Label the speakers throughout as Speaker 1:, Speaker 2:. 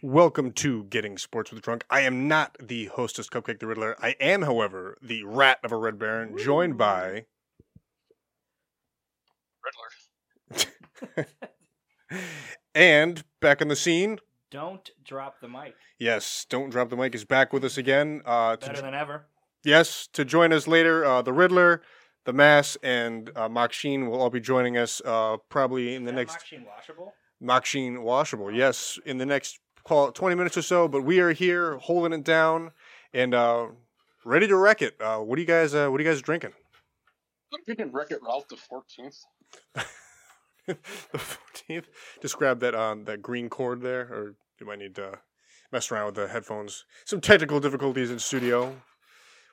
Speaker 1: Welcome to Getting Sports with Drunk. I am not the hostess Cupcake the Riddler. I am, however, the rat of a Red Baron, joined by
Speaker 2: Riddler.
Speaker 1: and back on the scene.
Speaker 3: Don't drop the mic.
Speaker 1: Yes, don't drop the mic is back with us again. Uh, to
Speaker 3: Better than ever.
Speaker 1: Yes, to join us later, uh, the Riddler, the Mass, and uh, Makshin will all be joining us uh, probably in the
Speaker 3: Is that
Speaker 1: next
Speaker 3: Makshin washable.
Speaker 1: Makshin Washable. Yes, in the next call it 20 minutes or so. But we are here holding it down and uh, ready to wreck it. Uh, what do you guys? Uh, what are you guys drinking?
Speaker 2: Could have been Wreck It Ralph the 14th.
Speaker 1: the 14th. Just grab that um, that green cord there, or you might need to mess around with the headphones. Some technical difficulties in studio.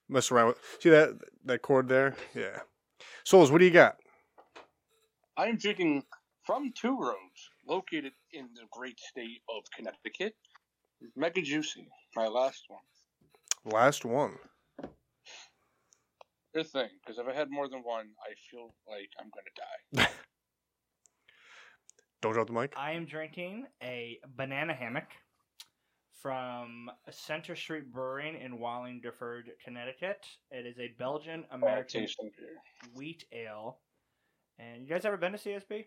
Speaker 1: Mess around with. See that that cord there? Yeah. Souls, what do you got?
Speaker 2: I am drinking from Two Roads, located in the great state of Connecticut. Mega Juicy, my last one.
Speaker 1: Last one.
Speaker 2: Good thing, because if I had more than one, I feel like I'm going to die.
Speaker 1: Don't drop the mic.
Speaker 3: I am drinking a banana hammock from Center Street Brewing in Wallingford, Connecticut. It is a Belgian
Speaker 1: Oh,
Speaker 3: American
Speaker 2: Tasting beer.
Speaker 3: wheat ale. And you guys ever been to CSB?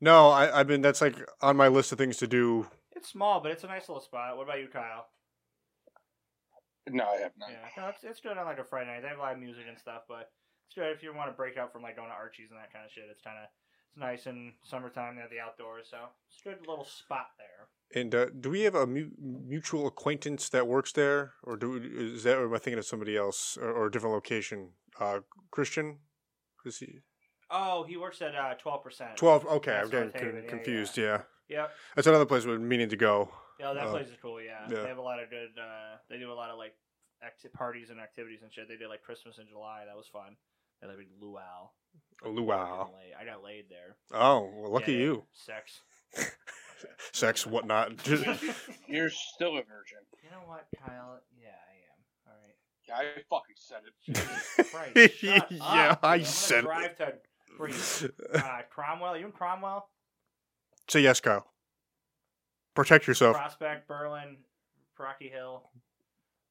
Speaker 1: No, I, I've been. That's like on my list of things to do.
Speaker 3: It's small, but it's a nice little spot. What about you, Kyle?
Speaker 2: No, I have not.
Speaker 3: Yeah, no, it's, it's good on like a Friday night. They have live music and stuff, but it's good if you want to break up from like going to Archie's and that kind of shit. It's kind of it's nice in summertime. They have the outdoors, so it's a good little spot there.
Speaker 1: And uh, do we have a mu- mutual acquaintance that works there, or do is that? Or am I thinking of somebody else or, or a different location? Uh, Christian, is he
Speaker 3: Oh, he works at twelve percent.
Speaker 1: twelve? Okay, I'm
Speaker 3: That's what
Speaker 1: getting
Speaker 3: I'm thinking,
Speaker 1: con-
Speaker 3: yeah,
Speaker 1: confused. yeah.
Speaker 3: Yep.
Speaker 1: That's another place we're meaning to go.
Speaker 3: Yeah, that
Speaker 1: Uh,
Speaker 3: place is cool. Yeah.
Speaker 1: yeah.
Speaker 3: they have a lot of good. Uh, they do a lot of like acti- parties and activities and shit. They did like Christmas in July. That was fun. They had a big luau.
Speaker 1: A luau.
Speaker 3: Getting laid- I got laid there.
Speaker 1: Oh, well, lucky
Speaker 3: Yeah,
Speaker 1: you.
Speaker 3: Sex.
Speaker 1: Sex, whatnot.
Speaker 3: you
Speaker 1: Just-
Speaker 2: You're still a virgin.
Speaker 3: know what, Kyle? Yeah, I am. All right.
Speaker 2: Yeah, I fucking said it.
Speaker 3: Right. Shut
Speaker 1: Yeah,
Speaker 3: up, dude.
Speaker 1: I
Speaker 3: I'm gonna
Speaker 1: said it.
Speaker 3: drive to freaking, uh, Cromwell. You in Cromwell?
Speaker 1: Say yes, Kyle. Protect yourself.
Speaker 3: Prospect, Berlin, Rocky Hill.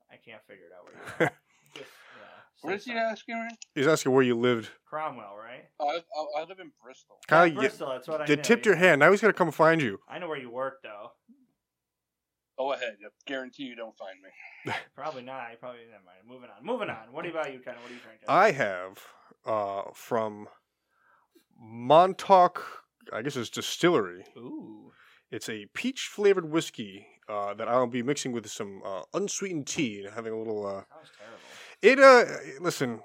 Speaker 3: I can't figure it out where you're at. Just, yeah, say
Speaker 2: What is he
Speaker 3: something.
Speaker 2: asking me? Oh,
Speaker 1: He's asking where you lived.
Speaker 3: Cromwell, right?
Speaker 2: I, I, I live in Bristol.
Speaker 1: Kyle,
Speaker 3: Yeah,
Speaker 1: you,
Speaker 3: Bristol, that's what I
Speaker 1: you
Speaker 3: knew,
Speaker 1: tipped
Speaker 3: yeah.
Speaker 1: your hand. Now he's gonna come find you.
Speaker 3: I know where you work, though.
Speaker 2: Go ahead. I guarantee you don't find me.
Speaker 3: Probably not. You Probably never mind. Moving on. Moving on. What about you, Ken? What are you drinking?
Speaker 1: I have uh, from Montauk. I guess it's distillery.
Speaker 3: Ooh.
Speaker 1: It's a peach flavored whiskey uh, that I'll be mixing with some uh, unsweetened tea and having a little. Uh,
Speaker 3: That was terrible.
Speaker 1: it uh, listen,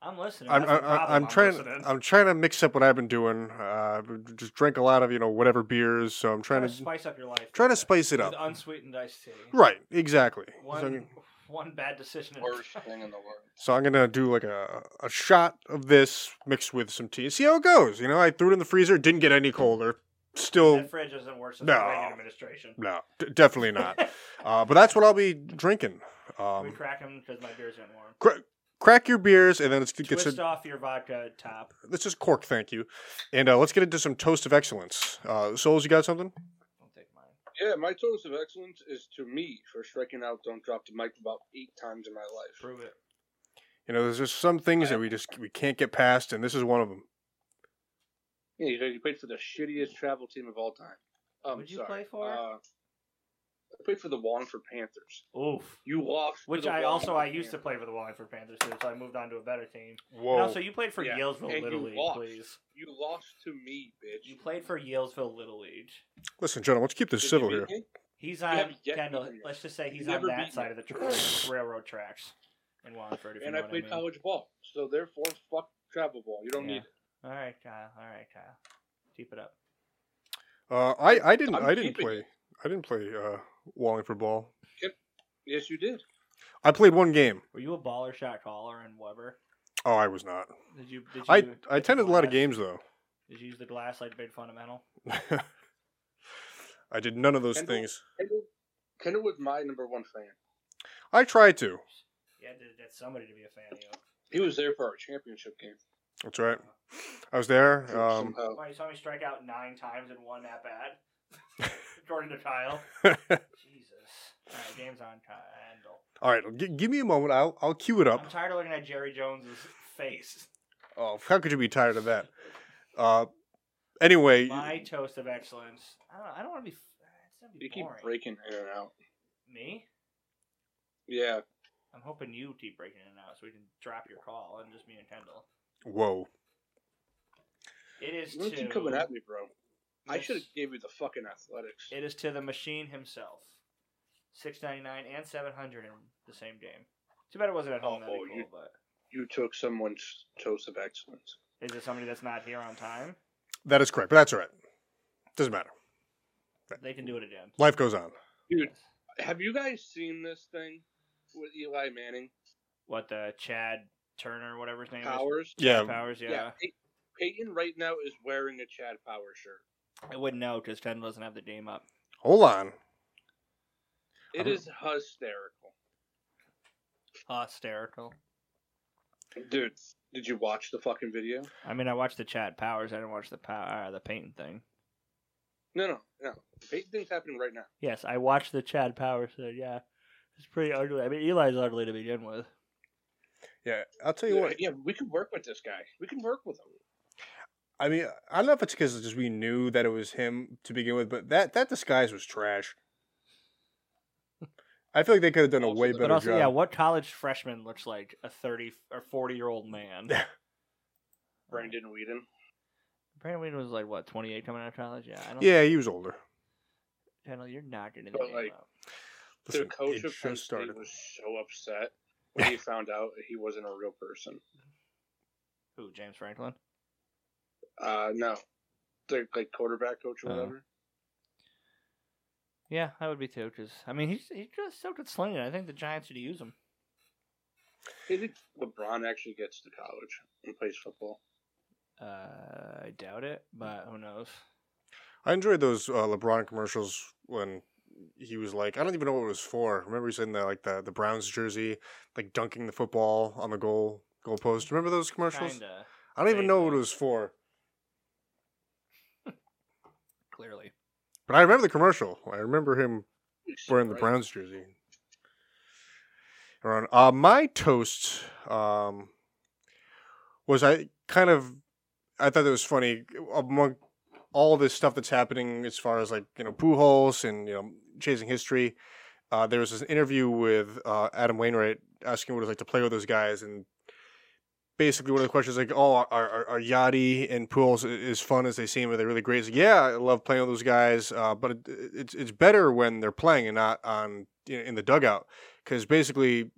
Speaker 3: I'm listening.
Speaker 1: I'm,
Speaker 3: That's the
Speaker 1: I'm, I'm,
Speaker 3: problem.
Speaker 1: trying.
Speaker 3: listening.
Speaker 1: I'm trying to mix up what I've been doing. Uh, I've just drank a lot of you know whatever beers. So I'm trying
Speaker 3: Trying to
Speaker 1: to
Speaker 3: spice up your life.
Speaker 1: trying to
Speaker 3: with
Speaker 1: spice it up.
Speaker 3: with unsweetened iced tea.
Speaker 1: Right, exactly. So,
Speaker 3: One,
Speaker 1: I'm-
Speaker 3: one bad decision. in-
Speaker 2: Worst thing in the world.
Speaker 1: so I'm gonna do like a, a shot of this mixed with some tea and see how it goes. You know, I threw it in the freezer, didn't get any colder. Still,
Speaker 3: That fridge isn't worse than
Speaker 1: Oh. No.
Speaker 3: the Reagan administration.
Speaker 1: no, d- definitely not. uh, but that's what I'll be drinking.
Speaker 3: we
Speaker 1: Um,
Speaker 3: crack them because my beer's getting warm.
Speaker 1: cra- crack your beers and then let's get
Speaker 3: Twist
Speaker 1: some.
Speaker 3: off your vodka top.
Speaker 1: Let's just cork, thank you, and uh, let's get into some toast of excellence. Uh, Souls, you got something?
Speaker 3: Don't take mine.
Speaker 2: Yeah, my toast of excellence is to me for striking out Don't Drop the Mic about eight times in my life.
Speaker 3: Prove it.
Speaker 1: You know, there's just some things that we just we can't get past, and this is one of them.
Speaker 2: Yeah, you, you played for the shittiest travel team of all time. Um,
Speaker 3: What'd you
Speaker 2: sorry.
Speaker 3: play for?
Speaker 2: Uh, I played for the Wallingford Panthers.
Speaker 3: Oof.
Speaker 2: You lost. to
Speaker 3: Which
Speaker 2: the
Speaker 3: I also I
Speaker 2: Wallingford
Speaker 3: used to
Speaker 2: Panthers.
Speaker 3: play for the Wallingford Panthers too, so I moved on to a better team.
Speaker 1: Whoa!
Speaker 3: And also, you played for
Speaker 2: Yeah,
Speaker 3: Yalesville
Speaker 2: and you
Speaker 3: Little League,
Speaker 2: lost.
Speaker 3: please.
Speaker 2: You lost to me, bitch.
Speaker 3: You played for Yalesville Little League.
Speaker 1: Listen, gentlemen, let's keep this
Speaker 2: Did you
Speaker 1: civil
Speaker 2: beat
Speaker 1: here.
Speaker 2: me?
Speaker 3: He's on
Speaker 2: haven't yet
Speaker 3: Kendall.
Speaker 2: beaten me.
Speaker 3: Let's just say he's
Speaker 2: You've
Speaker 3: on
Speaker 2: never
Speaker 3: that
Speaker 2: beaten
Speaker 3: side of the tra- railroad tracks in Wallingford. If you
Speaker 2: And
Speaker 3: know
Speaker 2: I
Speaker 3: what
Speaker 2: played
Speaker 3: I mean.
Speaker 2: college ball, so therefore, fuck travel ball. You don't
Speaker 3: Yeah.
Speaker 2: need it.
Speaker 3: All right, Kyle. All right, Kyle. Keep it up.
Speaker 1: Uh, I I didn't
Speaker 2: I'm
Speaker 1: I didn't
Speaker 2: keeping
Speaker 1: play I didn't play uh, Wallingford ball.
Speaker 2: Yes, you did.
Speaker 1: I played one game.
Speaker 3: Were you a baller shot caller in Weber?
Speaker 1: Oh, I was not.
Speaker 3: Did you? Did you
Speaker 1: I
Speaker 3: did
Speaker 1: I
Speaker 3: you
Speaker 1: attended a lot of
Speaker 3: glass-
Speaker 1: games though.
Speaker 3: Did you use the glass like big fundamental?
Speaker 1: I did none of those
Speaker 2: Kendall?
Speaker 1: things.
Speaker 2: Kendall, Kendall was my number one fan.
Speaker 1: I tried to.
Speaker 3: You had to get somebody to be a fan of you.
Speaker 2: He was there for our championship game.
Speaker 1: That's right. I was there. Um,
Speaker 2: somehow.
Speaker 3: Why you saw me strike out nine times in one at bat? According to Kyle. Jesus. All right, game's on Kendall.
Speaker 1: um, all right, g- give me a moment. I'll I'll cue it
Speaker 3: I'm
Speaker 1: up.
Speaker 3: tired of looking at Jerry Jones's face.
Speaker 1: Oh, how could you be tired of that? Uh, anyway,
Speaker 3: My toast of excellence. I don't, I don't want to be. It's gonna be
Speaker 2: You keep
Speaker 3: boring.
Speaker 2: breaking in and out.
Speaker 3: Me?
Speaker 2: Yeah.
Speaker 3: I'm hoping you keep breaking it out so we can drop your call and just me and Kendall.
Speaker 1: whoa.
Speaker 3: It is
Speaker 2: You don't
Speaker 3: to
Speaker 2: keep coming at me, bro. I
Speaker 3: Miss-
Speaker 2: should have gave you the fucking athletics.
Speaker 3: It is to the machine himself. Six ninety nine and seven hundred in the same game. Too bad it wasn't at home. That'd
Speaker 2: Oh,
Speaker 3: be cool,
Speaker 2: you-
Speaker 3: but
Speaker 2: You took someone's toast of excellence.
Speaker 3: is it somebody that's not here on time?
Speaker 1: That is correct, but that's all right. Doesn't matter.
Speaker 3: They can do it again.
Speaker 1: Life goes on.
Speaker 2: Dude. Have you guys seen this thing with Eli Manning?
Speaker 3: What the Chad Turner, whatever his name
Speaker 2: Powers?
Speaker 3: is,
Speaker 1: Yeah,
Speaker 3: Powers. Yeah,
Speaker 2: Pey- Peyton right now is wearing a Chad Power shirt.
Speaker 3: I wouldn't know because Kendall doesn't have the game up.
Speaker 1: hold on.
Speaker 2: It
Speaker 1: I'm-
Speaker 2: is hysterical.
Speaker 3: Hysterical.
Speaker 2: Dude, did you watch the fucking video?
Speaker 3: I mean, I watched the Chad Powers. I didn't watch the power, uh, the Peyton thing.
Speaker 2: No, no, no. Peyton thing's happening right now.
Speaker 3: Yes, I watched the Chad Powers. So yeah, it's pretty ugly. I mean, Eli's ugly to begin with.
Speaker 1: Yeah, I'll tell you
Speaker 2: Yeah,
Speaker 1: what.
Speaker 2: yeah, we can work with this guy. We can work with him.
Speaker 1: I mean, I don't know if it's because just we knew that it was him to begin with, but that that disguise was trash. I feel like they could have done a
Speaker 2: Also
Speaker 1: way
Speaker 2: the-
Speaker 1: better
Speaker 3: But also, yeah,
Speaker 1: job.
Speaker 3: what college freshman looks like a thirty or forty year old man?
Speaker 2: Brandon Whedon.
Speaker 3: Brandon Whedon was like what twenty eight coming out of college. Yeah, I don't.
Speaker 1: Yeah, he was older.
Speaker 3: Kendall, you're not getting the
Speaker 2: But,
Speaker 3: game
Speaker 2: like,
Speaker 3: up.
Speaker 2: The
Speaker 1: Listen,
Speaker 2: coach
Speaker 1: it
Speaker 2: of Penn
Speaker 1: just
Speaker 2: State
Speaker 1: started.
Speaker 2: was so upset when he found out he wasn't a real person.
Speaker 3: Who? James Franklin.
Speaker 2: Uh, no, the like quarterback coach or
Speaker 1: Uh.
Speaker 3: Uh-huh.
Speaker 2: whatever.
Speaker 3: Yeah, I would be too. Because I mean, he's he's just so good slinging. I think the Giants should use him.
Speaker 2: Do you think LeBron actually gets to college and plays football?
Speaker 3: Uh, I doubt it, but who knows?
Speaker 1: I enjoyed those uh, LeBron commercials when he was like, I don't even know what it was for. Remember he said in the like the, the Browns jersey, like dunking the football on the goal goalpost. Remember those commercials?
Speaker 3: Kinda
Speaker 1: I don't even know what it
Speaker 3: vaguely.
Speaker 1: was for,
Speaker 3: clearly.
Speaker 1: but I remember the commercial. I remember him
Speaker 2: Jesus
Speaker 1: wearing the
Speaker 2: Christ.
Speaker 1: Browns jersey. Aaron, uh, my toast um, was I kind of I thought it was funny among all this stuff that's happening as far as like you know Pujols and you know chasing history. Uh, there was this interview with uh, Adam Wainwright asking what it's like to play with those guys, and basically one of the questions like, "Oh, are are, are Yachty and Pujols i- as fun as they seem? Are they really great?" It's like, "Yeah, I love playing with those guys, uh, but it, it's it's better when they're playing and not on you know, in the dugout because basically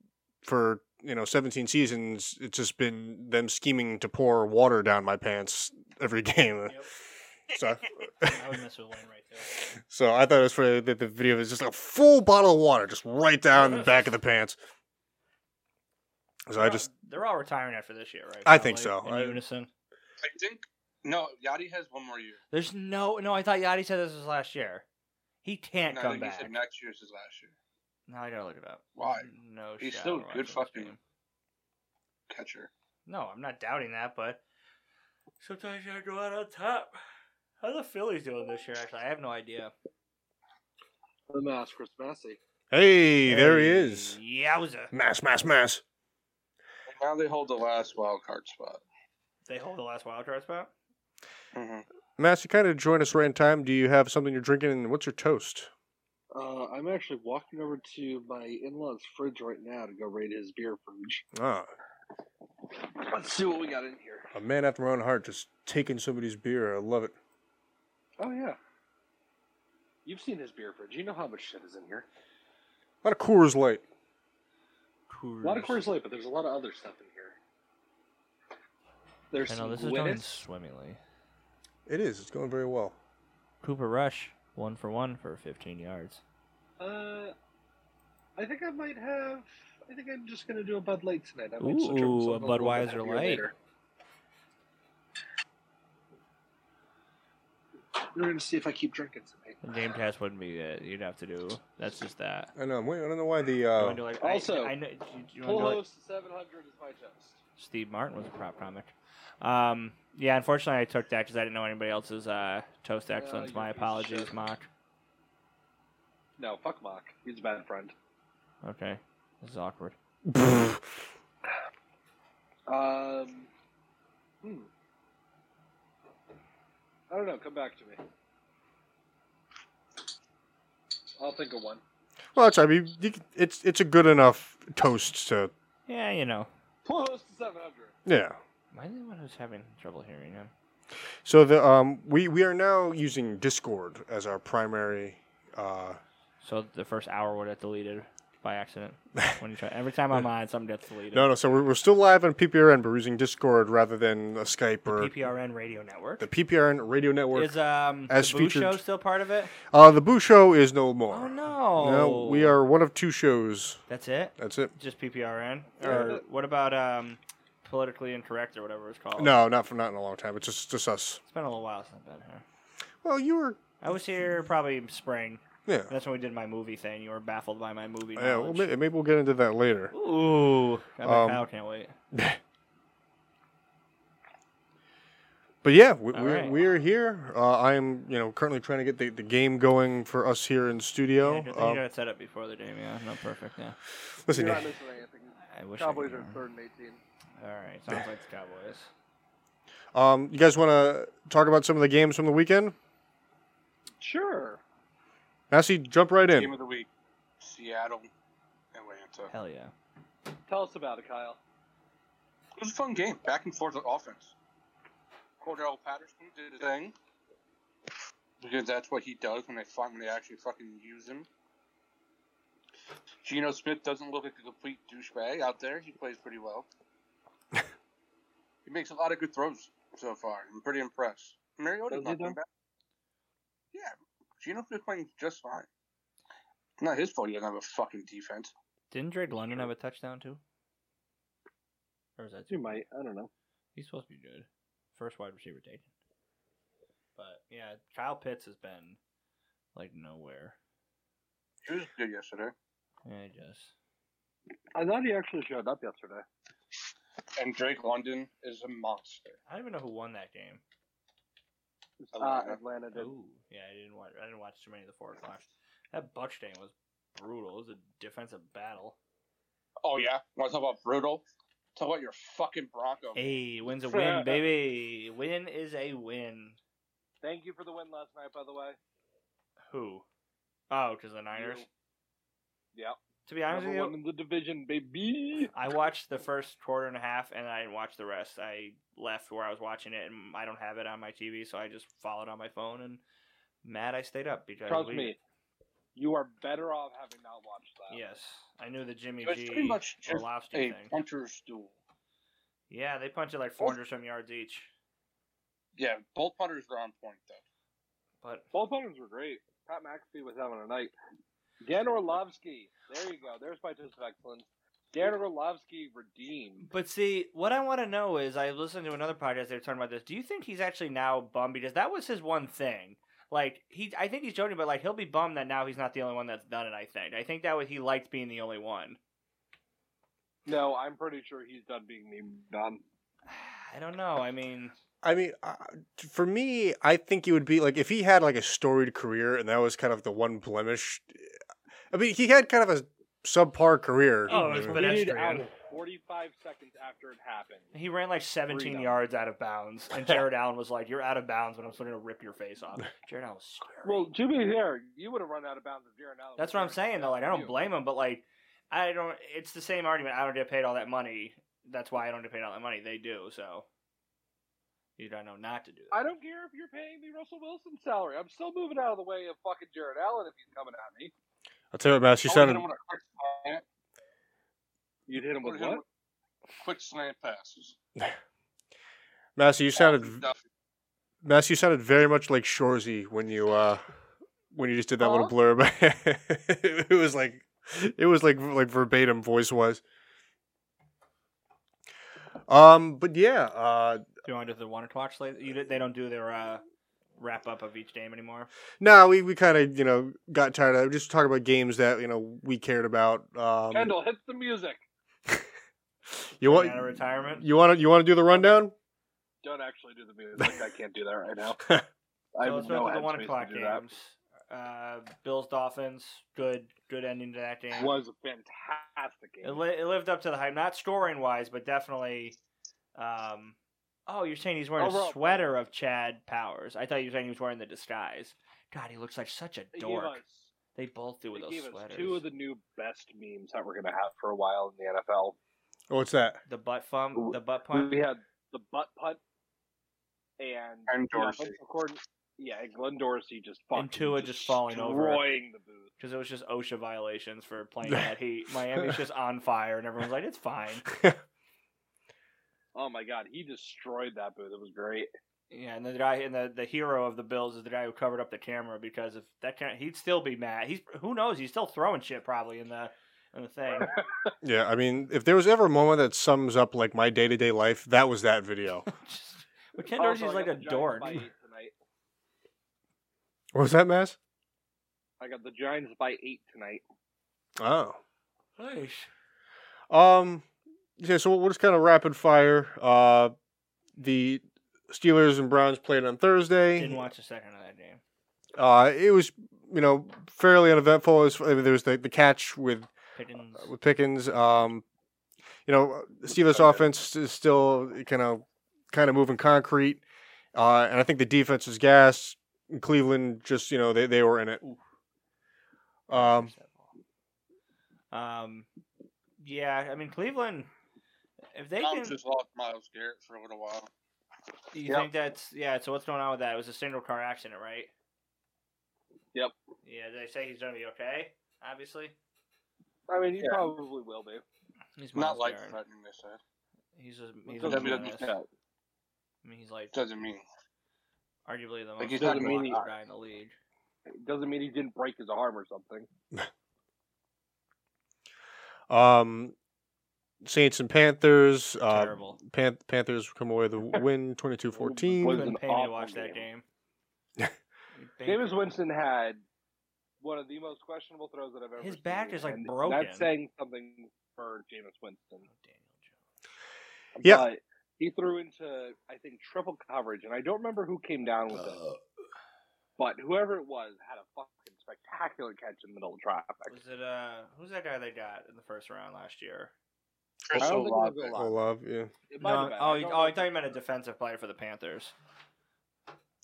Speaker 1: for you know 17 seasons it's just been them scheming to pour water down my pants every game. So
Speaker 3: I would mess with Wayne right there.
Speaker 1: so I thought it was funny that the video was just a full bottle of water just right down the back of the pants. So I just
Speaker 3: they're all retiring after this year, right?
Speaker 1: I think
Speaker 3: Probably,
Speaker 1: so.
Speaker 3: In
Speaker 1: I-
Speaker 3: unison.
Speaker 2: I think no. Yachty has one more year.
Speaker 3: There's no no. I thought Yachty said this was last year. He can't
Speaker 2: No, I
Speaker 3: come
Speaker 2: think he
Speaker 3: back.
Speaker 2: said next year's is last year.
Speaker 3: No, I gotta look it up.
Speaker 2: Why?
Speaker 3: No.
Speaker 2: He's
Speaker 3: shot
Speaker 2: still a
Speaker 3: we're
Speaker 2: good
Speaker 3: watching this
Speaker 2: fucking-
Speaker 3: game.
Speaker 2: Catcher.
Speaker 3: No, I'm not doubting that, but sometimes you gotta go out on top. How the Phillies doing this year? Actually, I have no idea.
Speaker 4: The mask, Chris Massey.
Speaker 1: hey, there he is.
Speaker 3: Yowza!
Speaker 1: Mass, mass, mass.
Speaker 2: And now they hold the last wild card spot.
Speaker 3: They hold the last wild card spot.
Speaker 2: hmm
Speaker 1: Mass, you kind of join us right in time. Do you have something you're drinking and what's your toast?
Speaker 4: Uh, I'm actually walking over to my in-laws' fridge right now to go raid his beer fridge.
Speaker 1: Ah,
Speaker 4: Let's see what we got in here.
Speaker 1: a man after my own heart just taking somebody's beer. I love it.
Speaker 4: Oh yeah, you've seen his beer fridge. You know how much shit is in here.
Speaker 1: A lot of Coors Light.
Speaker 4: A lot of Coors Light, but there's a lot of other stuff in here. There's
Speaker 3: I know
Speaker 4: some
Speaker 3: this is going
Speaker 4: Gwyneth.
Speaker 3: swimmingly.
Speaker 1: It is. It's going very well.
Speaker 3: Cooper Rush, one for one for 15 yards.
Speaker 4: Uh, I think I might have. I think I'm just gonna do a Bud Light tonight. I might switch over
Speaker 3: Ooh, a
Speaker 4: to something little bit
Speaker 3: Budweiser
Speaker 4: heavier
Speaker 3: Light.
Speaker 4: later. We're gonna see if I keep drinking tonight.
Speaker 3: The game test wouldn't be it. You'd have to do. That's just that.
Speaker 1: I know. I'm waiting. I don't know why the.
Speaker 3: You
Speaker 1: Uh,
Speaker 3: wanna do like,
Speaker 4: Also,
Speaker 3: I, I know, do you- do you
Speaker 4: Full
Speaker 3: wanna do like-
Speaker 4: host 700 is my toast.
Speaker 3: Steve Martin was a prop comic. Um, yeah, unfortunately, I took that because I didn't know anybody else's uh, toast
Speaker 4: Yeah,
Speaker 3: excellence.
Speaker 4: you
Speaker 3: My
Speaker 4: piece of shit.
Speaker 3: apologies, Mock.
Speaker 4: No, fuck Mock. He's a bad friend.
Speaker 3: Okay, this is awkward.
Speaker 4: Um, hmm. I don't know. Come back to me. I'll think of one.
Speaker 1: well, that's. I mean, you, c- it's it's a good enough toast to.
Speaker 3: Yeah, you know.
Speaker 4: Full host 700.
Speaker 1: Yeah.
Speaker 3: Am I the one who's having trouble hearing him?
Speaker 1: So the um we we are now using Discord as our primary. Uh,
Speaker 3: So the first hour would have deleted by accident when you try. Every time I'm on, something gets deleted.
Speaker 1: no, no. So we're, we're still live on PPRN, but we're using Discord rather than uh, Skype or
Speaker 3: PPRN Radio Network
Speaker 1: the PPRN radio network.
Speaker 3: is um
Speaker 1: as
Speaker 3: the Boo
Speaker 1: featured-
Speaker 3: show still part of it?
Speaker 1: uh, the Boo Show is no more.
Speaker 3: Oh no!
Speaker 1: No, we are one of two shows.
Speaker 3: That's it.
Speaker 1: That's it.
Speaker 3: Just PPRN,
Speaker 4: Yeah,
Speaker 3: or
Speaker 4: but-
Speaker 3: what about um politically incorrect or whatever it's called?
Speaker 1: No, not for not in a long time. It's just just us.
Speaker 3: it's been a little while since I've been here.
Speaker 1: Well, you were
Speaker 3: I was here probably spring.
Speaker 1: yeah.
Speaker 3: That's when we did my movie thing. You were baffled by my movie.
Speaker 1: Yeah, well,
Speaker 3: Knowledge.
Speaker 1: may- maybe we'll get into that later.
Speaker 3: Ooh, I bet
Speaker 1: Um,
Speaker 3: Kyle can't wait.
Speaker 1: But yeah, we,
Speaker 3: All
Speaker 1: we're,
Speaker 3: right.
Speaker 1: we're here. Uh, I am, you know, currently trying to get the, the game going for us here in
Speaker 3: Yeah,
Speaker 1: studio.
Speaker 3: good thing
Speaker 1: Um,
Speaker 3: you got it set up before the game. Yeah, not perfect. Yeah,
Speaker 1: listen,
Speaker 4: You're not missing anything.
Speaker 3: I wish. I
Speaker 4: Cowboys
Speaker 3: could
Speaker 4: are
Speaker 3: remember.
Speaker 4: third and 18.
Speaker 3: All right, sounds like the Cowboys.
Speaker 1: um, you guys want to talk about some of the games from the weekend?
Speaker 4: Sure.
Speaker 1: Massey, jump right
Speaker 2: Game
Speaker 1: in.
Speaker 2: of the week: Seattle, Atlanta.
Speaker 3: Hell yeah.
Speaker 4: Tell us about it, Kyle.
Speaker 2: It was a fun game, back and forth on offense. Cordell Patterson did his thing because that's what he does when they find when they actually fucking use him. Geno Smith doesn't look like a complete douchebag out there. He plays pretty well. he makes a lot of good throws so far. I'm pretty impressed. Mariota's
Speaker 4: Does he
Speaker 2: not doing
Speaker 4: though?
Speaker 2: bad. Yeah, Geno Smith playing just fine. It's not his fault he doesn't have a fucking defense.
Speaker 3: Didn't Drake London have a touchdown too? Or is that
Speaker 4: You might. I don't know.
Speaker 3: He's supposed to be good. First wide receiver taken. But yeah, Kyle Pitts has been like nowhere.
Speaker 2: He was good yesterday.
Speaker 3: I guess.
Speaker 4: I thought he actually showed up yesterday.
Speaker 2: And Drake London is a monster.
Speaker 3: I don't even know who won that game.
Speaker 4: Uh,
Speaker 2: Atlanta.
Speaker 4: Atlanta did.
Speaker 3: Ooh, yeah, I didn't watch. I didn't watch too many of the four o'clock. That Butch game was brutal. It was a defensive battle.
Speaker 2: Oh yeah, want to talk about brutal? Talk about your fucking Bronco.
Speaker 3: Hey, wins a win, baby. Win is a win.
Speaker 4: Thank you for the win last night, by the way.
Speaker 3: Who? Oh, because the Niners.
Speaker 4: Yeah.
Speaker 3: To be honest with
Speaker 4: Number
Speaker 3: you,
Speaker 4: one in the division, baby.
Speaker 3: I watched the first quarter and a half, and I didn't watch the rest. I left where I was watching it, and I don't have it on my TV, so I just followed on my phone. And mad, I stayed up because
Speaker 4: Trust
Speaker 3: we-
Speaker 4: me, you are better off having not watched that.
Speaker 3: Yes, I knew the Jimmy
Speaker 2: It was
Speaker 3: G
Speaker 2: pretty much just
Speaker 3: Orlovsky
Speaker 2: a
Speaker 3: thing.
Speaker 2: punter's duel.
Speaker 3: Yeah, they punted like four hundred some yards each,
Speaker 2: Yeah, both punters are on point though.
Speaker 3: but
Speaker 4: Both punters were great. Pat McAfee was having a night. Dan Orlovsky. There you go. There's my toast of excellence. Dan Orlovsky redeemed.
Speaker 3: But see, what I want to know is, I listened to another podcast. They were talking about this. Do you think he's actually now bummed because that was his one thing? Like he, I think he's joking, but like he'll be bummed that now he's not the only one that's done it. I think. I think that was he liked being the only one.
Speaker 4: No, I'm pretty sure he's done being memed on.
Speaker 3: I don't know. I mean,
Speaker 1: I mean, uh, for me, I think it would be like if he had like a storied career and that was kind of the one blemish. I mean, he had kind of a subpar career.
Speaker 3: Oh, it was
Speaker 1: You know?
Speaker 3: bad.
Speaker 4: Tweeted
Speaker 3: Pedestrian.
Speaker 4: out 45 seconds after it happened.
Speaker 3: he ran like 17
Speaker 4: Freedom.
Speaker 3: yards out of bounds, and Jared Allen was like, "You're out of bounds," when I'm going to rip your face off. Jared Allen was scary.
Speaker 4: Well, to be fair, you would have run out of bounds if Jared Allen.
Speaker 3: That's
Speaker 4: was
Speaker 3: what I'm
Speaker 4: there.
Speaker 3: saying though. Like I don't
Speaker 4: You.
Speaker 3: blame him, but like I don't. It's the same argument. I don't get paid all that money. That's why I don't get paid all that money. They do so. You don't know not to do that.
Speaker 4: I don't care if you're paying me Russell Wilson's salary. I'm still moving out of the way of fucking Jared Allen if he's coming at me.
Speaker 1: I'll tell you what, Mass. You
Speaker 2: I
Speaker 1: sounded.
Speaker 2: would've hit him with a quick slant.
Speaker 4: You'd hit him
Speaker 2: Would've
Speaker 4: with
Speaker 2: hit him
Speaker 4: what?
Speaker 2: with Quick slant passes.
Speaker 1: Massey, you sounded.
Speaker 2: Nothing.
Speaker 1: Mass, you sounded very much like Shorzy when you uh when you just did that little
Speaker 4: Aw.
Speaker 1: blurb. it was like it was like like verbatim voice wise. Um, but yeah, uh
Speaker 3: Do you want to do the Wanted to Watch later? You, they don't do their uh, wrap up of each game anymore.
Speaker 1: no, we, we kinda, you know, got tired of just talking about games that, you know, we cared about. Um
Speaker 4: Kendall, hit the music.
Speaker 1: you
Speaker 3: Coming out of
Speaker 1: want
Speaker 3: retirement?
Speaker 1: you wanna you wanna do the rundown?
Speaker 4: Don't actually do the music. I can't do that right now. I
Speaker 3: so
Speaker 4: have
Speaker 3: let's go
Speaker 4: no
Speaker 3: to the one
Speaker 4: headspace to
Speaker 3: o'clock
Speaker 4: do that.
Speaker 3: games. Uh, Bills Dolphins. Good, good ending to that game.
Speaker 4: Was a fantastic
Speaker 3: It,
Speaker 4: game.
Speaker 3: li- it lived up to the hype, not scoring wise, but definitely. Um, oh, you're saying he's wearing
Speaker 4: Overall.
Speaker 3: a sweater of Chad Powers? I thought you were saying he was wearing the disguise. God, he looks like such a
Speaker 4: They gave
Speaker 3: dork.
Speaker 4: us-
Speaker 3: They both do with
Speaker 4: they
Speaker 3: those
Speaker 4: gave us
Speaker 3: sweaters.
Speaker 4: two of the new best memes that we're gonna have for a while in the NFL.
Speaker 1: Oh, what's that?
Speaker 3: The butt thumb, the butt
Speaker 4: We-
Speaker 3: punt.
Speaker 4: We had the butt punt and
Speaker 2: And
Speaker 4: yeah,
Speaker 2: Dorsey.
Speaker 4: offensive coordin- Yeah, and Glenn Dorsey just fucking
Speaker 3: And Tua just falling over.
Speaker 4: destroying the booth.
Speaker 3: because it was just OSHA violations for playing that heat. Miami's just on fire, and everyone's like, "It's fine."
Speaker 4: Oh my god, he destroyed that booth. It was great.
Speaker 3: Yeah, and the guy and the, the hero of the Bills is the guy who covered up the camera because if that can he'd still be mad. He's who knows? He's still throwing shit probably in the in the thing.
Speaker 1: Yeah, I mean, if there was ever a moment that sums up like my day to day life, that was that video.
Speaker 3: Just- but Ken Dorsey's
Speaker 4: Also, I
Speaker 3: like
Speaker 4: got
Speaker 3: a
Speaker 4: the Giants
Speaker 3: dork.
Speaker 4: by eight tonight.
Speaker 1: What was that, Mass?
Speaker 4: I got the Giants by eight tonight.
Speaker 1: Oh.
Speaker 3: Nice.
Speaker 1: Um, yeah. So we'll just kind of rapid fire. Uh, the Steelers and Browns played on
Speaker 3: Didn't
Speaker 1: Thursday.
Speaker 3: watch a second of that game.
Speaker 1: Uh, it was you know fairly uneventful. As I mean, there was the, the catch with
Speaker 3: Pickens.
Speaker 1: with Pickens. Um, you know, Steelers offense is still kind of kind of moving concrete, uh, and I think the defense is gas. Cleveland just you know they they were in it. Um,
Speaker 3: Um, yeah, I mean Cleveland. If they
Speaker 2: Tom
Speaker 3: can,
Speaker 2: just lost Miles Garrett for a little while.
Speaker 3: you
Speaker 4: Yep.
Speaker 3: think that's yeah? So what's going on with that? It was a single car accident, right?
Speaker 4: Yep.
Speaker 3: Yeah, they say he's gonna be okay. Obviously,
Speaker 4: I mean, you
Speaker 2: Yeah.
Speaker 4: probably will be.
Speaker 3: he's
Speaker 2: Not
Speaker 3: Miles
Speaker 2: life
Speaker 3: Garrett.
Speaker 2: threatening, eh? they said.
Speaker 3: He's a, he's a
Speaker 4: Doesn't
Speaker 2: WWE
Speaker 3: menace.
Speaker 2: said.
Speaker 3: I mean, he's like
Speaker 2: Doesn't mean.
Speaker 3: arguably the most
Speaker 2: Like, he
Speaker 4: doesn't mean
Speaker 3: popular
Speaker 4: he-
Speaker 3: guy in the league.
Speaker 4: It doesn't mean he didn't break his arm or something.
Speaker 1: um, Saints and Panthers. Uh,
Speaker 3: Terrible.
Speaker 1: Pan- Panthers come away with a win 22-14.
Speaker 4: was
Speaker 3: Couldn't
Speaker 4: an
Speaker 3: pay me to
Speaker 4: awful
Speaker 3: watch that game. Thank
Speaker 4: Jameis
Speaker 3: you.
Speaker 4: Winston had one of the most questionable throws that I've ever
Speaker 3: His
Speaker 4: seen,
Speaker 3: back is, like,
Speaker 4: and
Speaker 3: broken. Oh,
Speaker 4: That's saying something for Jameis Winston.
Speaker 1: Yeah.
Speaker 4: But he threw into, I think, triple coverage, and I don't remember who came down with
Speaker 3: Uh.
Speaker 4: it. But whoever it was had a fucking spectacular catch in the middle of traffic.
Speaker 3: Was it uh? Who's that guy they got in the first round last year?
Speaker 2: Chris
Speaker 4: I don't think it was
Speaker 2: Olave.
Speaker 4: a
Speaker 1: Oh,
Speaker 4: lot.
Speaker 1: love, yeah.
Speaker 4: It might have
Speaker 3: No,
Speaker 4: been.
Speaker 3: oh,
Speaker 4: I
Speaker 3: you-
Speaker 4: don't
Speaker 3: oh, I
Speaker 4: remember.
Speaker 3: thought you meant a defensive player for the Panthers.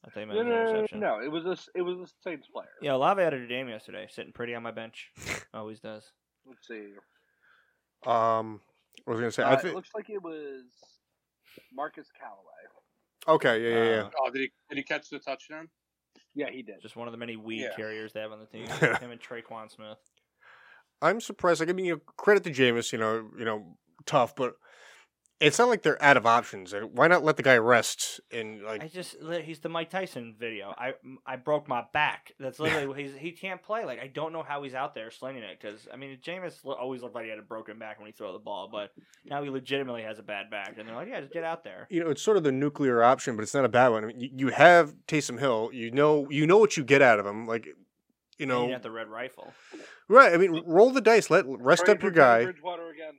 Speaker 3: I thought you meant
Speaker 4: No,
Speaker 3: an
Speaker 4: no, no, no,
Speaker 3: interception.
Speaker 4: no. It was a, it was a Saints player.
Speaker 3: Yeah, Olave had a good game yesterday, sitting pretty on my bench. Always does.
Speaker 4: Let's see.
Speaker 1: Um, I was gonna say,
Speaker 4: Uh,
Speaker 1: I
Speaker 4: it
Speaker 1: think.
Speaker 4: looks like it was Marcus Callaway.
Speaker 1: Okay, yeah, yeah, yeah.
Speaker 3: Uh,
Speaker 2: Oh, did he, did he catch the touchdown?
Speaker 4: Yeah, he did.
Speaker 3: just one of the many weed
Speaker 2: Yeah.
Speaker 3: carriers they have on the team. Him and Traquan Smith.
Speaker 1: I'm surprised. Like, I mean, you know, credit to Jameis, you know, you know, tough, but it's not like they're out of options. Like, Why not let the guy rest and like?
Speaker 3: I just li- he's the Mike Tyson video. I I broke my back. That's literally what he's he can't play. Like I don't know how he's out there slinging it because I mean Jameis lo- always looked like he had a broken back when he throw the ball, but now he legitimately has a bad back, and they're like, yeah, just get out there.
Speaker 1: you know, it's sort of the nuclear option, but it's not a bad one. I mean, you, you have Taysom Hill. You know, you know what you get out of him. Like, you
Speaker 3: No,
Speaker 1: know,
Speaker 3: you got the red rifle.
Speaker 1: right? I mean, roll the dice. Let rest
Speaker 4: Sorry
Speaker 1: up your
Speaker 4: for
Speaker 1: guy.
Speaker 4: Teddy Bridgewater again.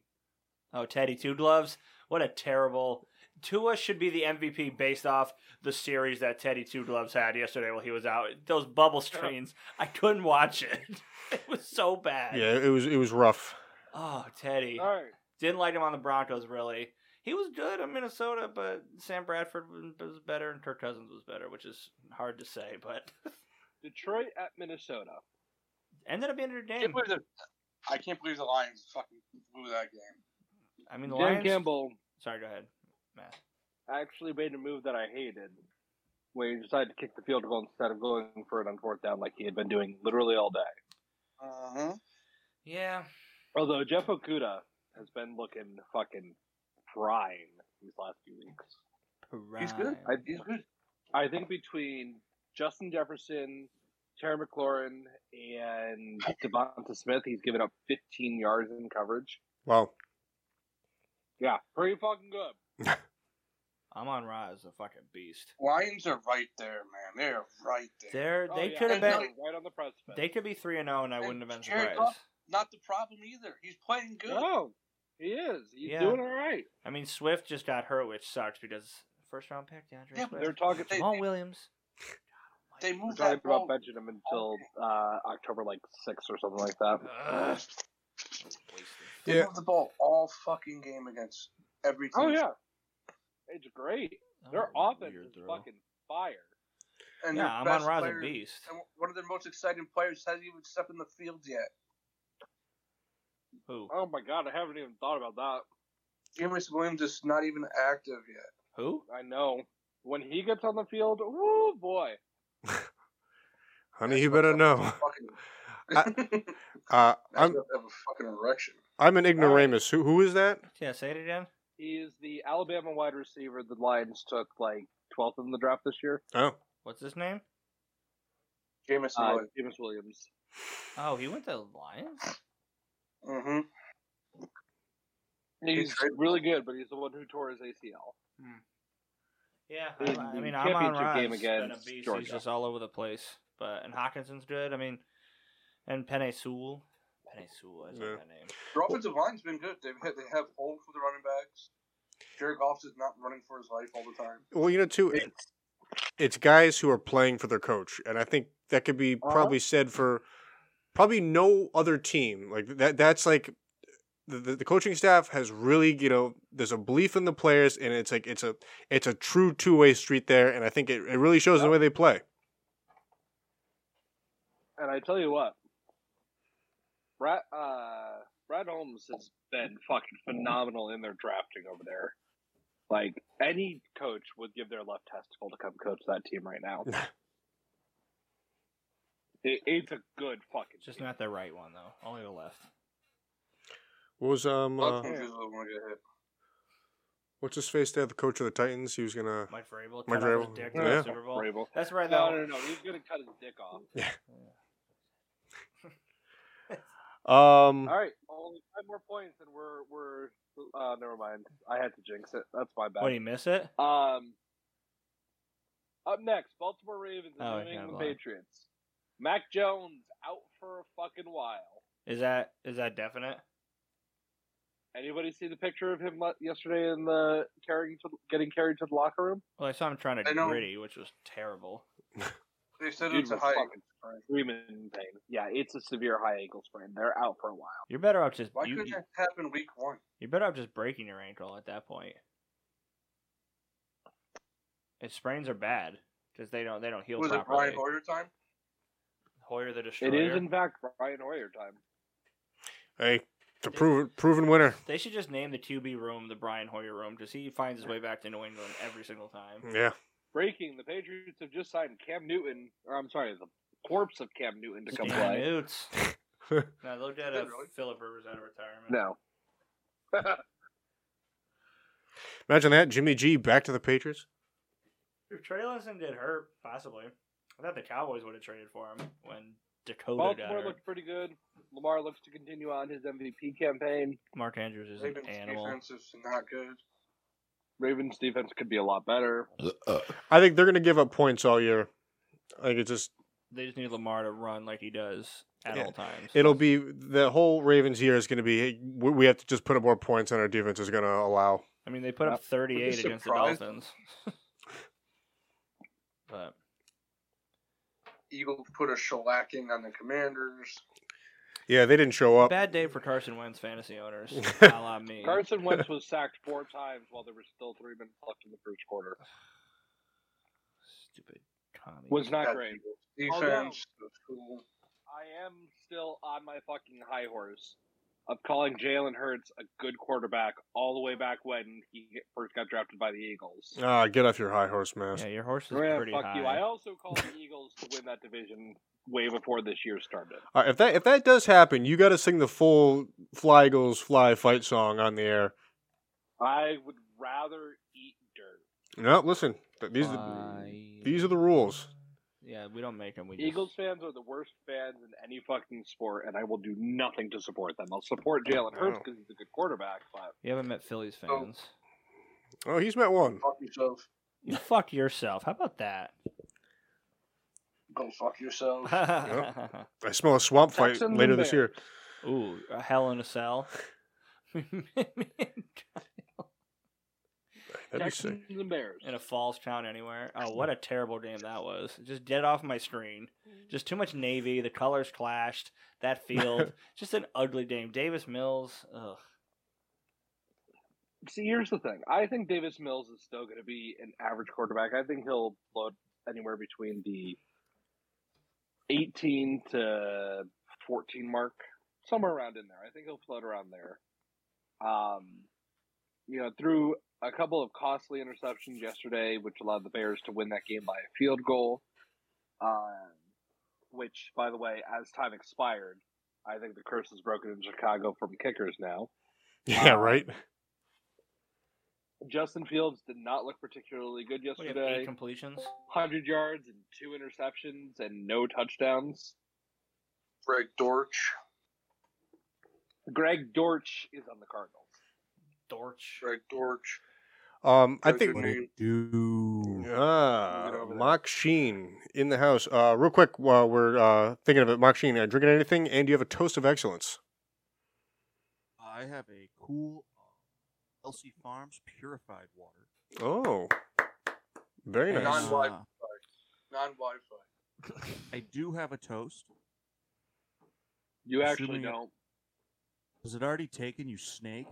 Speaker 3: Oh, Teddy, two gloves. What a terrible. Tua should be the MVP based off the series that Teddy Two Gloves had yesterday while he was out. Those bubble screens, I couldn't watch it. It was so bad.
Speaker 1: Yeah, it was it was rough.
Speaker 3: Oh, Teddy.
Speaker 4: All right.
Speaker 3: Didn't like him on the Broncos really. He was good in Minnesota, but Sam Bradford was- was better and Kirk Cousins was better, which is hard to say, but
Speaker 4: Detroit at Minnesota.
Speaker 3: ended up being a good
Speaker 2: I can't
Speaker 3: game.
Speaker 2: believe the, I can't believe the Lions fucking blew that game.
Speaker 3: I mean, the
Speaker 4: Dan
Speaker 3: Lions.
Speaker 4: Campbell
Speaker 3: Sorry, go ahead, Matt.
Speaker 4: actually made a move that I hated where he decided to kick the field goal instead of going for it on fourth down like he had been doing literally all day.
Speaker 3: Mm-hmm.
Speaker 2: Uh-huh.
Speaker 3: Yeah,
Speaker 4: Although Jeff Okuda has been looking fucking prime these last few weeks.
Speaker 2: He's good.
Speaker 3: Prime.
Speaker 4: I,
Speaker 2: He's good.
Speaker 4: I think between Justin Jefferson, Terry McLaurin, and Devonta Smith, he's given up 15 yards in coverage.
Speaker 1: Wow.
Speaker 4: Yeah, pretty fucking good.
Speaker 3: I'm on Ra as a fucking beast.
Speaker 2: Lions are right there, man. They are right there.
Speaker 3: They're,
Speaker 4: Oh,
Speaker 3: they
Speaker 4: yeah,
Speaker 3: could have
Speaker 4: and
Speaker 3: been.
Speaker 4: they're right on the precipice.
Speaker 3: They could be three and zero, and I
Speaker 2: And
Speaker 3: wouldn't have been
Speaker 2: Jared
Speaker 3: surprised.
Speaker 2: Goff- Not the problem either. He's playing good.
Speaker 4: No, Oh, he is. He's
Speaker 3: Yeah.
Speaker 4: doing all right.
Speaker 3: I mean, Swift just got hurt, which sucks because first round pick DeAndre
Speaker 2: Yeah, but
Speaker 3: Swift,
Speaker 4: They're talking.
Speaker 2: They-
Speaker 3: Jamal Williams.
Speaker 2: They
Speaker 4: We're
Speaker 2: moved
Speaker 4: talking
Speaker 2: that ball.
Speaker 4: about benching him until uh, October like sixth or something like that.
Speaker 3: Ugh. Wasted.
Speaker 2: They
Speaker 1: Yeah.
Speaker 2: moved the ball all fucking game against every team.
Speaker 4: Oh yeah, it's great.
Speaker 3: That
Speaker 4: Their
Speaker 3: was a
Speaker 4: offense
Speaker 3: weird
Speaker 4: is
Speaker 3: throw.
Speaker 4: fucking fire.
Speaker 2: And
Speaker 3: Yeah,
Speaker 2: their
Speaker 3: I'm
Speaker 2: best
Speaker 3: on Ra's a
Speaker 2: player-
Speaker 3: beast.
Speaker 2: And one of their most exciting players hasn't even stepped in the field yet.
Speaker 3: Who?
Speaker 4: Oh my god, I haven't even thought about that.
Speaker 2: Jameis Williams is not even active yet.
Speaker 3: Who?
Speaker 4: I know when he gets on the field, woo boy.
Speaker 1: Honey, you better know.
Speaker 2: Fucking,
Speaker 1: I- Uh,
Speaker 2: i
Speaker 1: I'm
Speaker 2: have a fucking erection.
Speaker 1: I'm an ignoramus. Who who is that?
Speaker 3: Yeah, say it again.
Speaker 4: He's the Alabama wide receiver the Lions took like twelfth in the draft this year.
Speaker 1: Oh,
Speaker 3: What's his name?
Speaker 2: Jameis
Speaker 4: Uh,
Speaker 2: Williams.
Speaker 4: James Williams.
Speaker 3: Oh, he went to the Lions.
Speaker 2: Mm-hmm.
Speaker 4: He's
Speaker 2: traded-
Speaker 4: really good, but he's the one who tore his ACL.
Speaker 3: Yeah,
Speaker 4: In
Speaker 3: I'm- I
Speaker 4: the
Speaker 3: mean, I'm on
Speaker 4: championship
Speaker 3: Ron.
Speaker 4: game
Speaker 3: Game been a
Speaker 4: against
Speaker 3: beast.
Speaker 4: Georgia.
Speaker 3: He's just all over the place. But and Hawkinson's good. I mean, and Penny Sewell. Penny Sewell, I
Speaker 1: Yeah.
Speaker 3: like that name.
Speaker 2: Their offensive line's been good. They've had, they have hold for the running backs. Jared Goff is not running for his life all the time.
Speaker 1: well, you know too. it- it's guys who are playing for their coach, and I think that could be
Speaker 4: Uh-huh.
Speaker 1: probably said for probably no other team. Like that. That's like the, the, the coaching staff has really you know there's a belief in the players, and it's like it's a it's a true two way street there, and I think it, it really shows in the way they play.
Speaker 4: And I tell you what, Brad uh, Brad Holmes has been fucking phenomenal in their drafting over there. Like any coach would give their left testicle to come coach that team right now. it, it's a good fucking.
Speaker 3: Just
Speaker 4: team.
Speaker 3: not the right one though. Only the left.
Speaker 1: What was um uh,
Speaker 2: Lots of dudes that wanna get hit.
Speaker 1: what's his face there? The coach of the Titans. He was gonna.
Speaker 3: Mike Vrabel.
Speaker 1: Mike
Speaker 3: Mike Vrabel.
Speaker 1: Vrabel,
Speaker 3: Dick
Speaker 1: yeah.
Speaker 3: in the Super Bowl.
Speaker 4: Vrabel.
Speaker 3: That's right
Speaker 4: No,
Speaker 3: though.
Speaker 4: no, no. He's gonna cut his dick off.
Speaker 1: Um.
Speaker 4: All right, only five more points, and we're we're. Uh, never mind. I had to jinx it. That's my bad.
Speaker 3: What, he miss it?
Speaker 4: Um, up next, Baltimore Ravens and
Speaker 3: Oh,
Speaker 4: New
Speaker 3: yeah,
Speaker 4: England
Speaker 3: blah.
Speaker 4: Patriots. Mac Jones out for a fucking while.
Speaker 3: Is that is that definite?
Speaker 4: Anybody see the picture of him le- yesterday in the carrying to, getting carried to the locker room?
Speaker 3: Well, I saw him trying to
Speaker 2: I
Speaker 3: do
Speaker 2: know.
Speaker 3: gritty, which was terrible.
Speaker 2: They said
Speaker 4: Dude
Speaker 2: it's a
Speaker 4: was
Speaker 2: high.
Speaker 4: fucking screaming in pain. Yeah, it's a severe high ankle sprain. They're out for a while.
Speaker 3: You're better off just
Speaker 2: Why
Speaker 3: you,
Speaker 2: couldn't that happen week one?
Speaker 3: you're better off just breaking your ankle at that point. And sprains are bad because they don't they don't heal
Speaker 2: Was it
Speaker 3: properly.
Speaker 2: Brian Hoyer time?
Speaker 3: Hoyer the destroyer.
Speaker 4: It is, in fact, Ryan Hoyer time.
Speaker 1: Hey, the proven proven winner.
Speaker 3: They should just name the QB room the Brian Hoyer room because he finds his way back to New England every single time.
Speaker 1: Yeah.
Speaker 4: Breaking: The Patriots have just signed Cam Newton, or I'm sorry, the corpse of Cam Newton to come
Speaker 3: Damn
Speaker 4: play.
Speaker 3: Utes. no, they'll get
Speaker 2: Yeah,
Speaker 3: a
Speaker 2: really.
Speaker 3: uh, Philip Rivers out of retirement.
Speaker 4: No,
Speaker 1: Imagine that, Jimmy G back to the Patriots.
Speaker 3: If Trey Lance did hurt, possibly. I thought the Cowboys would have traded for him when Dakota got
Speaker 4: Baltimore
Speaker 3: hurt.
Speaker 4: looked pretty good. Lamar looks to continue on his MVP campaign.
Speaker 3: Mark Andrews is an
Speaker 2: Ravens
Speaker 3: animal.
Speaker 2: defense is not good.
Speaker 4: Ravens defense could be a lot better.
Speaker 1: I think they're gonna give up points all year. I think it's just
Speaker 3: They just need Lamar to run like he does at
Speaker 1: Yeah.
Speaker 3: all times.
Speaker 1: it'll be the whole Ravens year is gonna be hey, we we have to just put up more points than our defense is gonna allow.
Speaker 3: I mean, they put up 38 against the
Speaker 2: surprised.
Speaker 3: Dolphins. but
Speaker 2: Eagles put a shellacking on the Commanders.
Speaker 1: Yeah, they didn't show up.
Speaker 3: bad day for Carson Wentz fantasy owners. a la me.
Speaker 4: Carson Wentz was sacked four times while there were still three minutes left in the first quarter.
Speaker 3: Stupid commie.
Speaker 4: Was not
Speaker 2: Bad
Speaker 4: great.
Speaker 2: Defense
Speaker 4: Although-
Speaker 2: was cool.
Speaker 4: I am still on my fucking high horse of calling Jalen Hurts a good quarterback all the way back when he first got drafted by the Eagles.
Speaker 1: Ah, get off your high horse, man.
Speaker 3: yeah, your horse is
Speaker 4: Yeah,
Speaker 3: pretty
Speaker 4: fuck
Speaker 3: high.
Speaker 4: you. I also called the Eagles to win that division way before this year started.
Speaker 1: All right, Uh, if that if that does happen, you got to sing the full "Fly Eagles Fly" fight song on the air.
Speaker 4: I would rather eat dirt.
Speaker 1: No, listen, Th- These are
Speaker 3: Fire.
Speaker 1: these are the rules.
Speaker 3: Yeah, we don't make them. We
Speaker 4: Eagles fans are the worst fans in any fucking sport, and I will do nothing to support them. I'll support Jalen Hurts because he's a good quarterback, but
Speaker 3: Just, you haven't met Phillies
Speaker 2: Oh.
Speaker 3: fans.
Speaker 1: Oh, he's met one.
Speaker 2: Fuck yourself.
Speaker 3: You fuck yourself. How about that?
Speaker 2: Go fuck yourself.
Speaker 1: I smell a swamp fight
Speaker 4: Texans and
Speaker 1: later this year.
Speaker 3: Ooh, a hell in a cell.
Speaker 1: That'd be sick.
Speaker 4: Texans and Bears.
Speaker 3: in a falls town anywhere. Oh, what a terrible game that was. Just dead off my screen. Just too much navy. The colors clashed. That field. just an ugly game. Davis Mills. Ugh.
Speaker 4: See, here's the thing. I think Davis Mills is still going to be an average quarterback. I think he'll float anywhere between the 18 to 14 mark, somewhere around in there. I think he'll float around there. Um, you know, through a couple of costly interceptions yesterday, which allowed the Bears to win that game by a field goal. Um, which, by the way, as time expired, I think the curse is broken in Chicago from kickers now.
Speaker 1: Yeah, right.
Speaker 4: Justin Fields did not look particularly good
Speaker 3: What do you have, eight
Speaker 4: yesterday.
Speaker 3: completions?
Speaker 4: 100 yards and two interceptions and no touchdowns.
Speaker 2: Greg Dortch.
Speaker 4: Greg Dortch is on the Cardinals.
Speaker 3: Dorch.
Speaker 2: Greg Dortch.
Speaker 1: Um, I
Speaker 2: Those
Speaker 1: think.
Speaker 2: are new-
Speaker 5: Do
Speaker 2: Get
Speaker 1: Ah,
Speaker 2: over there.
Speaker 1: Mock Sheen in the house. Uh, real quick, while we're uh, thinking of it, Mock Sheen, uh, drinking anything? And do you have a toast of excellence?
Speaker 5: I have a cool uh, LC Farms purified water.
Speaker 1: Oh, very
Speaker 5: And,
Speaker 1: nice.
Speaker 2: Non- Non-live.
Speaker 5: uh,
Speaker 2: Non Wi Fi.
Speaker 5: I do have a toast.
Speaker 4: You actually
Speaker 5: Assuming-
Speaker 4: don't.
Speaker 5: Was it already taken, you snake?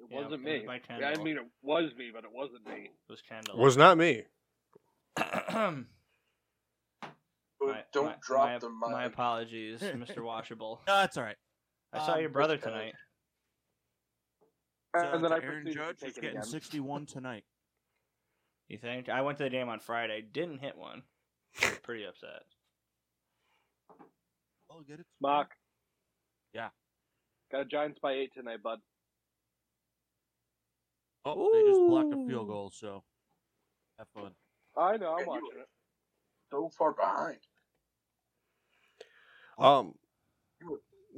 Speaker 4: It
Speaker 3: Yeah,
Speaker 4: wasn't
Speaker 3: it was
Speaker 4: me.
Speaker 3: my
Speaker 4: Yeah, I
Speaker 3: Kendall.
Speaker 4: mean, it was me, but it wasn't me.
Speaker 3: It was Kendall.
Speaker 1: Was not me.
Speaker 2: But
Speaker 3: My-
Speaker 2: don't
Speaker 3: my-
Speaker 2: drop
Speaker 3: my,
Speaker 2: the mic.
Speaker 3: My apologies, Mr. Washable.
Speaker 5: No, it's all right.
Speaker 4: Ah,
Speaker 3: I saw
Speaker 5: Um,
Speaker 3: your brother
Speaker 4: Chris Ballard.
Speaker 3: tonight.
Speaker 5: Uh,
Speaker 4: and then I
Speaker 5: Aaron
Speaker 4: proceeded
Speaker 5: Judge
Speaker 4: to
Speaker 5: was
Speaker 4: take it
Speaker 5: getting
Speaker 4: again.
Speaker 5: 61 tonight.
Speaker 3: You think? I went to the game on Friday. Didn't hit one. Pretty upset.
Speaker 5: I'll Oh, get it.
Speaker 4: Mock.
Speaker 5: Yeah.
Speaker 4: Got Giants by eight tonight, bud.
Speaker 5: Oh, they just blocked a
Speaker 3: Ooh.
Speaker 5: field goal, so have fun.
Speaker 4: I
Speaker 2: Yeah,
Speaker 4: know. I'm
Speaker 2: you-
Speaker 4: watching it.
Speaker 2: so far behind.
Speaker 1: Um,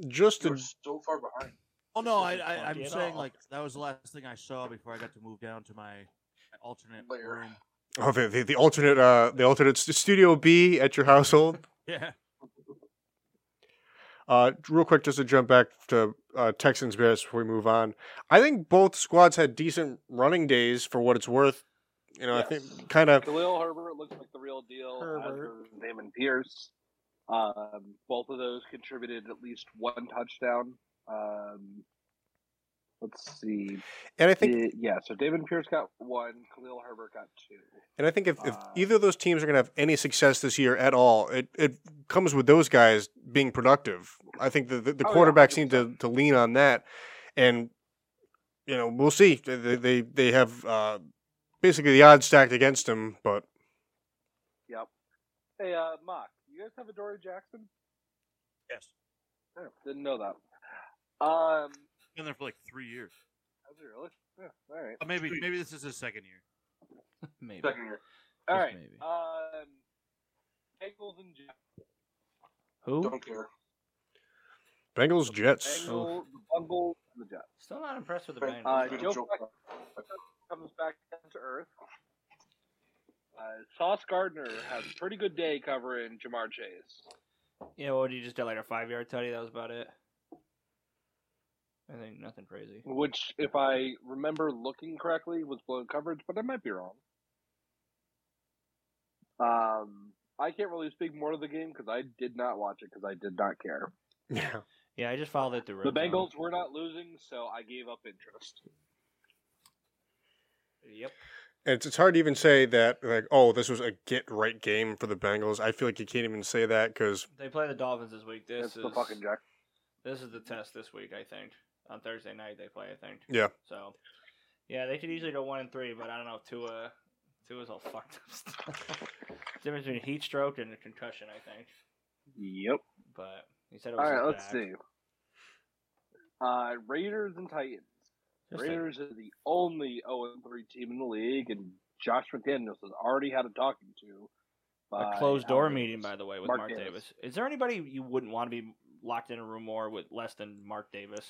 Speaker 1: just
Speaker 2: You're
Speaker 1: to
Speaker 2: so far behind.
Speaker 5: Oh no, I,
Speaker 3: isn't
Speaker 5: I
Speaker 3: funky
Speaker 5: I'm
Speaker 3: at
Speaker 5: saying
Speaker 3: all.
Speaker 5: like that was the last thing I saw before I got to move down to my alternate
Speaker 2: Layer.
Speaker 5: room.
Speaker 1: oh the, the, the alternate uh the alternate st- studio B at your household.
Speaker 5: Yeah.
Speaker 1: Uh, real quick, just to jump back to uh, Texans Bears before we move on. I think both squads had decent running days for what it's worth. You know, I
Speaker 4: Yes.
Speaker 1: think kind of
Speaker 4: Khalil Herbert looks like the real deal.
Speaker 1: Herbert.
Speaker 4: As does Damon Pierce. Um, both of those contributed at least one touchdown. Um, let's see.
Speaker 1: and I think
Speaker 4: Did- yeah, so Damon Pierce got one. Khalil Herbert got two.
Speaker 1: And I think if, if
Speaker 4: Uh,
Speaker 1: either of those teams are going to have any success this year at all, it, it comes with those guys being productive. I think the, the, the
Speaker 4: Oh, yeah,
Speaker 1: quarterbacks seem to, to lean on that. And, you know, we'll see. They, they- they, they have uh, basically the odds stacked against them, but
Speaker 4: Yep. Hey, uh, Mock, you guys have a Dory Jackson?
Speaker 5: Yes.
Speaker 4: Yeah, didn't know that. Um,
Speaker 5: Been there for like three years.
Speaker 4: how's it really? Yeah, all right.
Speaker 5: Oh, maybe
Speaker 2: Sweet.
Speaker 5: maybe this is his second year.
Speaker 3: Maybe.
Speaker 2: Second year.
Speaker 4: All
Speaker 3: Just
Speaker 4: right.
Speaker 3: maybe.
Speaker 4: Um, Bengals and Jets.
Speaker 3: Who?
Speaker 2: Don't care.
Speaker 1: Bengals, Jets.
Speaker 4: Bengals, the Bungles, and the Jets.
Speaker 3: Still not impressed with the
Speaker 2: Thank-
Speaker 3: Bengals.
Speaker 4: Uh,
Speaker 2: Good
Speaker 4: Joe
Speaker 2: joke.
Speaker 4: Flacco comes back down to earth. Uh, Sauce Gardner has a pretty good day covering Jamar Chase.
Speaker 3: yeah, what did you just do? Like a five yard tutty? That was about it. I think nothing crazy.
Speaker 4: Which, if I remember looking correctly, was blown coverage, but I might be wrong. Um, I can't really speak more to the game because I did not watch it because I did not care.
Speaker 1: Yeah.
Speaker 3: Yeah, I just followed it through.
Speaker 4: The Bengals were not losing, so I gave up interest.
Speaker 3: Yep.
Speaker 1: And it's, it's hard to even say that, like, oh, this was a get right game for the Bengals. I feel like you can't even say that because
Speaker 3: They play the Dolphins this week. This
Speaker 4: That's
Speaker 3: is
Speaker 4: the fucking jack.
Speaker 3: this is the test this week. I think on Thursday night they play. I think.
Speaker 1: Yeah.
Speaker 3: So, yeah, they could easily go one and three, but I don't know. Tua, Tua's all fucked up. Stuff. Difference between heat stroke and a concussion, I think.
Speaker 4: Yep.
Speaker 3: But he said it was.
Speaker 4: All right,
Speaker 3: his
Speaker 4: let's
Speaker 3: back.
Speaker 4: see. Uh, Raiders and Titans.
Speaker 3: Just a-
Speaker 4: oh Raiders are the only 0 3 team in the league, and Josh McDaniels has already had a talking to.
Speaker 3: A
Speaker 4: by
Speaker 3: closed door
Speaker 4: Al
Speaker 3: meeting,
Speaker 4: Davis.
Speaker 3: by the way, with Mark,
Speaker 4: Mark
Speaker 3: Davis.
Speaker 4: Davis.
Speaker 3: Is there anybody you wouldn't want to be locked in a room more with less than Mark Davis?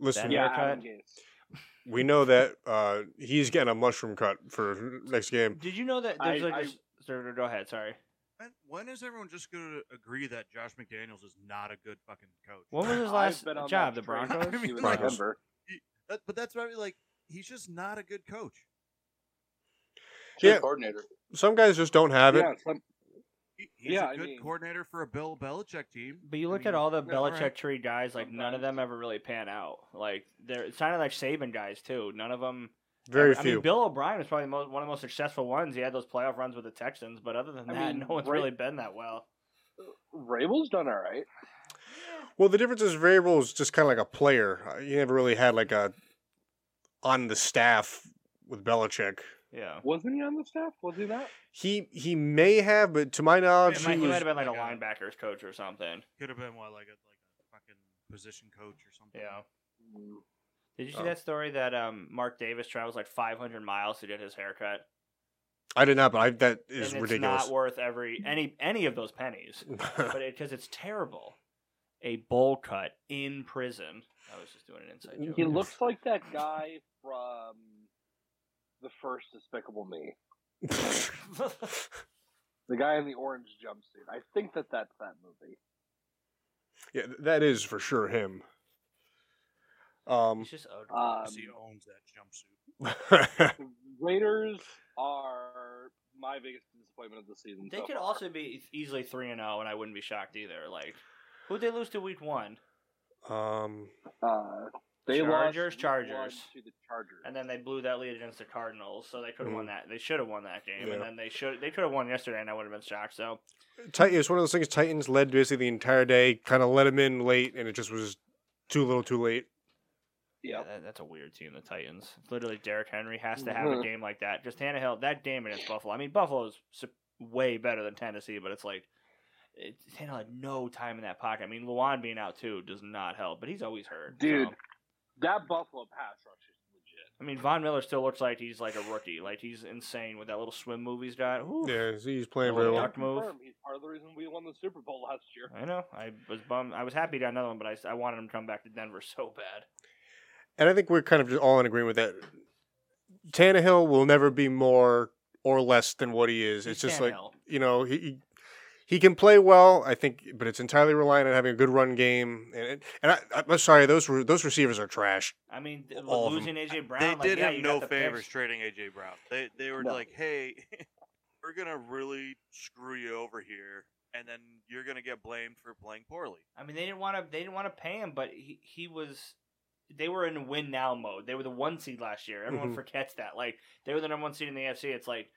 Speaker 1: Listen,
Speaker 3: Then-
Speaker 4: Yeah,
Speaker 3: Haircut.
Speaker 4: Adam Gase.
Speaker 1: we know that uh, he's getting a mushroom cut for next game.
Speaker 3: Did you know that
Speaker 4: I-
Speaker 3: there's like
Speaker 4: I-
Speaker 3: this? Sorry, go ahead. Sorry.
Speaker 5: When, when is everyone just going to agree that Josh McDaniels is not a good fucking coach?
Speaker 3: What was his
Speaker 4: I've
Speaker 3: last
Speaker 4: been on
Speaker 3: job? The
Speaker 4: that train
Speaker 3: Broncos.
Speaker 5: I mean,
Speaker 4: He was
Speaker 1: Broncos.
Speaker 4: Denver.
Speaker 5: That- but that's what I mean. Like, he's just not a good coach.
Speaker 2: Should
Speaker 1: Yeah.
Speaker 2: coordinator.
Speaker 1: Some guys just don't have it.
Speaker 4: Yeah, some-
Speaker 5: He- he's
Speaker 4: Yeah, I
Speaker 5: a good
Speaker 4: mean-
Speaker 5: coordinator for a Bill Belichick team.
Speaker 3: But you
Speaker 5: I
Speaker 3: look at
Speaker 5: mean,
Speaker 3: all the
Speaker 5: yeah, all
Speaker 3: Belichick
Speaker 5: right.
Speaker 3: tree guys, like none of
Speaker 4: Sometimes.
Speaker 3: them ever really pan out. Like they're it's kind of like Saban guys too. None of them.
Speaker 1: Very
Speaker 3: I
Speaker 1: few.
Speaker 3: mean, Bill O'Brien was probably the most, one of the most successful ones. He had those playoff runs with the Texans, but other than
Speaker 4: I
Speaker 3: that,
Speaker 4: mean,
Speaker 3: no one's
Speaker 4: right-
Speaker 3: really been that well.
Speaker 4: Rabel's done all right.
Speaker 1: Well, the difference is Vrabel is just kind of like a player. Uh, He never really had like a on the staff with Belichick.
Speaker 3: Yeah,
Speaker 4: Wasn't he on the staff? Was he not?
Speaker 1: He he may have, but to my knowledge,
Speaker 3: he
Speaker 5: He
Speaker 3: might,
Speaker 1: he
Speaker 3: he
Speaker 5: was
Speaker 3: might have been like a
Speaker 5: like a-
Speaker 3: linebackers coach or something.
Speaker 5: Could have been what, like a like a fucking position coach or something.
Speaker 3: Yeah.
Speaker 4: Mm.
Speaker 3: Did you see
Speaker 1: Oh.
Speaker 3: that story that um, Mark Davis travels like 500 miles to get his haircut?
Speaker 1: I did not, but I, that is
Speaker 3: and
Speaker 1: ridiculous.
Speaker 3: It's not worth every any any of those pennies, but because it's terrible. A bowl cut in prison. I was just doing an inside joke.
Speaker 4: He looks like that guy from the first Despicable Me. The guy in the orange jumpsuit. I think that that's that movie.
Speaker 1: yeah, th- that is for sure him. Um,
Speaker 3: He's just ugly.
Speaker 4: Um,
Speaker 5: 'Cause he owns that jumpsuit.
Speaker 4: the Raiders are my biggest disappointment of the season.
Speaker 3: they
Speaker 4: so
Speaker 3: could
Speaker 4: far.
Speaker 3: also be e, easily three and zero, and I wouldn't be shocked either. Like, who they lose to week one,
Speaker 1: um,
Speaker 4: Uh, they
Speaker 3: Chargers,
Speaker 4: lost week
Speaker 3: Chargers.
Speaker 4: one to the Chargers.
Speaker 3: and then they blew that lead against the Cardinals, so they could have won
Speaker 1: Mhm.
Speaker 3: that. They should have won that game,
Speaker 1: Yeah.
Speaker 3: and then they should they could have won yesterday, and I would have been shocked. So
Speaker 1: Titan, it's one of those things. Titans led basically the entire day, kind of let him in late, and it just was too little, too late.
Speaker 4: yeah,
Speaker 3: that, that's a weird team, the Titans. Literally, Derrick Henry has to have a
Speaker 4: Mhm.
Speaker 3: game like that. Just Tannehill, that game against Buffalo. I mean, Buffalo's sup- way better than Tennessee, but it's like it, Tannehill had no time in that pocket. I mean, Luan being out too does not help, but he's always hurt.
Speaker 4: Dude.
Speaker 3: so.
Speaker 4: that Buffalo pass rush is legit.
Speaker 3: I mean, Von Miller still looks like he's like a rookie. Like he's insane with that little swim move he's got. Ooh.
Speaker 1: Yeah, he's playing
Speaker 3: Well,
Speaker 1: very
Speaker 3: Oh, yeah.
Speaker 1: well.
Speaker 3: Dark move.
Speaker 4: Confirm, He's part of the reason we won the Super Bowl last year.
Speaker 3: I know. I was bummed. I was happy to got another one, but I, s- I wanted him to come back to Denver so bad.
Speaker 1: And I think we're kind of just all in agreement with that. Tannehill will never be more or less than what he is. It's
Speaker 3: He's
Speaker 1: just like
Speaker 3: Tannehill.
Speaker 1: you know he- he he can play well, I think, but it's entirely reliant on having a good run game. And it- and I, I'm sorry, those re- those receivers are trash.
Speaker 3: I mean, th- with
Speaker 1: All of
Speaker 3: losing AJ Brown.
Speaker 5: They
Speaker 3: like,
Speaker 5: did
Speaker 3: yeah, you
Speaker 5: him
Speaker 3: got
Speaker 5: no
Speaker 3: the
Speaker 5: favors
Speaker 3: picks.
Speaker 5: trading AJ Brown. They they were
Speaker 4: No.
Speaker 5: like, hey, we're gonna really screw you over here, and then you're gonna get blamed for playing poorly.
Speaker 3: I mean, they didn't want to. They didn't want to pay him, but he, he was. They were in win now mode. They were the one seed last year. Everyone
Speaker 1: Mhm.
Speaker 3: forgets that. Like they were the number one seed in the AFC. It's like,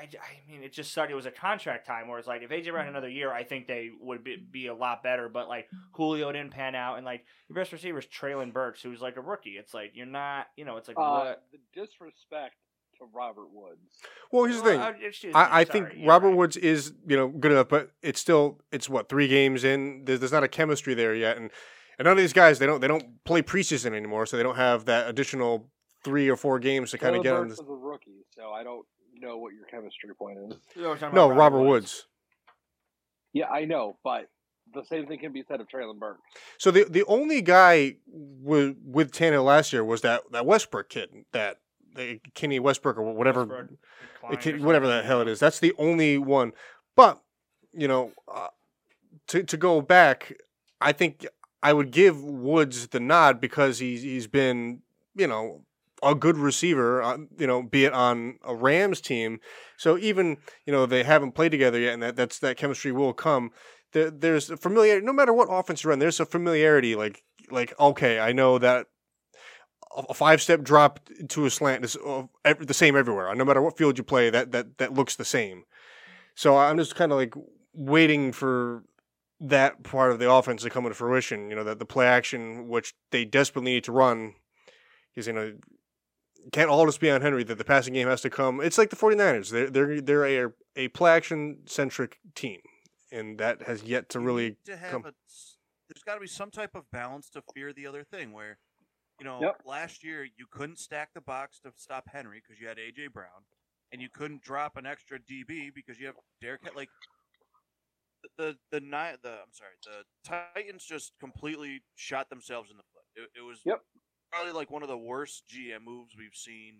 Speaker 3: I, I mean, it just sucked. It was a contract time where it's like if AJ Brown had another year, I think they would be, be a lot better. But like Julio didn't pan out, and like your best receiver is Traylon Burks, who's like a rookie. It's like you're not. You know, it's like
Speaker 4: Uh,
Speaker 3: what.
Speaker 4: the disrespect to Robert Woods.
Speaker 1: Well, here's the
Speaker 3: Well,
Speaker 1: thing.
Speaker 3: I- excuse me,
Speaker 1: I, I
Speaker 3: sorry,
Speaker 1: think
Speaker 3: you're
Speaker 1: Robert
Speaker 3: right.
Speaker 1: Woods is you know good enough, but it's still it's what three games in. There's, there's not a chemistry there yet, and and none of these guys they don't they don't play preseason anymore, so they don't have that additional three or four games to kind of
Speaker 4: Taylor
Speaker 1: get on
Speaker 4: Burks
Speaker 1: this.
Speaker 4: was a rookie, so I don't know what your chemistry point is.
Speaker 3: We were talking about
Speaker 1: No, Robert Woods.
Speaker 4: Yeah, I know, but the same thing can be said of Traylon Burks.
Speaker 1: So the the only guy with with Tannehill last year was that that Westbrook kid that. The Kenny Westbrook or whatever
Speaker 3: Westbrook,
Speaker 1: It
Speaker 3: Klein
Speaker 1: can-
Speaker 3: or
Speaker 1: whatever
Speaker 3: something.
Speaker 1: the hell it is. That's the only one. But you know, uh, to to go back, I think I would give Woods the nod because he's he's been you know a good receiver. Uh, you know, be it on a Rams team. So even you know they haven't played together yet, and that that's that chemistry will come. There, there's a familiarity. No matter what offense you run, there's a familiarity. Like like okay, I know that a- a five step drop to a slant is uh, ev- the same everywhere. No matter what field you play, that that that looks the same. So I'm just kind of like waiting for that part of the offense to come into fruition. You know that the play action, which they desperately need to run, because you know it can't all just be on Henry. That the passing game has to come. It's like the 49ers. They're they're they're a a play action centric team, and that has yet to
Speaker 5: You
Speaker 1: really.
Speaker 5: need to have
Speaker 1: come-
Speaker 5: a s- there's got to be some type of balance to fear the other thing where you know
Speaker 4: Yep.
Speaker 5: last year you couldn't stack the box to stop henry because you had aj brown and you couldn't drop an extra DB because you have Derek. Hen- Like the the night the I'm sorry, the Titans just completely shot themselves in the foot. It, it was
Speaker 4: Yep.
Speaker 5: probably like one of the worst GM moves we've seen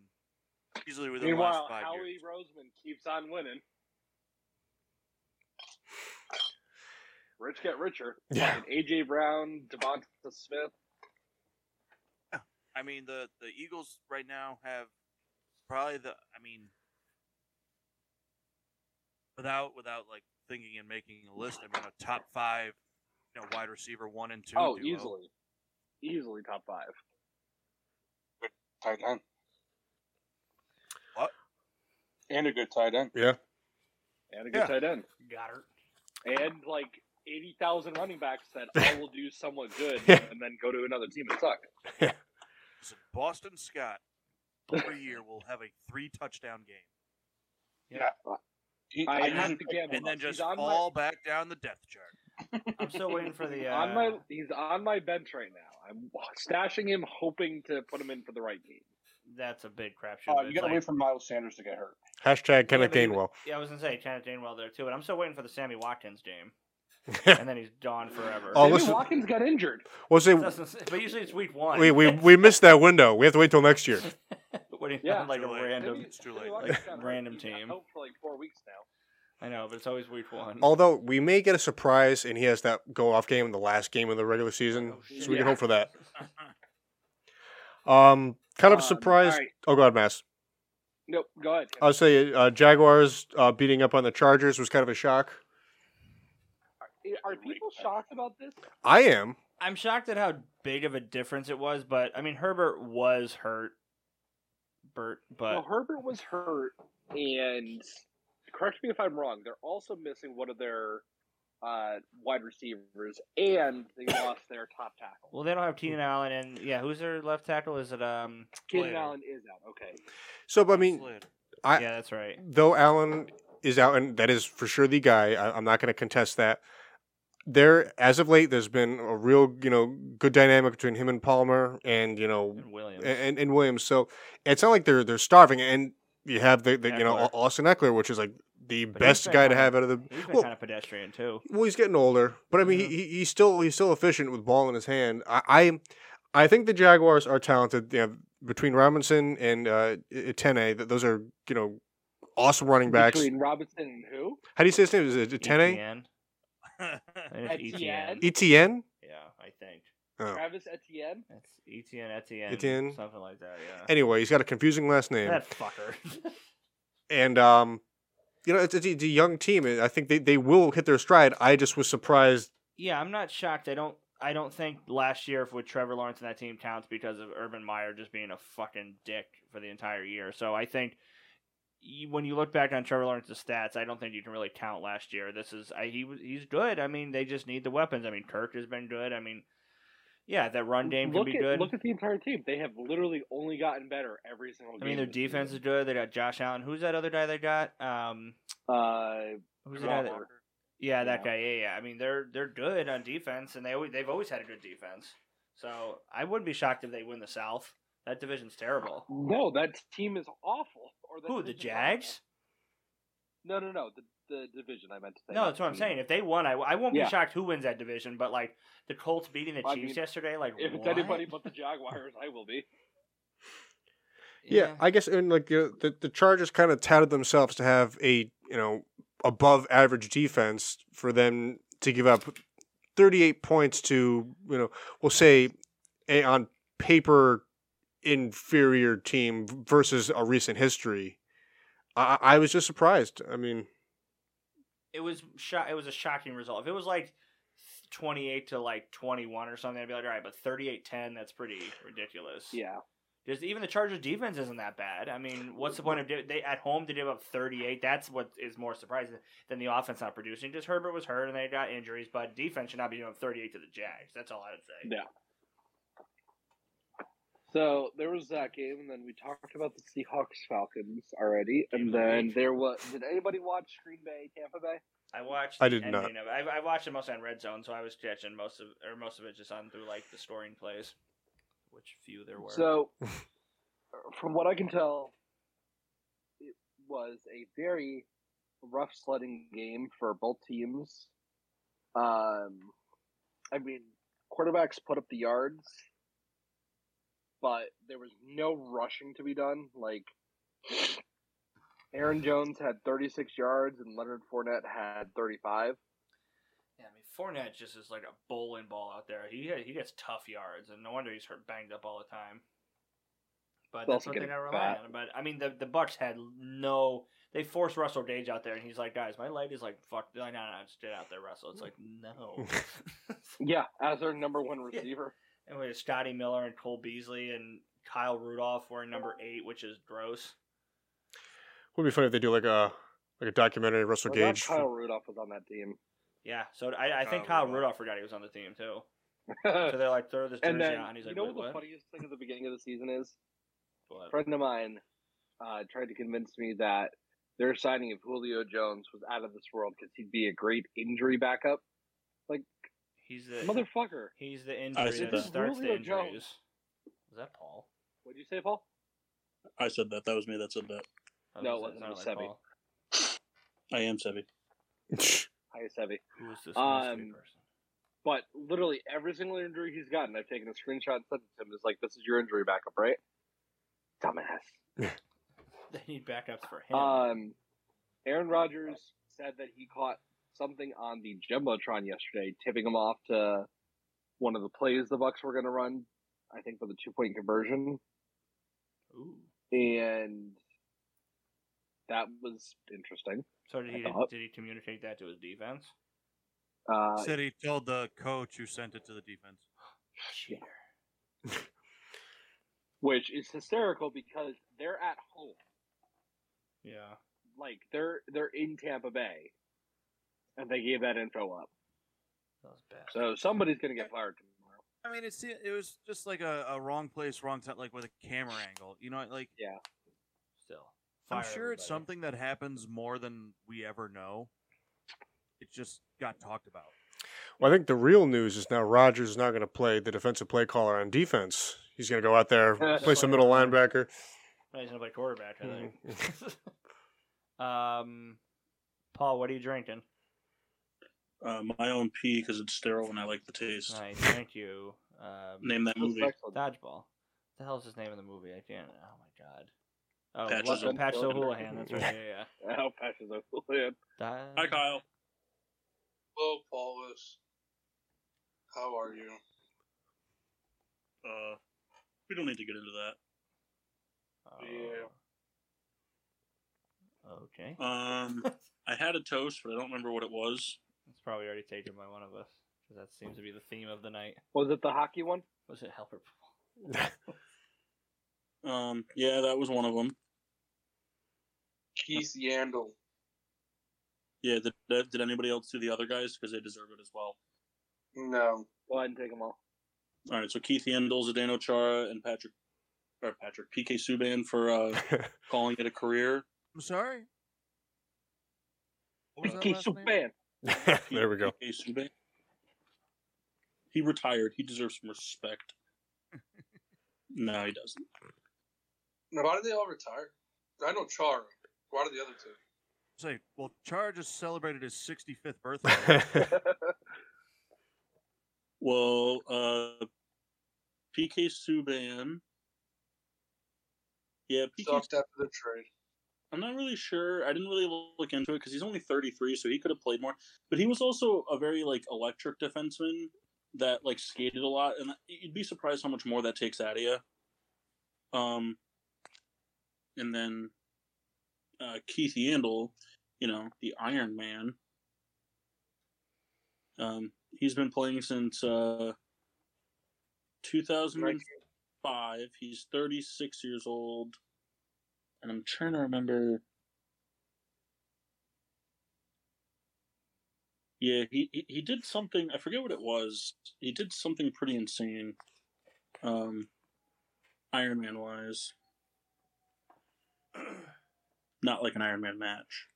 Speaker 5: easily within the
Speaker 4: Meanwhile,
Speaker 5: last five
Speaker 4: Howie
Speaker 5: years.
Speaker 4: Roseman keeps on winning. Rich get richer.
Speaker 1: Yeah.
Speaker 4: Fucking AJ Brown, Devonta Smith.
Speaker 5: I mean the the Eagles right now have probably the I mean without without like thinking and making a list, I mean a top five you know wide receiver one and two.
Speaker 4: Oh,
Speaker 5: duo.
Speaker 4: easily, easily top five.
Speaker 2: tight end.
Speaker 5: What?
Speaker 2: And a good tight end.
Speaker 1: Yeah.
Speaker 4: and a good
Speaker 5: Yeah.
Speaker 4: tight end,
Speaker 3: Got her.
Speaker 4: and like eighty thousand running backs that I will do somewhat good,
Speaker 1: Yeah.
Speaker 4: and then go to another team and suck.
Speaker 5: So Boston Scott every year will have a three touchdown game.
Speaker 2: He,
Speaker 4: I,
Speaker 2: I
Speaker 4: have
Speaker 2: usually-
Speaker 4: to gamble.
Speaker 5: and then
Speaker 4: He's
Speaker 5: just
Speaker 4: on my-
Speaker 5: fall back down the death chart.
Speaker 3: I'm still waiting for the.
Speaker 4: he's
Speaker 3: Uh,
Speaker 4: on my he's on my bench right now. I'm stashing him, hoping to put him in for the right team.
Speaker 3: That's a big crapshoot.
Speaker 2: uh,
Speaker 3: but
Speaker 2: you
Speaker 3: it's
Speaker 2: gotta
Speaker 3: like-
Speaker 2: wait for Miles Sanders to get hurt.
Speaker 1: Hashtag Kenneth
Speaker 3: but even-
Speaker 1: Gainwell.
Speaker 3: Yeah, I was gonna say Kenneth Gainwell there too, but I'm still waiting for the Sammy Watkins game, and then he's gone forever.
Speaker 1: Oh,
Speaker 4: Sammy
Speaker 1: listen-
Speaker 4: Watkins got injured.
Speaker 1: We'll say
Speaker 3: That's ins- but usually it's week one.
Speaker 1: we, we we missed that window. We have to wait till next year.
Speaker 3: What do you
Speaker 4: Yeah.
Speaker 3: yeah, like a
Speaker 5: Too late.
Speaker 3: random?
Speaker 5: It's too
Speaker 4: Sammy
Speaker 5: late.
Speaker 4: Watkins
Speaker 3: Like,
Speaker 4: got hurt.
Speaker 3: random
Speaker 4: He's out
Speaker 3: team.
Speaker 4: for like four weeks now.
Speaker 3: I know, but it's always week one.
Speaker 1: Although we may get a surprise and he has that go off game in the last game of the regular season,
Speaker 3: Oh, shit.
Speaker 1: so we
Speaker 4: Yeah.
Speaker 1: can hope for that. Um, kind of
Speaker 4: Um,
Speaker 1: surprised.
Speaker 4: all right.
Speaker 1: Oh God, Mass.
Speaker 4: Nope. Go ahead.
Speaker 1: I'll say uh, Jaguars uh, beating up on the Chargers was kind of a shock. Uh,
Speaker 4: Are people shocked about this?
Speaker 1: I am.
Speaker 3: I'm shocked at how big of a difference it was, but I mean Herbert was hurt. Bert, but
Speaker 4: Well, Herbert was hurt, and correct me if I'm wrong. They're also missing one of their uh, wide receivers, and they lost their top tackle.
Speaker 3: well, they don't have Keenan Allen, and yeah, who's their left tackle? Is it um?
Speaker 4: Keenan
Speaker 5: Slater.
Speaker 4: Allen is out. Okay,
Speaker 1: So, but I mean,
Speaker 5: Slater.
Speaker 1: I-
Speaker 3: yeah, that's right.
Speaker 1: though Allen is out, and that is for sure the guy. I, I'm not going to contest that. There, as of late, there's been a real, you know, good dynamic between him and Palmer, and you know,
Speaker 3: And Williams.
Speaker 1: and, and Williams. So it's not like they're they're starving. And you have the, the you know
Speaker 3: Eckler.
Speaker 1: Au- Austin Eckler, which is like the
Speaker 3: But he's
Speaker 1: best
Speaker 3: been
Speaker 1: guy to
Speaker 3: kinda-
Speaker 1: have out of the.
Speaker 3: He's been
Speaker 1: Well,
Speaker 3: kind of pedestrian too.
Speaker 1: well, he's getting older, but I mean,
Speaker 3: Yeah.
Speaker 1: he, he he's still he's still efficient with ball in his hand. I I, I think the Jaguars are talented. You know, between Robinson and uh, Itene, that those are you know awesome running backs.
Speaker 4: between Robinson and who?
Speaker 1: How do you say his name? Is it E Etn?
Speaker 3: ETN. E I
Speaker 5: I
Speaker 3: think it's E
Speaker 4: Etienne?
Speaker 3: ETN.
Speaker 1: Etn?
Speaker 3: Yeah, I think
Speaker 1: Oh.
Speaker 4: Travis Etienne.
Speaker 3: that's ETN, Etienne,
Speaker 1: Etienne?
Speaker 3: something like that. Yeah,
Speaker 1: Anyway, he's got a confusing last name,
Speaker 3: that fucker.
Speaker 1: and um, you know, it's, it's, it's a young team. and I think they, they will hit their stride. I just was surprised.
Speaker 3: yeah, I'm not shocked. I don't. I don't think last year if with Trevor Lawrence and that team counts because of Urban Meyer just being a fucking dick for the entire year. So I think you, when you look back on Trevor Lawrence's stats, I don't think you can really count last year. This is I, he was he's good. I mean, they just need the weapons. I mean, Kirk has been good. I mean, yeah, that run game
Speaker 4: look
Speaker 3: can be
Speaker 4: at,
Speaker 3: good.
Speaker 4: Look at the entire team. They have literally only gotten better every single game.
Speaker 3: I mean, their
Speaker 4: this
Speaker 3: defense is
Speaker 4: season.
Speaker 3: good. They got Josh Allen. Who's that other guy they got? Um,
Speaker 4: Uh,
Speaker 3: who's the guy that? Yeah, that
Speaker 4: Yeah.
Speaker 3: guy. Yeah, yeah. I mean, they're they're good on defense, and they always, they've always had a good defense. So I wouldn't be shocked if they win the South. That division's terrible.
Speaker 4: no, that team is awful. Or that
Speaker 3: Who the
Speaker 4: division's
Speaker 3: Jags?
Speaker 4: awful. No, no, no. The, the division I meant to say.
Speaker 3: No,
Speaker 4: not
Speaker 3: that's what I'm
Speaker 4: team.
Speaker 3: saying. If they won, I, I won't
Speaker 4: Yeah.
Speaker 3: be shocked who wins that division. But like the Colts beating the Chiefs
Speaker 4: I mean,
Speaker 3: yesterday, like
Speaker 4: If it's
Speaker 3: what?
Speaker 4: anybody but the Jaguars, I will be.
Speaker 1: Yeah, I guess and like you know, the the Chargers kind of touted themselves to have a you know above average defense for them to give up 38 points to you know we'll say a on paper inferior team versus a recent history. I, I I was just surprised. I mean,
Speaker 3: it was sho- it was a shocking result. If it was like 28 to like 21 or something, I'd be like, all right, but 38-10, that's pretty ridiculous.
Speaker 4: Yeah.
Speaker 3: Just even the Chargers defense isn't that bad. I mean, what's the point of di- they at home to give up 38? That's what is more surprising than the offense not producing. Just Herbert was hurt and they got injuries, but defense should not be giving up 38 to the Jags. That's all I would say.
Speaker 4: Yeah. So there was that game, and then we talked about the Seahawks Falcons already,
Speaker 3: Game of
Speaker 4: and
Speaker 3: the
Speaker 4: then
Speaker 3: week.
Speaker 4: there was. Did anybody watch Green Bay Tampa Bay?
Speaker 3: I watched.
Speaker 1: I
Speaker 3: the
Speaker 1: did
Speaker 3: ending Of, I, I watched it mostly on Red Zone, so I was catching most of or most of it just on through like the scoring plays, which few there were.
Speaker 4: So, from what I can tell, it was a very rough sledding game for both teams. Um, I mean, quarterbacks put up the yards, but there was no rushing to be done. Like, Aaron Jones had 36 yards and Leonard Fournette had 35.
Speaker 3: Yeah, I mean Fournette just is like a bowling ball out there. He he gets tough yards, and no wonder he's hurt banged up all the time. But
Speaker 4: He's
Speaker 3: that's
Speaker 4: also
Speaker 3: what they
Speaker 4: getting
Speaker 3: got to rely
Speaker 4: fat.
Speaker 3: on. But I mean, the the Bucks had no. They forced Russell Gage out there, and he's like, "Guys, my leg is like fuck. No, no, no, just get out there, Russell." It's like, no.
Speaker 4: Yeah, as their number one receiver.
Speaker 3: and we had Scotty Miller and Cole Beasley and Kyle Rudolph were number eight, which is gross.
Speaker 1: Would be funny if they do like a like a documentary of Russell
Speaker 4: Well, not
Speaker 1: Gage.
Speaker 4: Kyle Rudolph was on that team.
Speaker 3: Yeah, so I, I think Kyle
Speaker 5: Kyle Rudolph.
Speaker 3: Rudolph forgot he was on the team too. So they're like, throw this jersey
Speaker 4: Uh, and then,
Speaker 3: out, and he's
Speaker 4: you
Speaker 3: like,
Speaker 4: know
Speaker 3: "Wait,
Speaker 4: what the
Speaker 3: what?
Speaker 4: funniest thing at the beginning of the season is?
Speaker 3: What?
Speaker 4: friend of mine uh, tried to convince me that their signing of Julio Jones was out of this world because he'd be a great injury backup.
Speaker 3: He's the
Speaker 4: Motherfucker.
Speaker 3: He's the injury
Speaker 6: said
Speaker 3: that
Speaker 6: that.
Speaker 3: starts the
Speaker 4: Julio
Speaker 3: injuries.
Speaker 4: Jones.
Speaker 3: Was that Paul?
Speaker 4: What'd you say, Paul?
Speaker 6: I said that. That was me that said that.
Speaker 3: That
Speaker 4: No,
Speaker 3: was-
Speaker 4: it wasn't.
Speaker 3: that
Speaker 4: It was
Speaker 3: sounded
Speaker 4: Sebi.
Speaker 3: Paul.
Speaker 6: I am Sebby.
Speaker 4: Hi, Sevi.
Speaker 3: Who was this
Speaker 4: Um,
Speaker 3: mystery person?
Speaker 4: But literally every single injury he's gotten, I've taken a screenshot and sent it to him. It's like, this is your injury backup, right? Dumbass.
Speaker 3: They need backups for him.
Speaker 4: Um, Aaron Rodgers said that he caught something on the Jumbotron yesterday, tipping him off to one of the plays the Bucks were going to run, I think, for the two point conversion.
Speaker 3: Ooh.
Speaker 4: and that was interesting.
Speaker 3: So did he
Speaker 4: I thought-
Speaker 3: did he communicate that to his defense?
Speaker 4: Uh,
Speaker 5: Said he told the coach who sent it to the defense.
Speaker 3: Cheater.
Speaker 4: which is hysterical because they're at home,
Speaker 3: Yeah.
Speaker 4: like they're they're in Tampa Bay, and they gave that info up.
Speaker 3: That was bad.
Speaker 4: So somebody's gonna get fired tomorrow.
Speaker 5: I mean, it's it was just like a, a wrong place, wrong time, like with a camera angle. You know, like
Speaker 3: Still.
Speaker 5: I'm
Speaker 3: Fire
Speaker 5: sure it's
Speaker 3: everybody.
Speaker 5: something that happens more than we ever know. It just got talked about.
Speaker 1: Well, I think the real news is now Rogers is not going to play the defensive play caller on defense. He's going to go out there, play some middle linebacker.
Speaker 3: No, he's gonna play quarterback, I think. um Paul, what are you drinking?
Speaker 6: Uh, my own pee because it's sterile and I like the taste.
Speaker 3: Nice, thank you. Um,
Speaker 6: Name that
Speaker 4: This was
Speaker 6: movie.
Speaker 4: excellent.
Speaker 3: Dodgeball. What the hell's his name in the movie? I can't oh my god. Oh
Speaker 6: Patches
Speaker 3: Patch,
Speaker 6: of-
Speaker 3: Patch O'Houlihan, that's right, yeah, yeah.
Speaker 4: Al Patches O'Houlihan.
Speaker 3: Di-
Speaker 6: Hi, Kyle.
Speaker 2: Hello, Paulus. How are you?
Speaker 6: Uh, we don't need to get into that.
Speaker 2: Yeah.
Speaker 3: Oh. Okay.
Speaker 6: Um,
Speaker 3: That's
Speaker 6: I had a toast, but I don't remember what it was.
Speaker 3: probably already taken by one of us because that seems to be the theme of the night.
Speaker 4: Was it the hockey one?
Speaker 3: Was it helper?
Speaker 6: Um, yeah, that was one of them.
Speaker 2: Keith Yandel.
Speaker 6: Yeah, did, did did anybody else do the other guys because they deserve it as well?
Speaker 2: No.
Speaker 4: Go ahead and take them all.
Speaker 6: All right, so Keith Yandel, Zdeno Chara, and Patrick or Patrick PK Subban for uh, calling it a career.
Speaker 5: I'm sorry. What was that
Speaker 4: Pinky
Speaker 5: last name?
Speaker 4: Subban.
Speaker 1: there we go.
Speaker 6: PK Subban. He retired. He deserves some respect. no, he doesn't.
Speaker 2: Now, why did they all retire? I know Chara. Why did the other two?
Speaker 5: Say, well, Char just celebrated his 65th birthday.
Speaker 6: Well, uh, PK Subban. Yeah, PK.
Speaker 2: Sucked after the trade.
Speaker 6: I'm not really sure. I didn't really look into it because he's only 33, so he could have played more. But he was also a very like electric defenseman that like skated a lot, and you'd be surprised how much more that takes out of you. Um, and then uh, Keith Yandel, you know, the Iron Man. Um, he's been playing since uh, 2005. He's 36 years old, and I'm trying to remember. Yeah, he, he he did something. I forget what it was. He did something pretty insane. Um, Iron Man wise, not like an Iron Man match.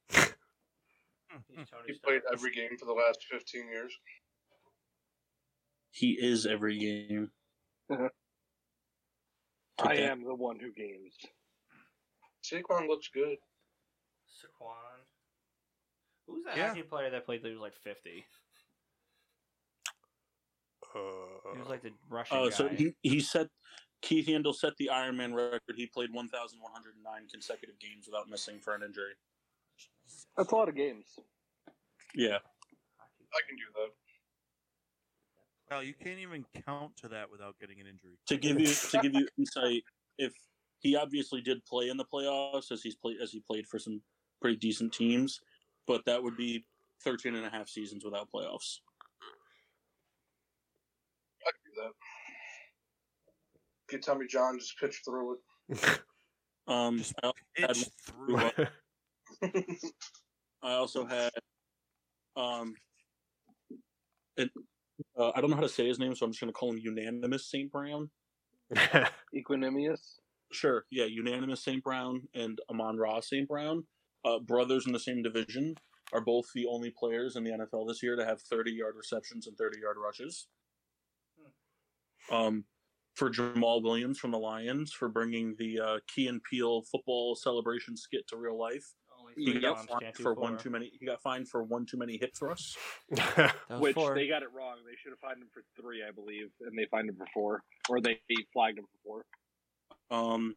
Speaker 2: He played every game for the last 15 years.
Speaker 6: He is every game.
Speaker 4: I
Speaker 6: that.
Speaker 4: am the one who games.
Speaker 2: Saquon looks good.
Speaker 3: Saquon. Who's that
Speaker 5: Yeah.
Speaker 3: hockey player that played? that He was like fifty.
Speaker 1: Uh,
Speaker 3: He was like the Russian
Speaker 6: Oh,
Speaker 3: guy.
Speaker 6: so he, he set Keith Yandel set the Ironman record. He played 1,109 consecutive games without missing for an injury.
Speaker 4: That's a lot of games.
Speaker 6: Yeah,
Speaker 3: Hockey
Speaker 4: I can do that.
Speaker 5: Hell, you can't even count to that without getting an injury.
Speaker 6: to give you to give you insight, if he obviously did play in the playoffs as he's played as he played for some pretty decent teams, but that would be 13 and a half seasons without playoffs.
Speaker 2: I can do that. Get Tommy John, just pitch through
Speaker 6: Um,
Speaker 5: Just-
Speaker 6: I,
Speaker 5: It's through. it.
Speaker 2: it.
Speaker 6: I also had um, it, uh, I don't know how to say his name, so I'm just going to call him unanimous St. Brown.
Speaker 4: Equanimous.
Speaker 6: Sure. Yeah, unanimous St. Brown and Amon Ross St. Brown, uh, brothers in the same division, are both the only players in the NFL this year to have 30 yard receptions and 30 yard rushes. Um, for Jamal Williams from the Lions for bringing the uh, Key and Peel football celebration skit to real life,
Speaker 3: only
Speaker 6: he
Speaker 3: Oh, three
Speaker 6: got
Speaker 3: bombs
Speaker 6: fined
Speaker 3: can't do
Speaker 6: for one
Speaker 3: four.
Speaker 6: too many. He got fined for one too many hip thrusts.
Speaker 3: That was
Speaker 4: Which
Speaker 3: four.
Speaker 4: they got it wrong. They should have fined him for three, I believe, and they fined him for four, or they flagged him for four.
Speaker 6: Um,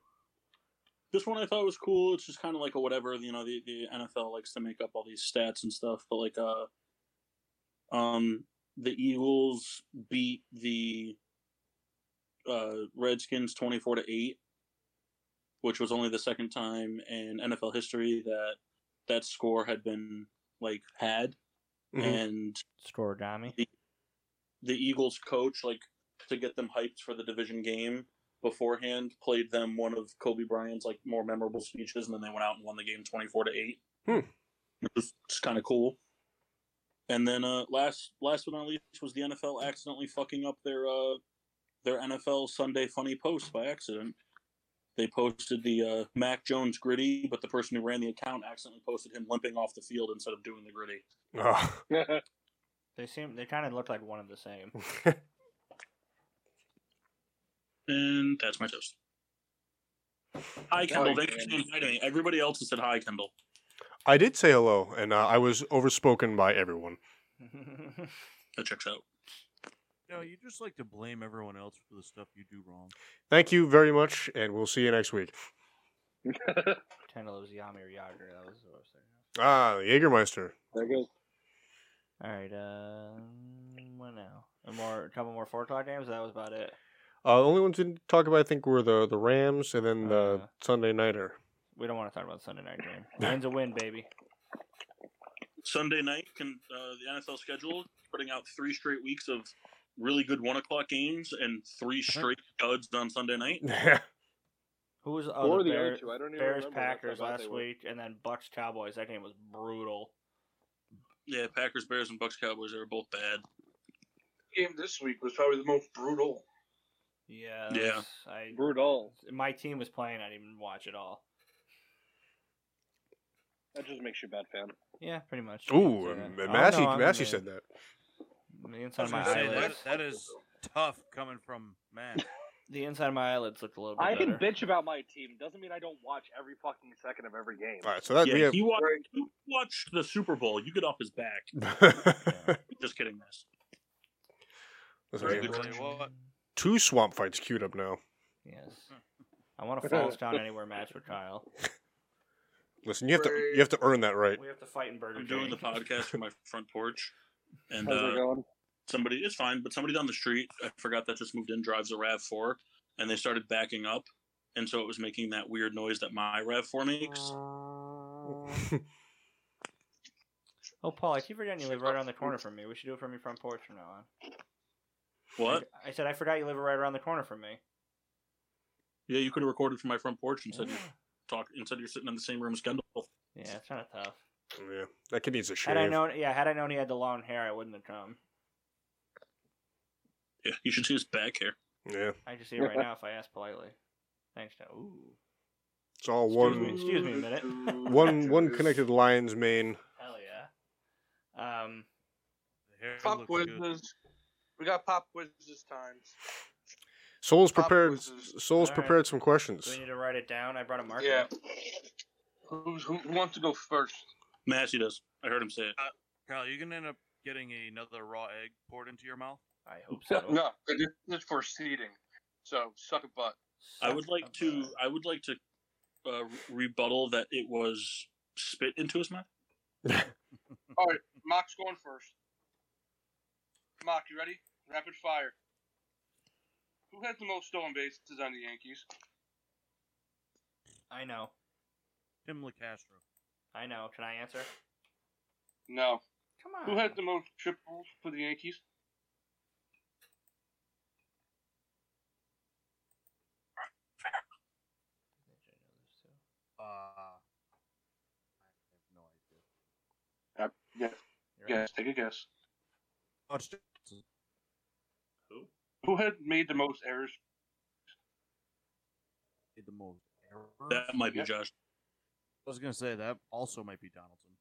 Speaker 6: this one I thought was cool. It's just kind of like a whatever, you know. The, the NFL likes to make up all these stats and stuff, but like, uh, um, the Eagles beat the uh, Redskins twenty-four to eight, which was only the second time in NFL history that that score had been like had,
Speaker 1: Mhm.
Speaker 6: and
Speaker 3: score Dami.
Speaker 6: the Eagles coach, like to get them hyped for the division game beforehand, played them one of Kobe Bryant's like more memorable speeches, and then they went out and won the game twenty four to eight.
Speaker 1: Hmm.
Speaker 6: It was just kind of cool. And then uh, last last but not least was the NFL accidentally fucking up their uh, their NFL Sunday funny post by accident. They posted the uh, Mac Jones gritty, but the person who ran the account accidentally posted him limping off the field instead of doing the gritty.
Speaker 1: Oh.
Speaker 3: They seem they kind of look like one of the same.
Speaker 6: And that's my toast. Hi, Kendall.
Speaker 2: Hi,
Speaker 6: Thank you for inviting me. Everybody else has said hi, Kendall.
Speaker 1: I did say hello, and uh, I was overspoken by everyone.
Speaker 6: That checks out.
Speaker 5: No, you just like to blame everyone else for the stuff you do wrong.
Speaker 1: Thank you very much, and we'll see you next week.
Speaker 3: Pretend it was Yami or Yager. That was what I was thinking.
Speaker 1: Ah, the Jägermeister.
Speaker 4: There goes.
Speaker 3: All right. Um, what now? A more, a couple more four o'clock games. That was about it.
Speaker 1: Uh, the only ones we didn't talk about, I think, were the, the Rams and then the
Speaker 3: Uh.
Speaker 1: Sunday Nighter.
Speaker 3: We don't want to talk about the Sunday night game. Win's a win, baby.
Speaker 6: Sunday night, can, uh, the NFL schedule putting out three straight weeks of really good one o'clock games and three straight duds on Sunday night.
Speaker 3: Who was oh,
Speaker 4: Or
Speaker 3: the
Speaker 4: the other
Speaker 3: Bears,
Speaker 4: two. I don't even
Speaker 3: Bears
Speaker 4: remember. That's how
Speaker 3: Packers
Speaker 4: bad they
Speaker 3: last
Speaker 4: were.
Speaker 3: week, and then Bucks Cowboys. That game was brutal.
Speaker 6: Yeah, Packers, Bears, and Bucks, Cowboys are both bad.
Speaker 2: game this week was probably the most brutal.
Speaker 3: Yeah.
Speaker 6: Yeah.
Speaker 3: that's- I
Speaker 4: Brutal.
Speaker 3: my team was playing. I didn't even watch it all.
Speaker 4: That just makes you a bad fan.
Speaker 3: Yeah, pretty much.
Speaker 1: Ooh,
Speaker 3: So,
Speaker 1: and
Speaker 3: Oh, I don't
Speaker 1: Massey,
Speaker 3: know, I'm
Speaker 1: Massey
Speaker 3: a-
Speaker 1: said that.
Speaker 3: The
Speaker 5: I
Speaker 3: inside
Speaker 5: was
Speaker 3: of my
Speaker 5: gonna say,
Speaker 3: eyelids.
Speaker 5: that, that is tough coming from man.
Speaker 3: The inside of my eyelids looked a little bit
Speaker 4: I can
Speaker 3: better.
Speaker 4: bitch about my team. Doesn't mean I don't watch every fucking second of every game.
Speaker 1: All right, so that
Speaker 6: Yeah,
Speaker 1: we have.
Speaker 6: you, watch, you watch the Super Bowl, you get off his back. Just kidding, this.
Speaker 1: Listen,
Speaker 5: Very
Speaker 1: we have
Speaker 5: good. Tell you what.
Speaker 1: two swamp fights queued up now.
Speaker 3: Yes. I want a falls down anywhere match with Kyle.
Speaker 1: Listen, you have to you have to earn that right.
Speaker 3: We have to fight in Burger
Speaker 6: I'm doing
Speaker 3: King.
Speaker 6: the podcast from my front porch. And
Speaker 4: How's
Speaker 6: uh,
Speaker 4: it going?
Speaker 6: somebody it's fine but somebody down the street i forgot that just moved in drives a rav4 and they started backing up and so it was making that weird noise that my rav4 makes
Speaker 2: Uh,
Speaker 3: Oh, Paul, I keep forgetting you live right around the corner from me. We should do it from your front porch from now on.
Speaker 6: what
Speaker 3: I said I forgot you live right around the corner from me.
Speaker 6: yeah you could have recorded from my front porch and said
Speaker 3: Yeah,
Speaker 6: you talk and said you're sitting in the same room as kendall
Speaker 3: Yeah, it's kind of tough.
Speaker 1: yeah, that kid needs a shave.
Speaker 3: Had I known, yeah, had I known he had the long hair, I wouldn't have come.
Speaker 6: yeah you should see his back hair
Speaker 1: Yeah,
Speaker 3: I just see it right now if I ask politely. Thanks to ooh.
Speaker 1: it's all
Speaker 3: Excuse
Speaker 1: one
Speaker 3: me, excuse me a minute.
Speaker 1: one one connected lion's mane.
Speaker 3: Hell yeah. Um,
Speaker 5: The hair
Speaker 2: Pop
Speaker 5: looks good.
Speaker 2: quizzes. We got pop quiz this time.
Speaker 1: Soul's
Speaker 2: Pop
Speaker 1: prepared.
Speaker 2: quizzes.
Speaker 1: Soul's
Speaker 3: All right.
Speaker 1: prepared some
Speaker 3: do we
Speaker 1: questions.
Speaker 3: need to write it down? I brought a marker.
Speaker 2: Yeah. Who's, who, who wants to go first?
Speaker 6: Massey does. I heard him say it.
Speaker 5: Kyle, you're gonna end up getting another raw egg poured into your mouth.
Speaker 3: I hope so.
Speaker 2: No, it is- it's for seeding. So suck a butt.
Speaker 6: I
Speaker 3: Suck
Speaker 6: would
Speaker 3: a
Speaker 6: like to.
Speaker 3: butt.
Speaker 6: I would like to uh, rebuttal that it was spit into his mouth.
Speaker 2: Mock's going first. Mock, you ready? Rapid fire. Who has the most stolen bases on the Yankees?
Speaker 3: I know.
Speaker 5: Tim LaCastro.
Speaker 3: I know. Can I answer?
Speaker 2: No.
Speaker 3: Come on.
Speaker 2: Who has the most triples for the Yankees?
Speaker 5: Uh, I have no idea.
Speaker 2: Yes, take a guess.
Speaker 5: Oh, it's just-
Speaker 2: Who had made the most errors?
Speaker 5: did the most errors.
Speaker 6: That might be
Speaker 2: Yeah.
Speaker 6: Josh.
Speaker 5: I was gonna say that also might be Donaldson.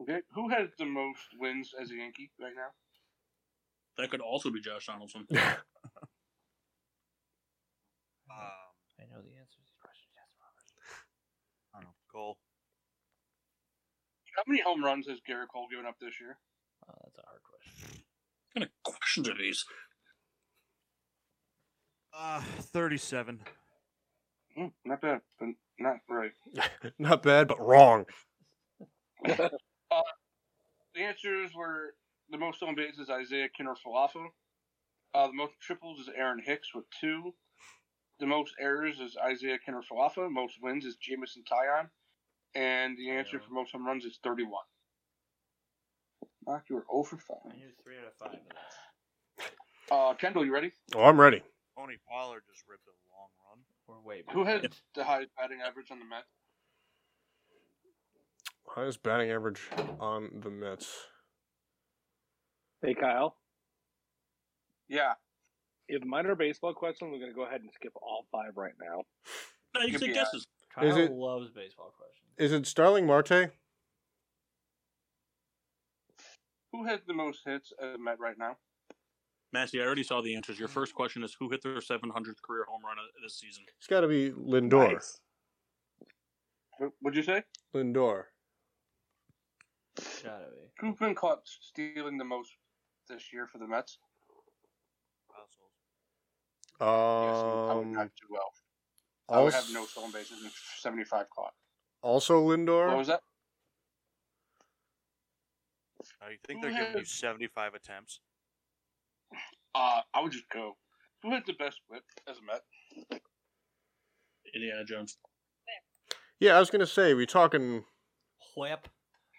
Speaker 2: Okay. Who has the most wins as a Yankee right now?
Speaker 6: That could also be Josh Donaldson.
Speaker 5: Um,
Speaker 3: I know the answer to this question. Yes, Robert.
Speaker 5: I don't know. Cole.
Speaker 2: How many home runs has Garrett Cole given up this year?
Speaker 3: Oh, that's a hard question.
Speaker 6: What kind of questions are these?
Speaker 5: Uh, thirty-seven.
Speaker 2: Hmm, not bad, but not right.
Speaker 1: Not bad, but wrong.
Speaker 2: The answers were the most stolen bases is Isaiah Kinner Falafa. Uh, the most triples is Aaron Hicks with two. The most errors is Isaiah Kinner Falafa. Most wins is Jamison Tyon. And the answer for most home runs is 31. Mark, you were 0 for 5.
Speaker 3: I knew three out of five. Of that.
Speaker 2: Uh, Kendall, you ready?
Speaker 1: Oh, I'm ready.
Speaker 5: Tony Pollard just ripped a long run.
Speaker 3: We're way.
Speaker 2: Who had
Speaker 3: behind.
Speaker 2: the highest batting average on the Mets?
Speaker 1: Highest batting average on the Mets.
Speaker 4: Hey, Kyle.
Speaker 2: Yeah.
Speaker 4: If mine are baseball questions, we're gonna go ahead and skip all five right now.
Speaker 6: No, you
Speaker 2: Could
Speaker 6: take
Speaker 2: be uh,
Speaker 6: guesses.
Speaker 3: Kyle
Speaker 1: Is it-
Speaker 3: loves baseball questions.
Speaker 1: Is it Starling Marte?
Speaker 2: Who has the most hits at the Met right now?
Speaker 6: Massey, I already saw the answers.
Speaker 5: Mm-hmm.
Speaker 6: Your first question is who hit their 700th career home run of this season?
Speaker 1: It's got to be Lindor.
Speaker 4: Nice.
Speaker 2: What- What'd you say?
Speaker 1: Lindor.
Speaker 3: Gotta be.
Speaker 2: Who's been caught stealing the most this year for the Mets?
Speaker 5: Household.
Speaker 2: Yes, I would
Speaker 1: Um,
Speaker 2: not do well. I would
Speaker 1: also,
Speaker 2: have no stolen bases and 75 caught.
Speaker 1: Um, also
Speaker 2: What
Speaker 1: Lindor.
Speaker 2: was that?
Speaker 5: Now you think
Speaker 2: Who
Speaker 5: they're giving you
Speaker 2: has-
Speaker 5: seventy-five attempts?
Speaker 2: Uh, I would just go. Who had the best whip as a Met?
Speaker 6: Indiana Jones.
Speaker 1: Yeah, I was gonna say we talking.
Speaker 3: Whip.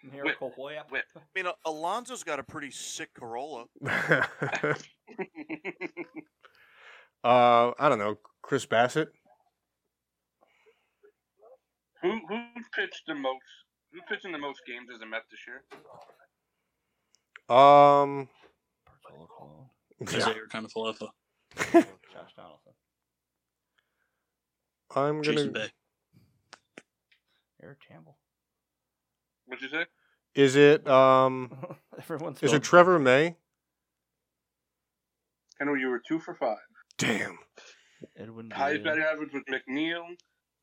Speaker 3: Miracle whip.
Speaker 2: Whip.
Speaker 5: I mean, Al- Alonso's got a pretty sick Corolla.
Speaker 1: uh, I don't know. Chris Bassett.
Speaker 2: who who pitched the most? Who pitched in the most games as a Met this year?
Speaker 1: Um.
Speaker 3: Bartolo Colon.
Speaker 6: Isaiah kind of falafel.
Speaker 3: Josh Donaldson.
Speaker 1: I'm
Speaker 6: Jason
Speaker 1: gonna.
Speaker 6: Bay.
Speaker 3: Eric Campbell.
Speaker 2: What'd you say?
Speaker 1: Is it um?
Speaker 3: Everyone's.
Speaker 1: Is it
Speaker 3: going-
Speaker 1: Trevor May?
Speaker 2: Kendall, you were two for five.
Speaker 1: Damn.
Speaker 3: Edwin. Diaz.
Speaker 2: Highest batting average was McNeil.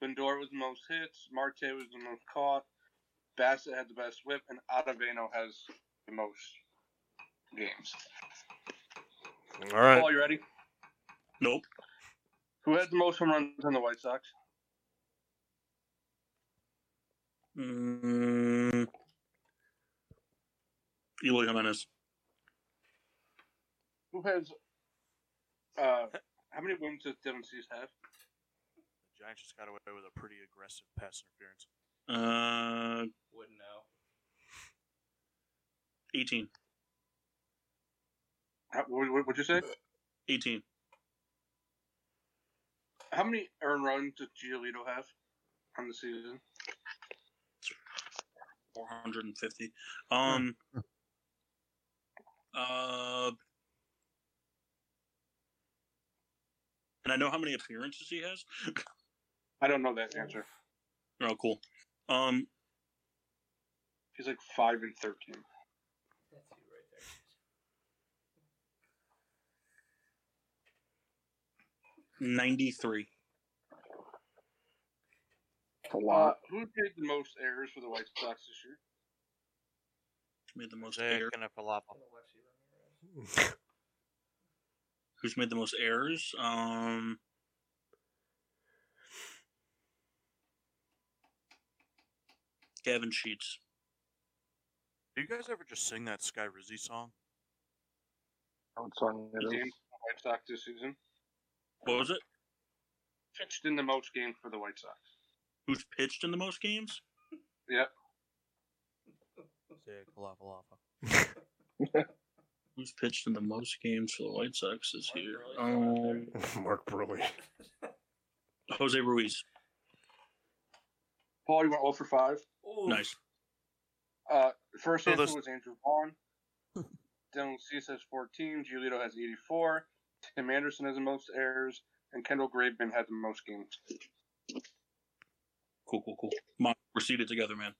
Speaker 2: Lindor was the most hits. Marte was the most caught. Bassett had the best whip, and Ottavino has the most games.
Speaker 1: All right.
Speaker 2: Paul, you ready?
Speaker 6: Nope.
Speaker 2: Who had the most home runs on the White Sox?
Speaker 6: Mm. Eloy Jimenez.
Speaker 2: Who has? Uh, how many wins does Dylan Cease have?
Speaker 5: The Giants just got away with a pretty aggressive pass interference.
Speaker 6: Uh,
Speaker 3: Wouldn't know.
Speaker 6: 18.
Speaker 2: How, what, what- what'd you say?
Speaker 6: 18.
Speaker 2: How many earned runs did Giolito have on the season?
Speaker 6: 450. Um, uh, and I know how many appearances he has.
Speaker 2: I don't know that answer.
Speaker 6: Oh, cool. Um,
Speaker 2: He's like five and thirteen.
Speaker 3: That's you right there.
Speaker 6: ninety-three.
Speaker 4: a
Speaker 2: Uh,
Speaker 4: lot.
Speaker 2: who did the most errors for the White Sox this year?
Speaker 6: Made the most
Speaker 5: They're
Speaker 6: error.
Speaker 5: gonna fall off.
Speaker 6: Who's made the most errors? Um, Gavin Sheets.
Speaker 5: Do you guys ever just sing that Sky Rizzy song?
Speaker 4: What song it is.
Speaker 2: Games for the White Sox this season.
Speaker 6: What was it?
Speaker 2: Pitched in the most games for the White Sox.
Speaker 6: Who's pitched in the most games?
Speaker 2: Yep.
Speaker 6: Who's pitched in the most games for the White Sox this year? Um,
Speaker 3: Oh,
Speaker 1: Mark Burley.
Speaker 6: Jose Ruiz.
Speaker 2: Paul, you went 0 for 5.
Speaker 3: Ooh.
Speaker 6: Nice.
Speaker 2: Uh, first
Speaker 5: So
Speaker 2: answer
Speaker 5: this-
Speaker 2: was Andrew Vaughn. Dylan Cease has 14. Giolito has 84. Tim Anderson has the most errors. And Kendall Graveman had the most games.
Speaker 6: Cool, cool, cool. Come on, we're seated together, man.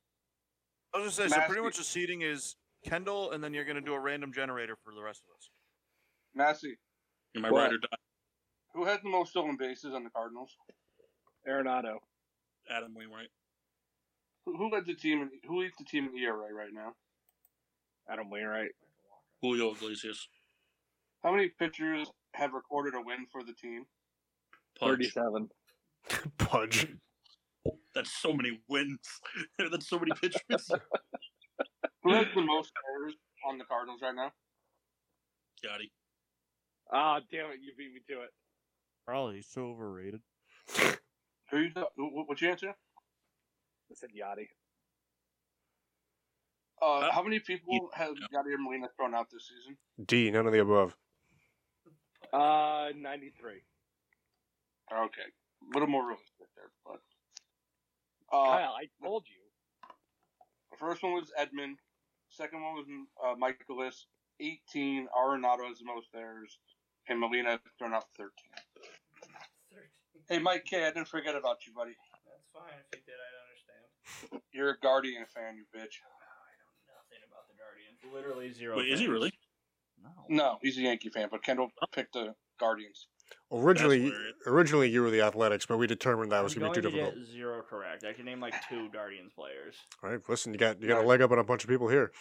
Speaker 5: I was gonna say, so pretty
Speaker 2: Maskey.
Speaker 5: much the seating is Kendall, and then you're gonna do a random generator for the rest of us.
Speaker 2: Massey,
Speaker 6: You're my
Speaker 4: What?
Speaker 6: ride or die,
Speaker 2: who has the most stolen bases on the Cardinals?
Speaker 4: Uh, Arenado.
Speaker 6: Adam Wainwright.
Speaker 2: Who, who led the team? In, who leads the team in ERA right now?
Speaker 4: Adam Wainwright.
Speaker 6: Julio Iglesias.
Speaker 2: How many pitchers have recorded a win for the team?
Speaker 6: Pudge.
Speaker 4: 37.
Speaker 1: Pudge.
Speaker 6: That's so many wins. That's so many pitchers.
Speaker 2: Who has the most errors on the Cardinals right now?
Speaker 6: Gotti.
Speaker 4: Ah, damn it. You beat me to it.
Speaker 5: Probably so overrated.
Speaker 2: Who you th- wh- what's your answer?
Speaker 4: I said Yachty.
Speaker 2: Uh,
Speaker 6: Uh,
Speaker 2: how many people has Yadier Molina thrown out this season?
Speaker 1: D. None of the above.
Speaker 4: Uh, 93.
Speaker 2: Okay, a little more realistic there, but. Uh,
Speaker 4: Kyle, I told you.
Speaker 2: The first one was Edmund. Second one was uh, Michaelis. 18. Arenado has the most errors. And Molina thrown out 13. Hey, Mike K, I didn't forget about you, buddy.
Speaker 3: That's fine. If you did, I'd understand.
Speaker 2: You're a Guardian fan, you bitch.
Speaker 3: I know nothing about the Guardians. Literally zero.
Speaker 6: Wait, is he
Speaker 3: things.
Speaker 6: really?
Speaker 2: No, he's a Yankee fan, but Kendall picked the Guardians.
Speaker 1: Originally,
Speaker 6: hilarious.
Speaker 1: originally you were the Athletics, but we determined that was
Speaker 3: I'm
Speaker 1: going to be too
Speaker 3: going to
Speaker 1: difficult.
Speaker 3: get zero correct. I can name like two Guardians players.
Speaker 1: All right, listen, you got you got a leg up on a bunch of people here.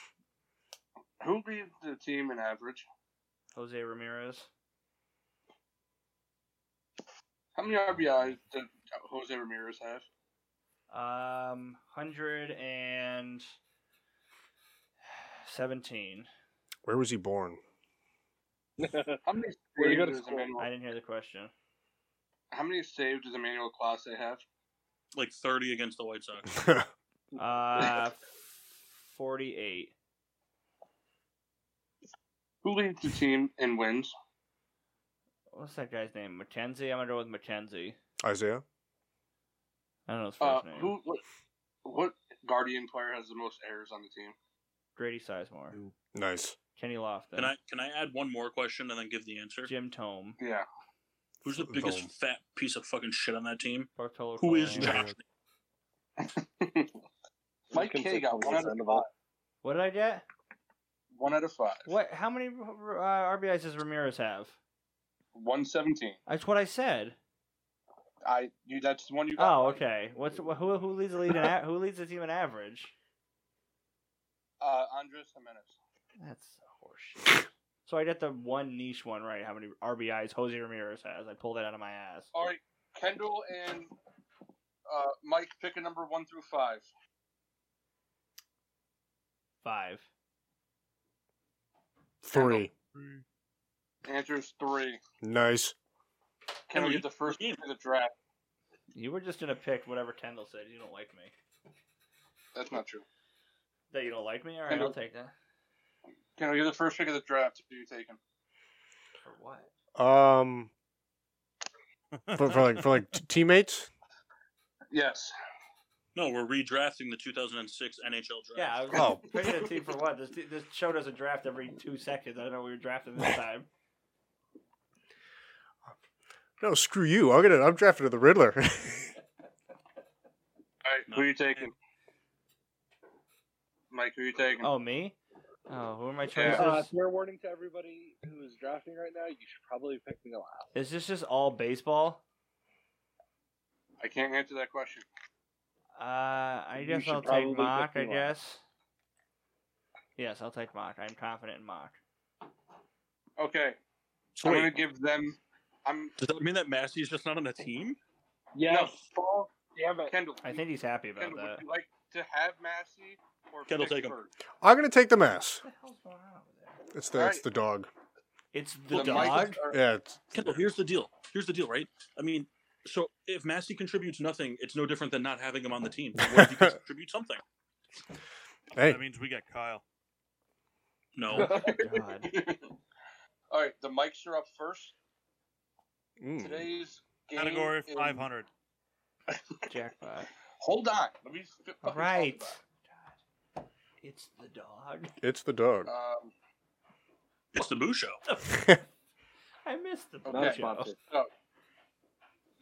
Speaker 2: Who leads the team in average?
Speaker 3: Jose Ramirez.
Speaker 2: How many RBIs did Jose Ramirez have?
Speaker 3: Um, hundred and seventeen.
Speaker 1: Where was he born?
Speaker 2: How many
Speaker 4: Where do you go to
Speaker 2: saves does
Speaker 4: school?
Speaker 2: Emmanuel,
Speaker 3: I didn't hear the question.
Speaker 2: how many saves does Emmanuel Classe have?
Speaker 6: Like 30 against the White Sox.
Speaker 3: Uh, forty-eight.
Speaker 2: Who leads the team in wins?
Speaker 3: What's that guy's name? Mackenzie. I'm gonna go with Mackenzie.
Speaker 1: Isaiah.
Speaker 3: I don't know his
Speaker 2: Uh,
Speaker 3: first name.
Speaker 2: who what, what Guardian player has the most errors on the team?
Speaker 3: Grady Sizemore.
Speaker 1: Nice.
Speaker 3: Kenny Lofton.
Speaker 6: Can I can I add one more question and then give the answer?
Speaker 3: Jim Tome.
Speaker 2: Yeah.
Speaker 6: Who's the biggest
Speaker 1: Boom.
Speaker 6: fat piece of fucking shit on that team?
Speaker 3: Bartolo
Speaker 6: Who is
Speaker 3: Colon.
Speaker 6: Josh?
Speaker 2: Mike K got one out of five.
Speaker 3: What did I get?
Speaker 2: One out of five.
Speaker 3: What? How many uh, RBIs does Ramirez have?
Speaker 2: One seventeen.
Speaker 3: That's what I said.
Speaker 2: I you. That's the one you got.
Speaker 3: Oh, okay. What's wh- who? Who leads the lead? In a, who leads the team in average? Oh.
Speaker 2: Uh, Andres Jimenez.
Speaker 3: That's horseshit. So I get the one niche one right. How many RBIs Jose Ramirez has? I pulled that out of my ass.
Speaker 2: All right, Kendall and uh, Mike pick a number one through five.
Speaker 3: Five.
Speaker 1: Three.
Speaker 2: Answers three.
Speaker 1: Nice.
Speaker 2: Kendall
Speaker 6: Kendall,
Speaker 2: get the first
Speaker 6: you-
Speaker 2: pick of the draft.
Speaker 3: You were just gonna pick whatever Kendall said. You don't like me.
Speaker 2: That's not true.
Speaker 3: That you don't like me. All right, I'll take that.
Speaker 2: Kendall, you're the first pick of the draft. Who you taking?
Speaker 3: For what?
Speaker 1: Um, for, for like for like t- teammates.
Speaker 2: Yes.
Speaker 6: No, we're redrafting the 2006 NHL draft.
Speaker 3: Yeah. I was
Speaker 1: Oh.
Speaker 3: picking a team for what? This this show doesn't draft every two seconds. I don't know we were drafting this time.
Speaker 1: No, screw you. I'll get it. I'm drafted to the Riddler.
Speaker 2: All right, who you taking? Mike, who you taking?
Speaker 3: Oh me? Oh, who are my
Speaker 2: Yeah.
Speaker 3: choices?
Speaker 4: Uh, fair warning to everybody who is drafting right now, you should probably pick me last.
Speaker 3: Is this just all baseball?
Speaker 2: I can't answer that question.
Speaker 3: Uh, I
Speaker 4: You
Speaker 3: guess
Speaker 4: should
Speaker 3: I'll take
Speaker 4: probably get
Speaker 3: Mock. I
Speaker 4: Mock.
Speaker 3: guess. Yes, I'll take Mock. I'm confident in Mock.
Speaker 2: Okay,
Speaker 6: So
Speaker 2: I'm gonna
Speaker 6: wait,
Speaker 2: give them. I'm
Speaker 6: does that mean that Massey's just not on the team?
Speaker 4: Yes,
Speaker 2: No.
Speaker 4: Paul. Damn it.
Speaker 2: Kendall.
Speaker 3: I think he's happy about
Speaker 2: Kendall, would
Speaker 3: that.
Speaker 2: you like to have Massey or
Speaker 6: Kendall, take him.
Speaker 2: Pittsburgh?
Speaker 1: I'm gonna take the mass.
Speaker 3: What the hell's going on over there?
Speaker 1: It's the it's
Speaker 2: Alright.
Speaker 1: the dog.
Speaker 3: It's the
Speaker 6: Well,
Speaker 3: dog.
Speaker 2: Vikings are-
Speaker 1: Yeah, it's,
Speaker 6: Kendall, here's the deal. Here's the deal, right? I mean, so if Massey contributes nothing, it's no different than not having him on the team. What if he contributes something?
Speaker 1: hey,
Speaker 5: That means we got Kyle.
Speaker 6: No.
Speaker 3: God.
Speaker 2: All right, the mics are up first.
Speaker 1: mm,
Speaker 2: Today's game
Speaker 5: Category
Speaker 2: is-
Speaker 5: 500.
Speaker 3: Jackpot.
Speaker 2: Hold on, let me. fi- fucking
Speaker 3: All
Speaker 2: talk
Speaker 3: right.
Speaker 2: about
Speaker 3: God.
Speaker 2: it.
Speaker 3: It's the dog.
Speaker 1: it's the dog.
Speaker 2: Um,
Speaker 6: It's the Boo Show.
Speaker 3: Uh, I missed the
Speaker 2: Not
Speaker 3: blue
Speaker 2: a
Speaker 4: Not
Speaker 3: show.
Speaker 4: sponsored.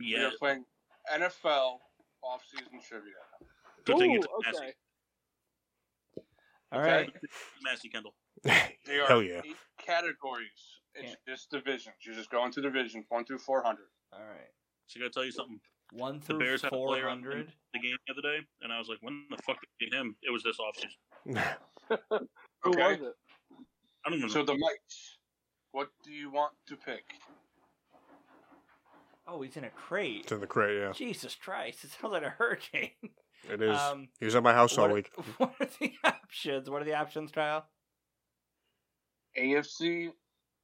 Speaker 2: We
Speaker 6: Yeah.
Speaker 2: are playing NFL offseason trivia.
Speaker 6: Good thing it's
Speaker 4: Ooh,
Speaker 6: Massey.
Speaker 4: okay.
Speaker 3: All
Speaker 2: Okay.
Speaker 3: right.
Speaker 6: Massey Kendall.
Speaker 2: They are
Speaker 1: Hell yeah.
Speaker 2: eight categories. It's
Speaker 3: Yeah.
Speaker 2: just divisions. You're just going through divisions, one through four hundred.
Speaker 3: All right.
Speaker 6: So I gotta tell you something.
Speaker 3: One
Speaker 6: The
Speaker 3: through
Speaker 6: Bears had a
Speaker 3: four
Speaker 6: player on the
Speaker 3: hundred.
Speaker 6: the game the other day, and I was like, when the fuck did they get him? It was this offseason.
Speaker 4: Who
Speaker 2: Okay.
Speaker 4: was it?
Speaker 6: I don't even know.
Speaker 2: So the mics. What do you want to pick?
Speaker 3: Oh, he's in a crate.
Speaker 1: It's in the crate. Yeah,
Speaker 3: Jesus Christ! It sounds like a hurricane.
Speaker 1: it is.
Speaker 3: Um,
Speaker 1: he was at my house all
Speaker 3: what,
Speaker 1: week.
Speaker 3: Are, what are the options? What are the options, Kyle?
Speaker 2: AFC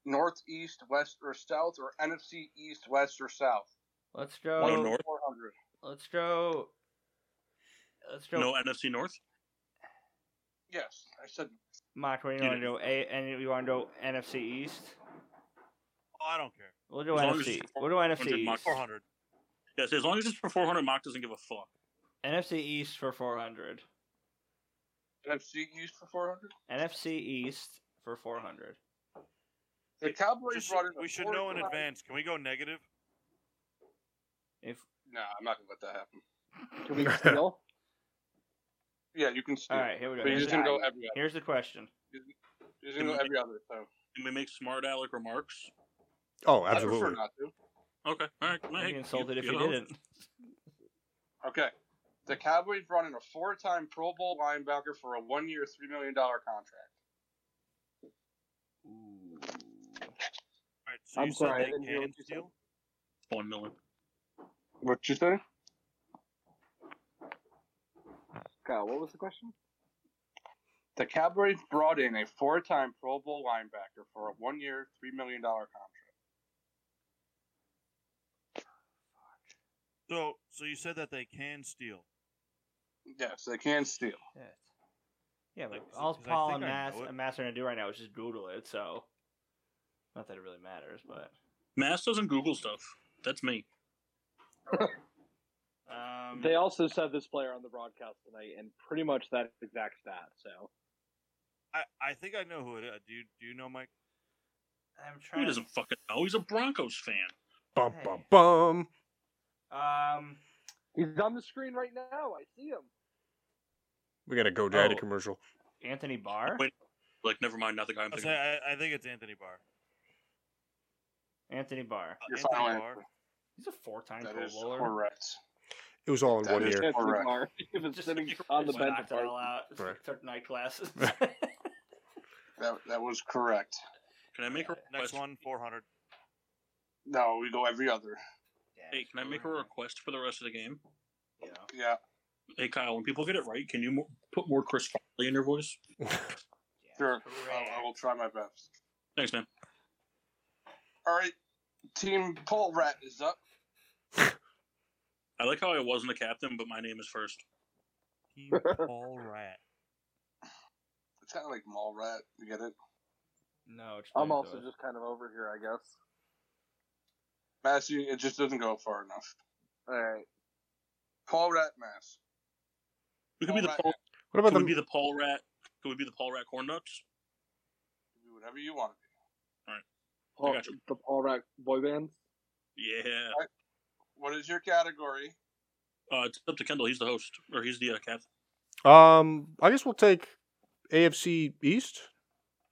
Speaker 2: North, East, West, or South, or NFC East, West, or South?
Speaker 3: Let's
Speaker 2: One
Speaker 6: One or
Speaker 2: through
Speaker 3: go.
Speaker 6: North?
Speaker 2: 400.
Speaker 3: Let's go. Let's go.
Speaker 6: no NFC North?
Speaker 2: Yes, I said
Speaker 3: Mark, what do you
Speaker 6: You
Speaker 3: want to do? A, and you want to go NFC East?
Speaker 5: Oh, I don't care.
Speaker 3: We'll do
Speaker 6: As long as
Speaker 3: NFC.
Speaker 6: it's
Speaker 3: We'll do NFC
Speaker 6: 400 Mark.
Speaker 3: East.
Speaker 5: 400.
Speaker 6: Yeah, so as long as it's for 400, Mock doesn't give a fuck.
Speaker 3: NFC East for four hundred.
Speaker 2: NFC East for 400.
Speaker 3: NFC East for four hundred.
Speaker 2: The Cowboys
Speaker 5: Just-
Speaker 2: brought in. a
Speaker 5: we should know in
Speaker 2: 45
Speaker 5: advance. Can we go negative?
Speaker 3: If
Speaker 2: Nah, I'm not gonna let that happen.
Speaker 4: Can we steal?
Speaker 2: Yeah, you can. Steal.
Speaker 3: all right, here we go.
Speaker 2: But you're
Speaker 3: Here's
Speaker 2: just gonna
Speaker 3: the,
Speaker 2: go every other.
Speaker 3: here's the question.
Speaker 2: You're just gonna go every other. So
Speaker 6: Can we make smart aleck remarks?
Speaker 1: Oh,
Speaker 2: I prefer
Speaker 1: absolutely.
Speaker 2: not to.
Speaker 6: Okay, all right.
Speaker 3: I'd
Speaker 6: hey,
Speaker 3: be insulted if you
Speaker 6: know.
Speaker 3: didn't.
Speaker 2: Okay. The Cowboys brought in a four time Pro Bowl linebacker for a one year, $3 million contract.
Speaker 5: All right, so
Speaker 4: I'm
Speaker 5: you
Speaker 4: sorry, I
Speaker 5: said
Speaker 4: didn't
Speaker 5: they
Speaker 4: hear
Speaker 5: can
Speaker 4: what you said.
Speaker 5: steal?
Speaker 6: One million.
Speaker 2: What you say?
Speaker 4: God, what was the question?
Speaker 2: The Cowboys brought in a four time Pro Bowl linebacker for a one year, $3 million contract.
Speaker 5: So, so you said that they can steal.
Speaker 2: Yes, they can steal.
Speaker 3: Yeah, yeah but
Speaker 5: Like, 'cause-
Speaker 3: all
Speaker 5: 'cause I
Speaker 3: Paul
Speaker 5: think
Speaker 3: and
Speaker 5: I
Speaker 3: Mass,
Speaker 5: know it.
Speaker 3: and Mass are gonna do right now is just Google it. So, not that it really matters, but
Speaker 6: Mass doesn't Google stuff. That's me.
Speaker 3: um,
Speaker 4: They also said this player on the broadcast tonight, and pretty much that exact stat. So
Speaker 5: I, I think I know who it is. Do you, do you know, Mike?
Speaker 3: I'm
Speaker 6: He
Speaker 3: trying.
Speaker 6: doesn't fucking know. Oh, He's a Broncos fan.
Speaker 1: Bum bum bum.
Speaker 3: um,
Speaker 4: he's on the screen right now. I see him.
Speaker 1: We got a GoDaddy
Speaker 3: Oh.
Speaker 1: commercial.
Speaker 3: Anthony Barr.
Speaker 6: Wait. Like, never mind, not the guy I'm
Speaker 5: I,
Speaker 6: thinking. of.
Speaker 5: I, I think it's Anthony Barr.
Speaker 3: Anthony Barr.
Speaker 5: Uh,
Speaker 2: Your final
Speaker 5: Anthony Barr.
Speaker 2: answer.
Speaker 3: He's a four-time
Speaker 2: That
Speaker 3: Pro
Speaker 2: is
Speaker 3: Bowler.
Speaker 2: correct.
Speaker 1: It was all in
Speaker 2: That
Speaker 1: one
Speaker 2: is
Speaker 1: year.
Speaker 4: Anthony
Speaker 2: Correct.
Speaker 4: Barr. He was
Speaker 3: Just-
Speaker 4: sitting
Speaker 3: just
Speaker 4: on the bench.
Speaker 3: knocked it all out.
Speaker 1: Right.
Speaker 3: Took night classes.
Speaker 1: Right.
Speaker 2: That, that was correct.
Speaker 6: Can I make a
Speaker 5: Next
Speaker 6: request?
Speaker 5: one, 400.
Speaker 2: No, we go every other.
Speaker 6: Hey, can I make a request for the rest of the game?
Speaker 3: Yeah.
Speaker 2: Yeah.
Speaker 6: Hey, Kyle, when people get it right, can you mo- put more Chris Farley in your voice?
Speaker 2: Sure.
Speaker 3: Correct.
Speaker 2: I, I will try my best.
Speaker 6: Thanks, man.
Speaker 2: All right. Team Paul Rat is up.
Speaker 6: I like how I wasn't a captain, but my name is first.
Speaker 5: Team Paul Rat.
Speaker 2: It's kind of like Mall Rat. You get it?
Speaker 3: No, it's
Speaker 4: I'm
Speaker 3: not
Speaker 4: also
Speaker 3: good.
Speaker 4: just kind of over here, I guess.
Speaker 2: Massey, it just doesn't go far enough.
Speaker 4: All right.
Speaker 2: Paul Rat Mass.
Speaker 6: We could be the
Speaker 2: Paul
Speaker 6: Paul.
Speaker 1: What about
Speaker 6: Could we
Speaker 1: the
Speaker 6: be the Paul Rat? Could we be the Paul Rat corn nuts?
Speaker 2: Do whatever you want.
Speaker 4: Paul,
Speaker 6: got you.
Speaker 4: The Paul Rack boy band.
Speaker 6: Yeah.
Speaker 2: What is your category?
Speaker 6: Uh, it's up to Kendall. He's the host, or he's the uh, captain.
Speaker 1: um? I guess we'll take AFC East.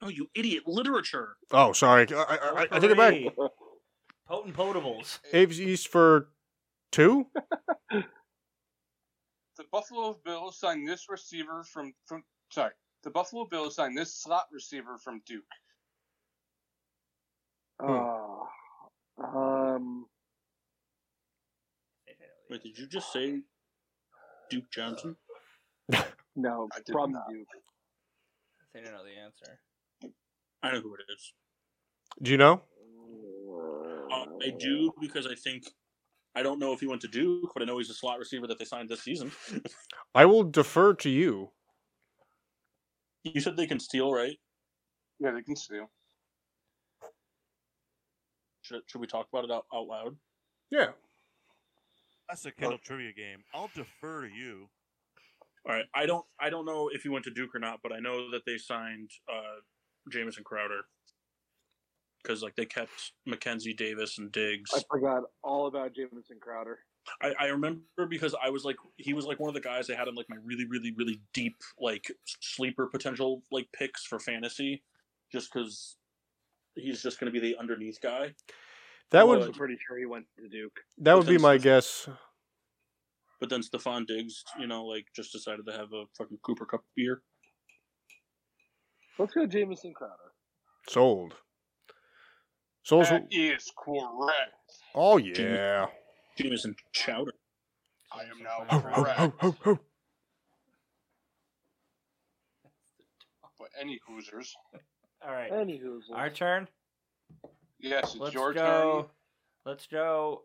Speaker 6: Oh, you idiot! Literature.
Speaker 1: Oh, sorry. I, I, I, I take it back.
Speaker 3: Hooray. Potent potables.
Speaker 1: AFC East for two.
Speaker 2: the Buffalo Bills signed this receiver from from sorry, the Buffalo Bills signed this slot receiver from Duke.
Speaker 4: Oh, um,
Speaker 6: Wait, did you just say Duke Johnson?
Speaker 4: no,
Speaker 2: I did
Speaker 4: from
Speaker 2: not.
Speaker 4: Duke.
Speaker 3: They don't know the answer.
Speaker 6: I know who it is.
Speaker 1: Do you know?
Speaker 6: Uh, I do because I think I don't know if he went to Duke, but I know he's a slot receiver that they signed this season.
Speaker 1: I will defer to you.
Speaker 6: You said they can steal, right?
Speaker 2: Yeah, they can steal.
Speaker 6: Should, should we talk about it out, out loud?
Speaker 1: Yeah.
Speaker 5: That's a Kendall trivia game. I'll defer to you.
Speaker 6: All right. I don't I don't know if he went to Duke or not, but I know that they signed uh, Jamison Crowder because like they kept Mackenzie Davis and Diggs.
Speaker 4: I forgot all about Jamison Crowder.
Speaker 6: I, I remember because I was like, he was like one of the guys I had in like my really, really, really deep like sleeper potential like picks for fantasy, just because he's just going to be the underneath guy.
Speaker 1: That
Speaker 6: Well,
Speaker 4: I
Speaker 1: would
Speaker 4: was
Speaker 6: Would-
Speaker 4: pretty sure he went to Duke.
Speaker 1: that would be my
Speaker 6: Potentially.
Speaker 1: guess.
Speaker 6: But then Stephon Diggs, you know, like just decided to have a fucking Cooper Cup beer.
Speaker 4: Let's go Jamison Crowder.
Speaker 1: Sold. Sold.
Speaker 2: That is correct.
Speaker 1: Oh yeah.
Speaker 6: Jameson Chowder.
Speaker 2: I am now
Speaker 1: Ho, ho,
Speaker 2: correct.
Speaker 1: ho, ho, ho.
Speaker 2: But any hoosers.
Speaker 3: All right,
Speaker 4: Anywho,
Speaker 3: our turn.
Speaker 2: Yes, it's
Speaker 3: Let's
Speaker 2: your
Speaker 3: go. Let's go.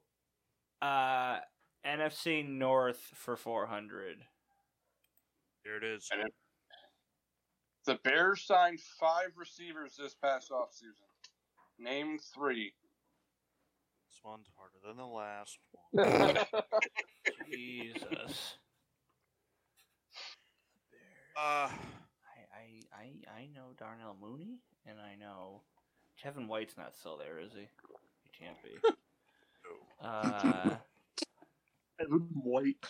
Speaker 3: Uh, NFC North for four hundred.
Speaker 5: Here it is.
Speaker 2: And turn. The Bears signed five receivers this past offseason. Name three.
Speaker 5: This one's harder than the last one.
Speaker 4: All
Speaker 3: Jesus.
Speaker 5: Uh,
Speaker 3: I, I, I, I know Darnell Mooney, and I know Kevin White's not still there, is he? He can't be. Uh,
Speaker 6: Evan White.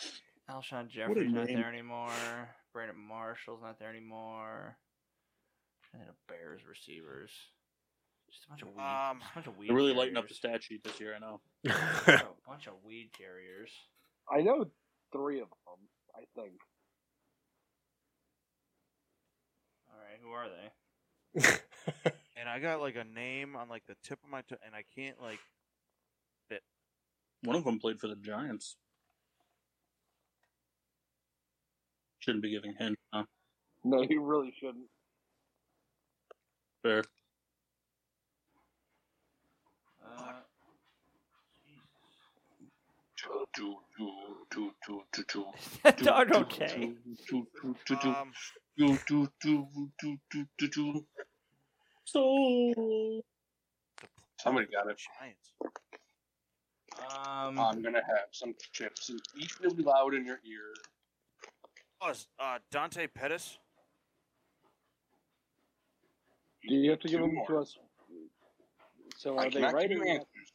Speaker 3: Alshon Jeffrey's not
Speaker 6: name.
Speaker 3: there anymore. Brandon Marshall's not there anymore. And then the Bears receivers. Just a bunch of weed.
Speaker 5: Um,
Speaker 3: just a bunch of weed.
Speaker 6: They're really lighting up the
Speaker 3: carriers.
Speaker 6: stat sheet this year. I know.
Speaker 3: Bunch of- bunch of weed carriers.
Speaker 4: I know three of them. I think
Speaker 3: All right, who are they?
Speaker 5: and I got like a name on like the tip of my tongue, and I can't like.
Speaker 6: One of them played for the Giants. Shouldn't be giving him. Huh?
Speaker 4: no, you really shouldn't.
Speaker 6: Fair.
Speaker 3: Uh,
Speaker 2: Do, do, do, do, do, do, do.
Speaker 3: is that
Speaker 2: Do,
Speaker 3: dog
Speaker 2: do,
Speaker 3: okay?
Speaker 2: do, do, do, do,
Speaker 5: Um,
Speaker 2: do, do, do, do, do, do, do.
Speaker 6: So
Speaker 2: Somebody got it.
Speaker 5: Giants.
Speaker 3: Um,
Speaker 2: I'm gonna have some chips and eat them loud in your ear.
Speaker 5: Oh, it's, uh, Dante Pettis.
Speaker 4: Do you have to give
Speaker 2: Two
Speaker 4: them
Speaker 2: more.
Speaker 4: to us? So
Speaker 2: I
Speaker 4: are they
Speaker 2: cannot
Speaker 4: right?
Speaker 2: give you
Speaker 4: or not?
Speaker 2: answers.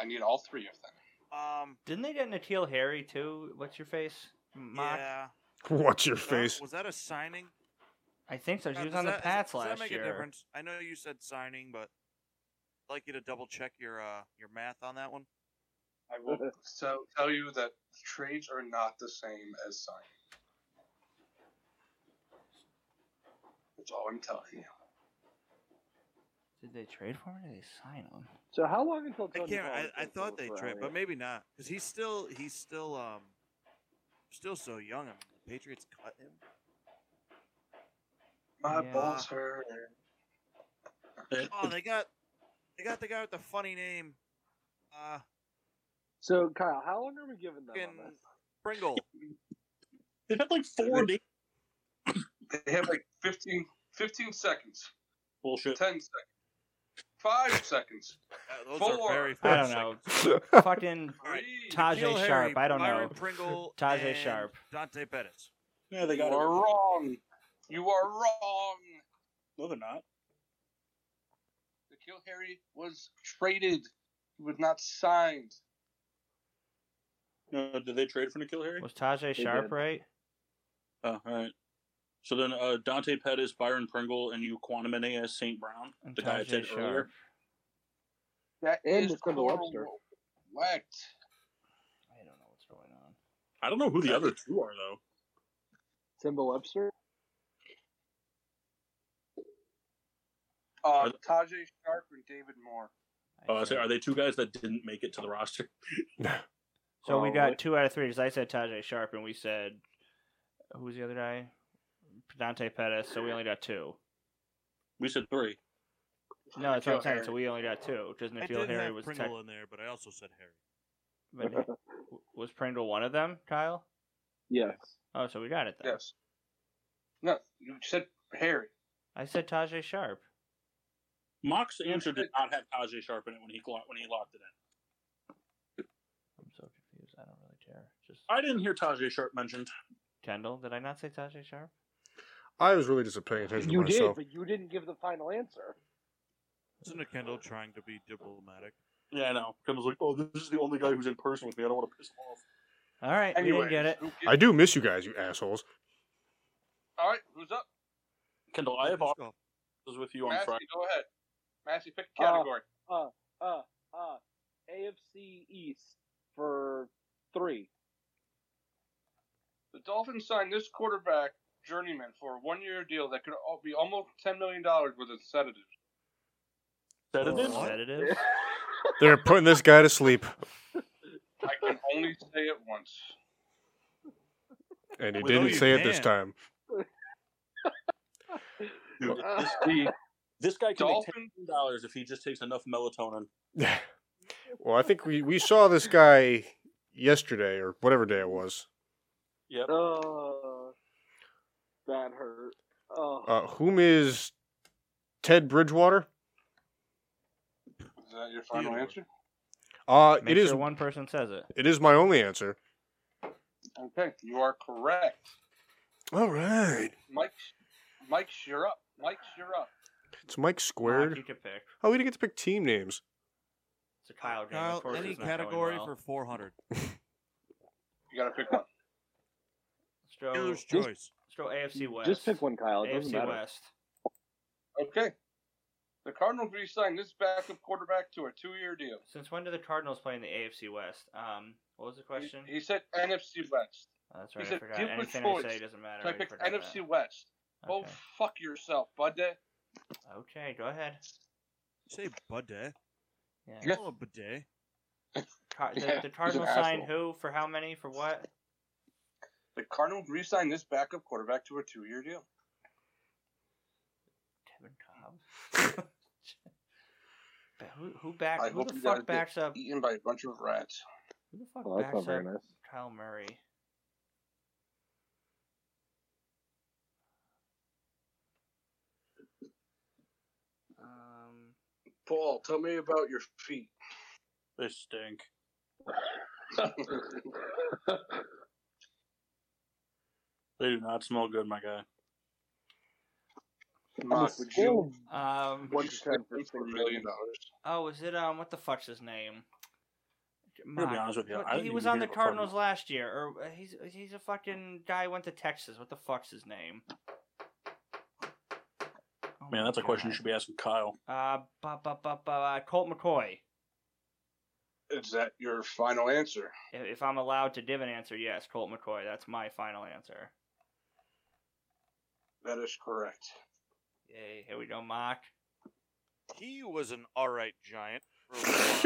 Speaker 2: I need all three of them.
Speaker 5: Um,
Speaker 3: didn't they get Nikhil Harry too? What's your face? Mock?
Speaker 5: yeah.
Speaker 1: What's your
Speaker 5: Uh,
Speaker 1: face?
Speaker 5: Was that a signing?
Speaker 3: I think so. She
Speaker 5: Uh,
Speaker 3: was
Speaker 5: does
Speaker 3: on the
Speaker 5: that- is-
Speaker 3: Pats
Speaker 5: does
Speaker 3: last
Speaker 5: that make
Speaker 3: year.
Speaker 5: a difference? I know you said signing, but I'd like you to double check your uh, your math on that one.
Speaker 2: I will so tell you that trades are not the same as signing. That's all I'm telling you.
Speaker 3: Did they trade for him or did they sign him?
Speaker 4: So how long until
Speaker 5: I
Speaker 4: Tony
Speaker 5: can't.
Speaker 4: Pollard
Speaker 5: I, I
Speaker 4: takes
Speaker 5: thought
Speaker 4: over
Speaker 5: they
Speaker 4: for
Speaker 5: traded, but
Speaker 4: Elliott?
Speaker 5: maybe not because he's still he's still um still so young. I mean, the Patriots cut him.
Speaker 2: My
Speaker 3: Yeah.
Speaker 2: balls hurt.
Speaker 5: Oh, they got they got the guy with the funny name, uh,
Speaker 4: So Kyle, how long are we giving them?
Speaker 5: fucking
Speaker 4: on this?
Speaker 5: Pringle.
Speaker 6: they've had like four days.
Speaker 2: They have like 15, 15 seconds, 10
Speaker 6: Bullshit.
Speaker 2: seconds, 5 seconds.
Speaker 5: Uh, those
Speaker 2: Four.
Speaker 5: are very
Speaker 3: I
Speaker 5: fast
Speaker 3: don't know.
Speaker 1: All
Speaker 3: Fucking
Speaker 5: All right.
Speaker 2: Three.
Speaker 3: Tajay
Speaker 5: Nikhil
Speaker 3: Sharp.
Speaker 5: Harry,
Speaker 3: I don't
Speaker 5: Byron
Speaker 3: know.
Speaker 5: Pringle.
Speaker 3: Tajay
Speaker 5: and
Speaker 3: Sharp.
Speaker 5: Dante Pettis.
Speaker 6: Yeah, they
Speaker 2: You
Speaker 6: got
Speaker 2: are
Speaker 6: it.
Speaker 2: wrong. You are wrong.
Speaker 6: No, they're not.
Speaker 2: The Kill Harry was traded. He was not signed.
Speaker 6: No, did they trade for Nikhil Harry?
Speaker 3: was Tajay Sharp
Speaker 4: did.
Speaker 3: right?
Speaker 6: Oh, all right. So then uh, Dante Pettis, Byron Pringle, and you Quantum as St. Brown,
Speaker 3: And
Speaker 6: the guy I
Speaker 3: Tajay
Speaker 6: said
Speaker 3: Sharp.
Speaker 6: earlier.
Speaker 2: That
Speaker 4: And
Speaker 2: is
Speaker 4: Nicole Webster.
Speaker 2: correct.
Speaker 3: I don't know what's going on.
Speaker 6: I don't know who the other two are though.
Speaker 4: Simba Webster.
Speaker 2: Uh, Tajay Sharp and David Moore.
Speaker 6: Oh, I say, are they two guys that didn't make it to the roster?
Speaker 3: So we got
Speaker 4: Probably.
Speaker 3: two out of three because I said Tajay Sharp and we said who was the other guy? Dante Pettis. So we only got two.
Speaker 6: We said three.
Speaker 3: No, that's what I'm
Speaker 2: Joe
Speaker 3: saying.
Speaker 2: Harry.
Speaker 3: So we only got two. Just
Speaker 5: I
Speaker 3: Nathaniel
Speaker 5: did
Speaker 3: Harry
Speaker 5: have
Speaker 3: was
Speaker 5: Pringle in there, but I also said Harry.
Speaker 3: tech- but was Pringle one of them, Kyle?
Speaker 4: Yes.
Speaker 3: Oh, so we got it then.
Speaker 2: Yes. No, you said Harry.
Speaker 3: I said Tajay Sharp.
Speaker 6: Mock's answer did not have Tajay Sharp in it when he clo- when he locked it in.
Speaker 3: I'm so confused. I don't really care. Just
Speaker 6: I didn't hear Tajay Sharp mentioned.
Speaker 3: Kendall. Did I not say Tajay Sharp?
Speaker 1: I was really just paying attention
Speaker 4: You
Speaker 1: to
Speaker 4: did,
Speaker 1: myself.
Speaker 4: but you didn't give the final answer.
Speaker 5: Isn't it Kendall trying to be diplomatic?
Speaker 6: Yeah, I know. Kim was like, "Oh, this is the only guy who's in person with me. I don't want to piss him off."
Speaker 3: All right,
Speaker 2: Anyway,
Speaker 3: we didn't get it.
Speaker 1: I do miss you guys, you assholes.
Speaker 2: All right, who's up?
Speaker 6: Kendall, I have
Speaker 5: Let's
Speaker 6: offers
Speaker 5: go.
Speaker 6: with you on
Speaker 2: Massey,
Speaker 6: Friday.
Speaker 2: go ahead. Massey, pick a
Speaker 4: Uh,
Speaker 2: category.
Speaker 4: Uh, uh, AFC East for three.
Speaker 3: Oh.
Speaker 2: the Dolphins signed this quarterback journeyman for a one-year deal that could al- be almost ten million dollars with its sedatives.
Speaker 6: Sedatives?
Speaker 3: Oh,
Speaker 5: What?
Speaker 3: Sedatives.
Speaker 1: They're putting this guy to sleep,
Speaker 2: I can only say it once.
Speaker 1: and he
Speaker 5: Well,
Speaker 1: didn't
Speaker 5: you
Speaker 1: say it this
Speaker 5: can.
Speaker 1: time.
Speaker 6: Dude,
Speaker 4: Uh,
Speaker 6: this, the- this guy can make
Speaker 2: Dolphins.
Speaker 6: ten dollars if he just takes enough melatonin.
Speaker 1: well, I think we, we saw this guy yesterday or whatever day it was.
Speaker 6: Yep.
Speaker 4: uh, that hurt. Oh,
Speaker 1: Uh, whom is Ted Bridgewater?
Speaker 2: Is that your final
Speaker 5: Theodore.
Speaker 2: answer?
Speaker 1: Uh,
Speaker 3: Make
Speaker 1: it is
Speaker 3: sure one person says it.
Speaker 1: it is my only answer.
Speaker 2: Okay, you are correct.
Speaker 1: All right,
Speaker 2: Mike, Mike, you're up. Mike, you're up.
Speaker 1: it's Mike
Speaker 3: Mark,
Speaker 1: squared.
Speaker 3: you could pick.
Speaker 1: Oh, we didn't get to pick team names.
Speaker 3: It's a Kyle game.
Speaker 5: Kyle,
Speaker 3: of course
Speaker 5: any
Speaker 3: it's not going
Speaker 5: category
Speaker 3: well.
Speaker 5: for 400.
Speaker 2: You gotta pick one.
Speaker 3: Stro,
Speaker 5: Dealer's choice.
Speaker 3: Stro AFC West.
Speaker 4: just pick one, Kyle. It doesn't
Speaker 3: AFC
Speaker 4: matter.
Speaker 3: West.
Speaker 2: Okay. The Cardinals re-signed this backup quarterback to a two-year deal.
Speaker 3: Since when do the Cardinals play in the AFC West? Um, what was the
Speaker 2: He-
Speaker 3: question?
Speaker 2: He, said NFC West.
Speaker 3: Oh, that's
Speaker 2: he
Speaker 3: right. I
Speaker 2: said
Speaker 3: forgot.
Speaker 2: give a
Speaker 3: Anything
Speaker 2: choice.
Speaker 3: I say doesn't matter.
Speaker 2: So I
Speaker 3: already
Speaker 2: picked
Speaker 3: forgot
Speaker 2: NFC
Speaker 3: that.
Speaker 2: West. Oh,
Speaker 3: Okay.
Speaker 2: fuck yourself, bud.
Speaker 3: okay, go ahead.
Speaker 5: Say Budde.
Speaker 3: Yeah.
Speaker 2: Yeah.
Speaker 5: Oh, Budde.
Speaker 3: Car-
Speaker 2: Yeah,
Speaker 3: the,
Speaker 2: he's
Speaker 3: the
Speaker 2: an
Speaker 3: Cardinals sign
Speaker 2: asshole.
Speaker 3: who for how many for what?
Speaker 2: The Cardinals re-signed this backup quarterback to a two-year deal.
Speaker 3: Kevin Cobb. But who who back?
Speaker 2: I
Speaker 3: Who
Speaker 2: hope
Speaker 3: the
Speaker 2: you guys
Speaker 3: fuck
Speaker 2: get E-
Speaker 3: backs up?
Speaker 2: Eaten by a bunch of rats.
Speaker 3: Who the fuck
Speaker 4: Well, Oh, that's
Speaker 3: backs
Speaker 4: not
Speaker 3: up
Speaker 4: very nice.
Speaker 3: Kyle Murray? Um,
Speaker 2: Paul, tell me about your feet.
Speaker 6: They stink. They do not smell good, my guy.
Speaker 4: On the
Speaker 2: Mark, would
Speaker 4: scale
Speaker 2: you
Speaker 4: of
Speaker 3: um,
Speaker 2: would you
Speaker 4: 110%
Speaker 2: spend them for a million dollars?
Speaker 3: Oh, is it um? What the fuck's his name?
Speaker 6: be
Speaker 3: Mock.
Speaker 6: honest with you,
Speaker 3: What-
Speaker 6: I didn't
Speaker 3: he
Speaker 6: even
Speaker 3: was on
Speaker 6: hear
Speaker 3: the
Speaker 6: about Cardinals.
Speaker 3: Cardinals last year, or uh, he's he's a fucking guy who went to Texas. What the fuck's his name? Oh
Speaker 6: Man,
Speaker 3: my
Speaker 6: that's a question you
Speaker 3: God.
Speaker 6: should be asking Kyle.
Speaker 3: Uh, ba ba ba ba. uh, Colt McCoy.
Speaker 2: Is that your final answer?
Speaker 3: If, if I'm allowed to give an answer, yes, Colt McCoy. That's my final answer.
Speaker 2: That is correct.
Speaker 3: Yay! Here we go, Mock.
Speaker 5: He was an alright giant. for a while.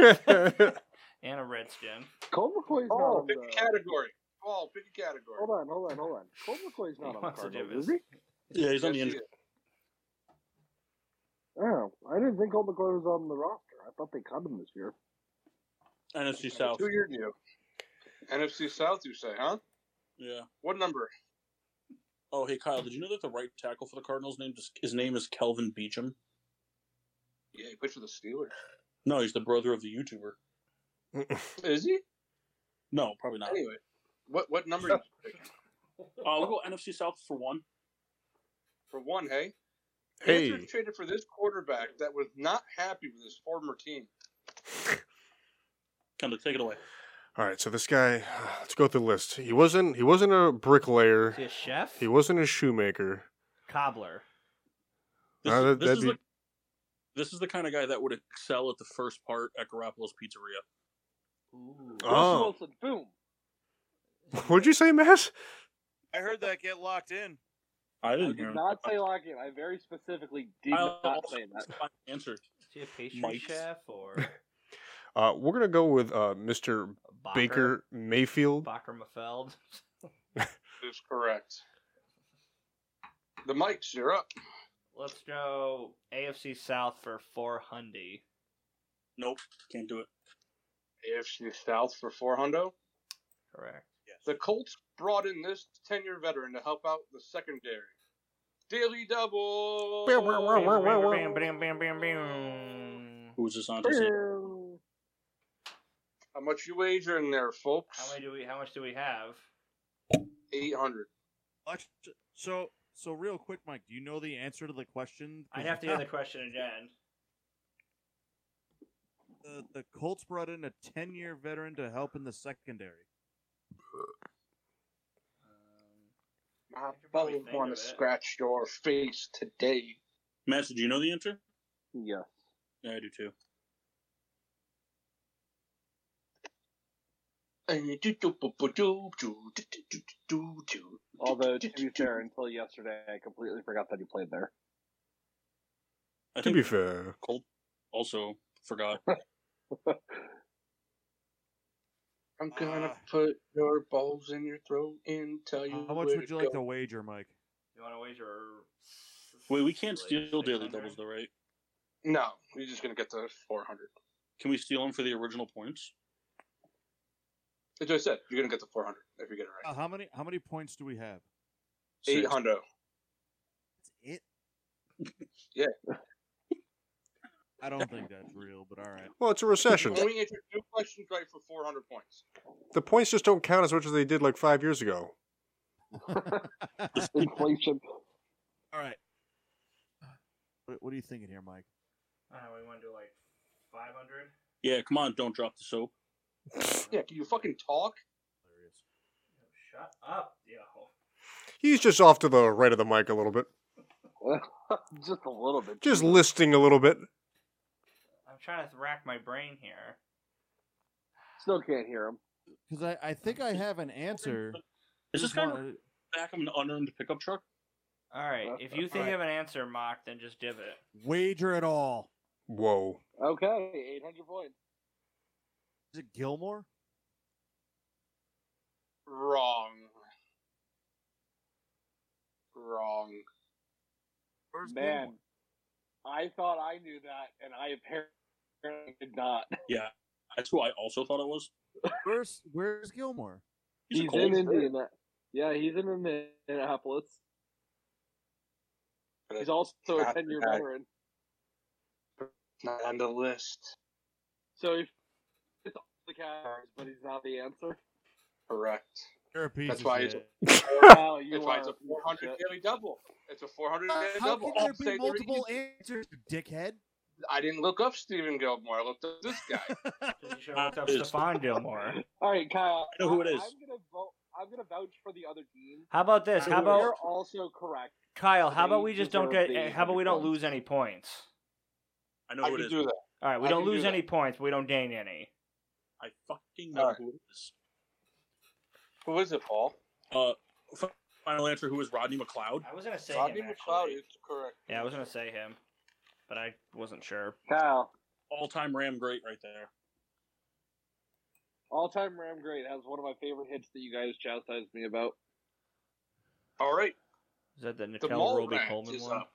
Speaker 1: That's
Speaker 3: And a Redskin.
Speaker 4: Cole McCoy's not
Speaker 2: Oh,
Speaker 4: on
Speaker 2: pick
Speaker 4: the-
Speaker 2: a category. Paul, pick a category.
Speaker 4: Hold on, hold on, hold on. Cole McCoy's
Speaker 3: He
Speaker 4: not on the
Speaker 3: wants to do
Speaker 4: Cardinals, is
Speaker 3: this.
Speaker 4: he?
Speaker 6: Yeah, he's on the
Speaker 2: Yes, he
Speaker 6: injury.
Speaker 2: is.
Speaker 4: Oh, I didn't think Cole McCoy was on the roster. I thought they cut him this year.
Speaker 6: NFC
Speaker 2: A
Speaker 6: South.
Speaker 2: Two-year deal. NFC South, you say, huh?
Speaker 6: Yeah.
Speaker 2: What number?
Speaker 6: Oh, hey Kyle, did you know that the right tackle for the Cardinals name is his name is Kelvin Beecham?
Speaker 2: Yeah, he played for the Steelers.
Speaker 6: No, he's the brother of the YouTuber.
Speaker 2: Is he?
Speaker 6: No, probably not.
Speaker 2: Anyway, what what number did you pick?
Speaker 6: Uh, we'll go NFC South for one.
Speaker 2: For one, hey?
Speaker 1: Hey.
Speaker 2: Panthers traded for this quarterback that was not happy with his former team.
Speaker 6: Kendall, take it away.
Speaker 1: All right, so this guy. Let's go through the list. He wasn't. He wasn't a bricklayer.
Speaker 3: Is he a chef?
Speaker 1: He wasn't a shoemaker.
Speaker 3: Cobbler.
Speaker 6: This,
Speaker 1: Uh,
Speaker 6: is-
Speaker 1: that-
Speaker 6: this
Speaker 1: that'd
Speaker 6: is
Speaker 1: be-
Speaker 6: the, this is the kind of guy that would excel at the first part at Garoppolo's Pizzeria.
Speaker 3: Ooh.
Speaker 1: Oh.
Speaker 4: Russell Wilson, boom.
Speaker 1: What'd you say, Mass?
Speaker 5: I heard that get locked in.
Speaker 6: I
Speaker 4: I
Speaker 6: didn't hear
Speaker 4: did
Speaker 6: him.
Speaker 4: not say lock in. I very specifically did
Speaker 6: I'll
Speaker 4: not
Speaker 6: also
Speaker 4: say that.
Speaker 6: find an answer.
Speaker 3: Is he a pastry
Speaker 6: Mike's.
Speaker 3: chef or
Speaker 1: Uh, we're gonna go with uh, Mr. Baker Mayfield.
Speaker 3: Baker Mafeld?
Speaker 2: Is correct. The mics, you're up.
Speaker 3: Let's go AFC South for four hundy.
Speaker 6: Nope, can't do it.
Speaker 2: AFC South for four hundo.
Speaker 3: Correct.
Speaker 2: The Colts brought in this 10 year veteran to help out the secondary. Daily double.
Speaker 1: Bam, bam, bam, bam, bam,
Speaker 3: Bam, bam, bam, bam, bam.
Speaker 6: Who's this on? Just-
Speaker 2: How much you wagering there,
Speaker 3: How
Speaker 2: folks?
Speaker 3: many do we? How much do we have?
Speaker 2: 800.
Speaker 5: Watch- So, so real quick, Mike, do you know the answer to the question?
Speaker 3: I'd have to hear the question again.
Speaker 5: the, the Colts brought in a ten-year veteran to help in the secondary.
Speaker 2: My
Speaker 3: could probably
Speaker 2: bones
Speaker 3: think
Speaker 2: want
Speaker 3: of
Speaker 2: to
Speaker 3: it.
Speaker 2: scratch your face today.
Speaker 6: Matt, do you know the answer?
Speaker 4: Yes.
Speaker 6: Yeah, I do too.
Speaker 4: Although to be fair, until yesterday, I completely forgot that he played there.
Speaker 6: I
Speaker 1: To
Speaker 6: think
Speaker 1: be fair,
Speaker 6: Colt also forgot.
Speaker 2: I'm gonna
Speaker 5: Uh,
Speaker 2: put your balls in your throat and tell you.
Speaker 5: How much
Speaker 2: where
Speaker 5: would
Speaker 2: go.
Speaker 5: you like to wager, Mike?
Speaker 3: You want to wager?
Speaker 6: Wait, we can't
Speaker 3: like
Speaker 6: steal daily
Speaker 3: 600?
Speaker 6: doubles though, right?
Speaker 2: No, you're just gonna get the 400.
Speaker 6: Can we steal them for the original points?
Speaker 2: As I said, you're gonna get the 400 if you get it
Speaker 5: Uh,
Speaker 2: right.
Speaker 5: how many? How many points do we have?
Speaker 6: Six.
Speaker 2: 800.
Speaker 5: That's it.
Speaker 2: Yeah.
Speaker 5: I don't think that's real, but all right.
Speaker 1: well, it's a
Speaker 2: You
Speaker 1: recession.
Speaker 4: Oh,
Speaker 2: only answer two questions right for 400 points.
Speaker 1: The points just don't count as much as they did like five years ago.
Speaker 4: Inflation.
Speaker 5: All right. What, what are you thinking here, Mike?
Speaker 3: I don't know. We want to do like five hundred.
Speaker 6: Yeah, come on, don't drop the soap.
Speaker 2: Yeah, can you fucking talk?
Speaker 3: Shut up, yo.
Speaker 1: He's just off to the right of the mic a little bit,
Speaker 4: Just a little bit.
Speaker 1: just listing a little bit.
Speaker 3: I'm trying to rack my brain here.
Speaker 4: Still can't hear him.
Speaker 5: Because I, I think I have an answer.
Speaker 6: Is this
Speaker 5: Just
Speaker 6: guy
Speaker 5: wanted-
Speaker 6: back of an unearned pickup truck?
Speaker 3: All right. If you think
Speaker 5: Alright.
Speaker 3: of an answer, mock, then just give it.
Speaker 5: wager at all?
Speaker 1: Whoa.
Speaker 4: Okay, 800 points.
Speaker 5: Is it Gilmore?
Speaker 2: Wrong. Wrong.
Speaker 5: Where's
Speaker 4: Man,
Speaker 5: Gilmore?
Speaker 4: I thought I knew that, and I apparently did not.
Speaker 6: That's who I also thought it was.
Speaker 5: Where's Where's Gilmore?
Speaker 6: He's, a
Speaker 4: He's
Speaker 6: Colt.
Speaker 4: in Indiana. Yeah, he's in Indianapolis. He's also a
Speaker 2: Not
Speaker 4: 10 year
Speaker 2: bad.
Speaker 4: veteran.
Speaker 2: Not on the list.
Speaker 4: So he fits all the categories, but he's not the answer.
Speaker 2: Correct.
Speaker 5: You're a piece
Speaker 2: That's
Speaker 5: of
Speaker 2: why he's-
Speaker 5: shit.
Speaker 4: Wow, you
Speaker 2: That's why
Speaker 4: are
Speaker 2: it's a
Speaker 4: piece of
Speaker 2: 400
Speaker 4: shit.
Speaker 2: daily double. It's a 400 daily
Speaker 5: Uh, How
Speaker 2: double.
Speaker 5: can
Speaker 2: I'll
Speaker 5: there
Speaker 2: say
Speaker 5: be
Speaker 2: the
Speaker 5: multiple answers, you dickhead?
Speaker 2: reason- I didn't look up Stephen Gilmore. I looked up this guy.
Speaker 3: You should have looked up
Speaker 6: Is-
Speaker 3: Stephon Gilmore.
Speaker 4: All right, Kyle.
Speaker 6: I know who it is.
Speaker 4: I'm gonna vote. I'm gonna vouch for the other team.
Speaker 3: How about this? How
Speaker 4: So
Speaker 3: about
Speaker 4: You're also correct.
Speaker 3: Kyle? How about
Speaker 4: They
Speaker 3: we just don't
Speaker 4: deserve
Speaker 3: get? eh,
Speaker 4: the
Speaker 3: How about we don't
Speaker 4: points.
Speaker 3: lose any points?
Speaker 6: I know
Speaker 2: I
Speaker 6: who it
Speaker 2: can
Speaker 6: is.
Speaker 2: do that.
Speaker 3: All right, we
Speaker 2: I
Speaker 3: don't
Speaker 2: can do
Speaker 3: lose
Speaker 2: that.
Speaker 3: any points. but We don't gain any.
Speaker 6: I fucking know
Speaker 2: Alright.
Speaker 6: who it is.
Speaker 2: Who is it, Paul?
Speaker 6: Uh, f- final answer. Who is Rodney McLeod?
Speaker 3: I was gonna say
Speaker 2: Rodney
Speaker 3: him.
Speaker 2: McLeod
Speaker 3: actually.
Speaker 2: is correct.
Speaker 3: Yeah, I was gonna say him, but I wasn't sure.
Speaker 4: Kyle,
Speaker 6: All-time Ram great, right there.
Speaker 4: all-time Ram great, has one of my favorite hits that you guys chastised me about.
Speaker 2: All right.
Speaker 3: Is that the
Speaker 2: The
Speaker 3: Nickel
Speaker 2: mall
Speaker 3: Roby
Speaker 2: rat
Speaker 3: Coleman
Speaker 2: is
Speaker 3: one?
Speaker 2: up.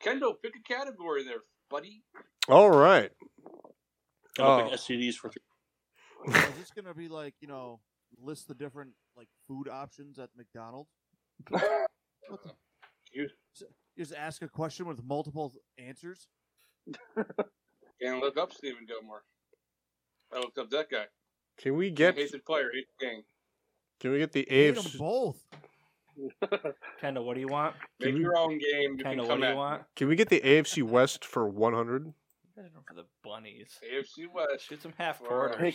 Speaker 2: Kendall, pick a category there, buddy.
Speaker 1: All right.
Speaker 6: I don't
Speaker 1: Oh.
Speaker 6: think STDs for three.
Speaker 5: Is this gonna be like you know list the different like food options at McDonald's? What the-
Speaker 2: You-
Speaker 5: just ask a question with multiple answers.
Speaker 2: And look up Stephen Gilmore. I looked up that guy.
Speaker 1: Can we get
Speaker 2: Hates the player, hates the game.
Speaker 1: can we get the
Speaker 5: Hate 'em
Speaker 1: AFC
Speaker 5: both.
Speaker 3: Kendall, what do you want?
Speaker 1: Can
Speaker 2: Make
Speaker 1: we-
Speaker 2: your own game.
Speaker 3: Kendall,
Speaker 2: You can
Speaker 3: what
Speaker 2: come
Speaker 3: do
Speaker 2: at
Speaker 3: you want?
Speaker 1: Can we get the AFC West for 100?
Speaker 3: You guys are for the bunnies.
Speaker 2: me. AFC West.
Speaker 3: Shoot some half
Speaker 2: Alright.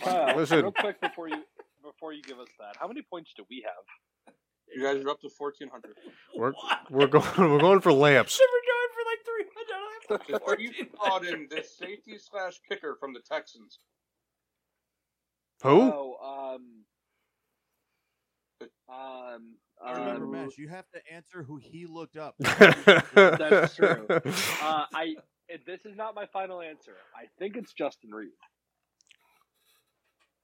Speaker 3: quarters.
Speaker 1: Listen.
Speaker 4: real quick before you before you give us that, how many points do we have?
Speaker 2: You guys are up to 1400.
Speaker 1: We're
Speaker 3: What?
Speaker 1: we're going we're going for lamps.
Speaker 3: We're going for like three
Speaker 2: Just
Speaker 3: hundred.
Speaker 2: you brought in this safety slash kicker from the Texans.
Speaker 1: Who?
Speaker 4: Oh, um, Um,
Speaker 2: I
Speaker 5: Remember,
Speaker 2: remember,
Speaker 4: um,
Speaker 5: Mesh, you have to answer who he looked up.
Speaker 4: That's true. uh, I this is not my final answer. I think it's Justin Reed.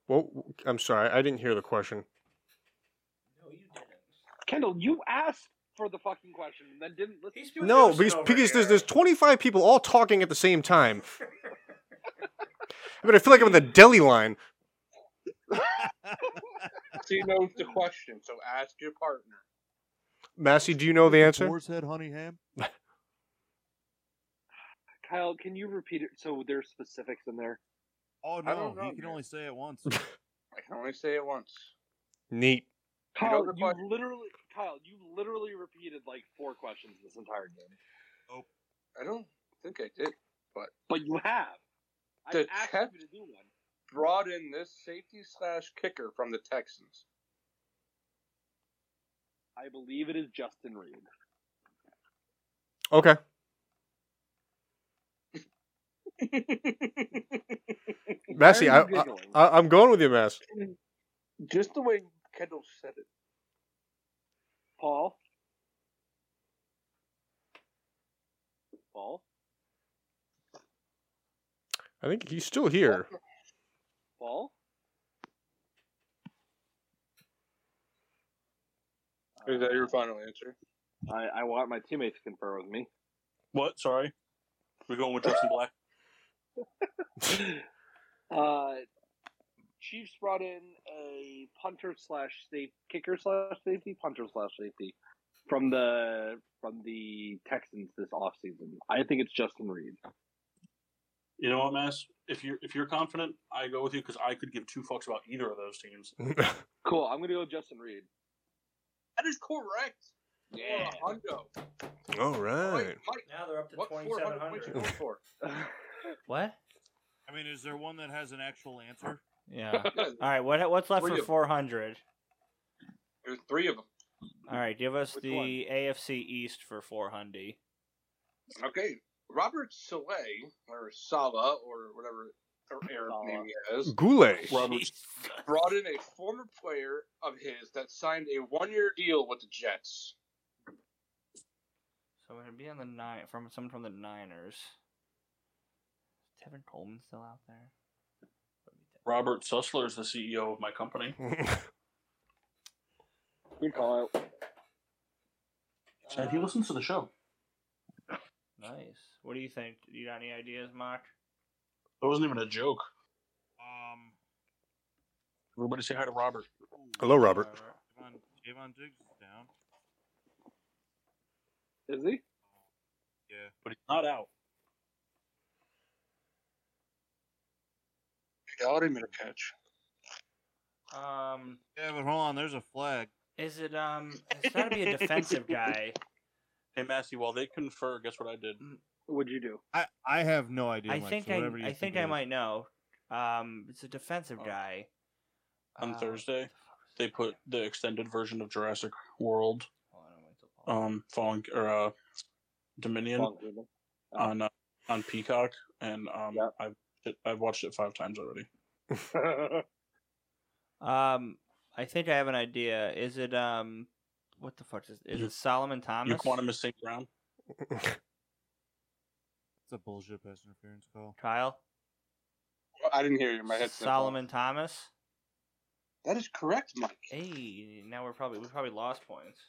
Speaker 1: Well, I'm sorry, I didn't hear the question.
Speaker 3: No, you didn't.
Speaker 4: Kendall, you asked for the fucking question and then didn't listen.
Speaker 3: He's doing
Speaker 1: No,
Speaker 3: Wilson
Speaker 1: because,
Speaker 3: over
Speaker 1: because there's
Speaker 3: here.
Speaker 1: there's 25 people all talking at the same time. I mean, I feel like I'm in the deli line.
Speaker 2: She knows the question, so ask your partner.
Speaker 1: Massey, do you know Oh, the answer?
Speaker 5: Boar's head, honey ham.
Speaker 4: Kyle, can you repeat it? So there's specifics in there.
Speaker 5: Oh
Speaker 2: I don't
Speaker 5: no,
Speaker 2: know,
Speaker 5: he can
Speaker 2: man.
Speaker 5: only say it once.
Speaker 2: I can only say it once.
Speaker 1: Neat.
Speaker 2: You know
Speaker 4: Kyle,
Speaker 2: the
Speaker 4: you
Speaker 2: question.
Speaker 4: literally, Kyle, you literally repeated like four questions this entire game,
Speaker 2: I don't think I did.
Speaker 4: but you have. I
Speaker 2: The
Speaker 4: asked
Speaker 2: tech-
Speaker 4: you to do one.
Speaker 2: Brought in this safety slash kicker from the Texans.
Speaker 4: I believe it is Justin Reed.
Speaker 1: Okay. Massey,
Speaker 4: Why
Speaker 1: I,
Speaker 4: are you
Speaker 1: I,
Speaker 4: giggling?
Speaker 1: I I'm going with you, Mass.
Speaker 2: Just the way Kendall said it.
Speaker 4: Paul. Paul.
Speaker 1: I think he's still here.
Speaker 4: Paul.
Speaker 2: Is that your final answer?
Speaker 4: I, I want my teammates to confer with me.
Speaker 6: What? Sorry. We're going with Justin Black.
Speaker 4: Uh, Chiefs brought in a punter slash safety, kicker slash safety, punter slash safety from the from the Texans this offseason. I think it's Justin Reed.
Speaker 6: You know what, Mass? If you're if you're confident, I go with you because I could give two fucks about either of those teams.
Speaker 4: Cool. I'm gonna go with Justin Reed.
Speaker 2: That is correct.
Speaker 4: Yeah.
Speaker 2: What a hundo.
Speaker 1: all
Speaker 2: Mike,
Speaker 1: right.
Speaker 2: Mike,
Speaker 3: Now they're up to
Speaker 2: what 400 points
Speaker 3: 2,700.
Speaker 2: you go for?
Speaker 3: What?
Speaker 5: I mean, is there one that has an actual answer?
Speaker 3: Yeah.
Speaker 2: There's
Speaker 3: All right. What? What's left
Speaker 2: Three
Speaker 3: for
Speaker 2: of-
Speaker 3: 400?
Speaker 2: three of them.
Speaker 3: All right. Give us
Speaker 4: Which
Speaker 3: the
Speaker 4: one?
Speaker 3: AFC East for 400.
Speaker 2: Okay. Robert Soleil, or Sala, or whatever her Arab
Speaker 4: Saleh.
Speaker 2: name he is,
Speaker 1: Goulet.
Speaker 6: Robert,
Speaker 2: brought in a former player of his that signed a one year deal with the Jets.
Speaker 3: So it'd be on the nine from someone from the Niners. Is Tevin Coleman still out there?
Speaker 6: Robert Sussler is the CEO of my company.
Speaker 4: Good call out.
Speaker 6: And he listens to the show.
Speaker 3: Nice. What do you think? Do you got any ideas, Mark?
Speaker 6: That wasn't even a joke.
Speaker 5: Um,
Speaker 6: Everybody say hi to Robert.
Speaker 5: ooh,
Speaker 1: Hello, Robert.
Speaker 5: Javon, Javon Diggs is down.
Speaker 4: Is he?
Speaker 5: Yeah.
Speaker 6: But he's not out.
Speaker 2: Gallery made a catch.
Speaker 3: Um,
Speaker 5: Yeah, but hold on. There's a flag.
Speaker 3: is it um? It's gotta be a defensive guy.
Speaker 6: Hey, Massey, while they confer, guess what I did?
Speaker 4: What'd you do?
Speaker 5: I I have no idea.
Speaker 3: I
Speaker 5: Mike,
Speaker 3: think
Speaker 5: so
Speaker 3: I,
Speaker 5: whatever you
Speaker 3: I think
Speaker 5: it
Speaker 3: I
Speaker 5: is.
Speaker 3: might know. Um, it's a defensive
Speaker 6: Oh.
Speaker 3: guy.
Speaker 6: On
Speaker 3: Uh,
Speaker 6: Thursday, they put the extended version of Jurassic World,
Speaker 3: hold on, wait till Paul-
Speaker 6: um, Fallen or uh, Dominion
Speaker 4: Wrong, Ruben.
Speaker 6: on uh, on Peacock, and um,
Speaker 4: Yeah.
Speaker 6: I've it, I've watched it five times already.
Speaker 3: Um, I think I have an idea. Is it um, what the fuck is? Is
Speaker 6: You-
Speaker 3: it Solomon Thomas?
Speaker 6: You quantum is St. Brown.
Speaker 5: It's a bullshit pass interference call.
Speaker 3: Kyle.
Speaker 2: I didn't hear you. My headset. fell off.
Speaker 3: Solomon Thomas.
Speaker 2: That is correct, Mike.
Speaker 3: Hey, now we're probably we probably lost points.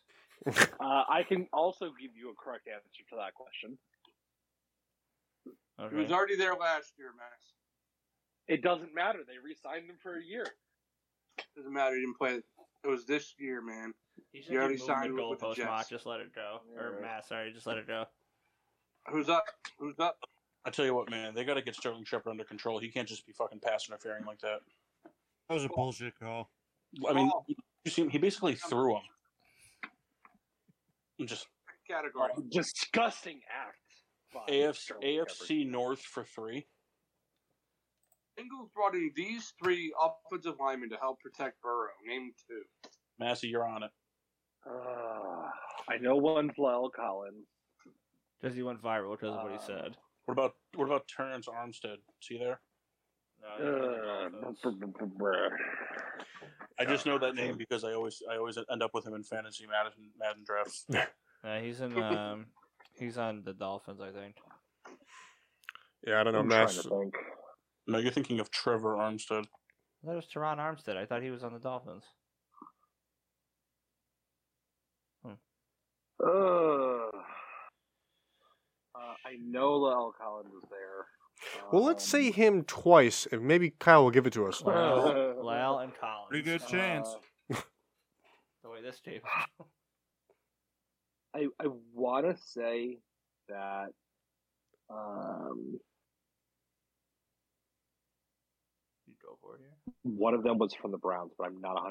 Speaker 4: Uh, I can also give you a correct answer to that question.
Speaker 2: He was
Speaker 3: Okay.
Speaker 2: already there last year, Max.
Speaker 4: It doesn't matter. They re-signed him for a year.
Speaker 2: Doesn't matter. He didn't play. it. It was this year, man.
Speaker 3: He should
Speaker 2: You already
Speaker 3: keep moving
Speaker 2: signed
Speaker 3: the
Speaker 2: with the
Speaker 3: goalpost,
Speaker 2: Jets.
Speaker 3: Mock. Just let it go. Or
Speaker 4: Yeah.
Speaker 3: Matt, sorry, just let it go.
Speaker 2: Who's up? Who's up?
Speaker 6: I tell you what, man, they got to get Sterling Shepard under control. He can't just be fucking pass interfering like that.
Speaker 5: That was a bullshit call.
Speaker 6: I mean,
Speaker 2: Oh.
Speaker 6: you see, him, he basically threw him. And Just
Speaker 2: Category.
Speaker 4: Disgusting act. by
Speaker 6: AFC,
Speaker 4: Sterling Shepard.
Speaker 6: AFC North for three.
Speaker 2: Bengals brought in these three offensive linemen to help protect Burrow. Name two.
Speaker 6: Massey, you're on it.
Speaker 4: Uh, I know one's Lyle Collins.
Speaker 3: Because he went viral because of what he
Speaker 4: Uh,
Speaker 3: said.
Speaker 6: What about what about Terrence Armstead? See there?
Speaker 3: No, they're
Speaker 4: Uh,
Speaker 3: really well,
Speaker 4: br-
Speaker 3: those.
Speaker 4: br- br- br-
Speaker 6: I just know that name because I always I always end up with him in fantasy Madden Madden drafts.
Speaker 3: No, he's in. Um, he's on the Dolphins, I think.
Speaker 1: Yeah, I don't know.
Speaker 4: I'm trying
Speaker 1: Mass,
Speaker 4: to think.
Speaker 6: No, you're thinking of Trevor Armstead.
Speaker 3: That was Teron Armstead. I thought he was on the Dolphins.
Speaker 4: Ugh. Uh, I know Lyle Collins is there.
Speaker 1: well, let's
Speaker 4: Um,
Speaker 1: say him twice, and maybe Kyle will give it to us.
Speaker 3: Lyle, Lyle and Collins.
Speaker 5: Pretty good
Speaker 4: uh,
Speaker 5: chance.
Speaker 3: The way this tape.
Speaker 4: I I want to say that. Um,
Speaker 3: You go for it here.
Speaker 4: one of them was from the Browns, but I'm not 100%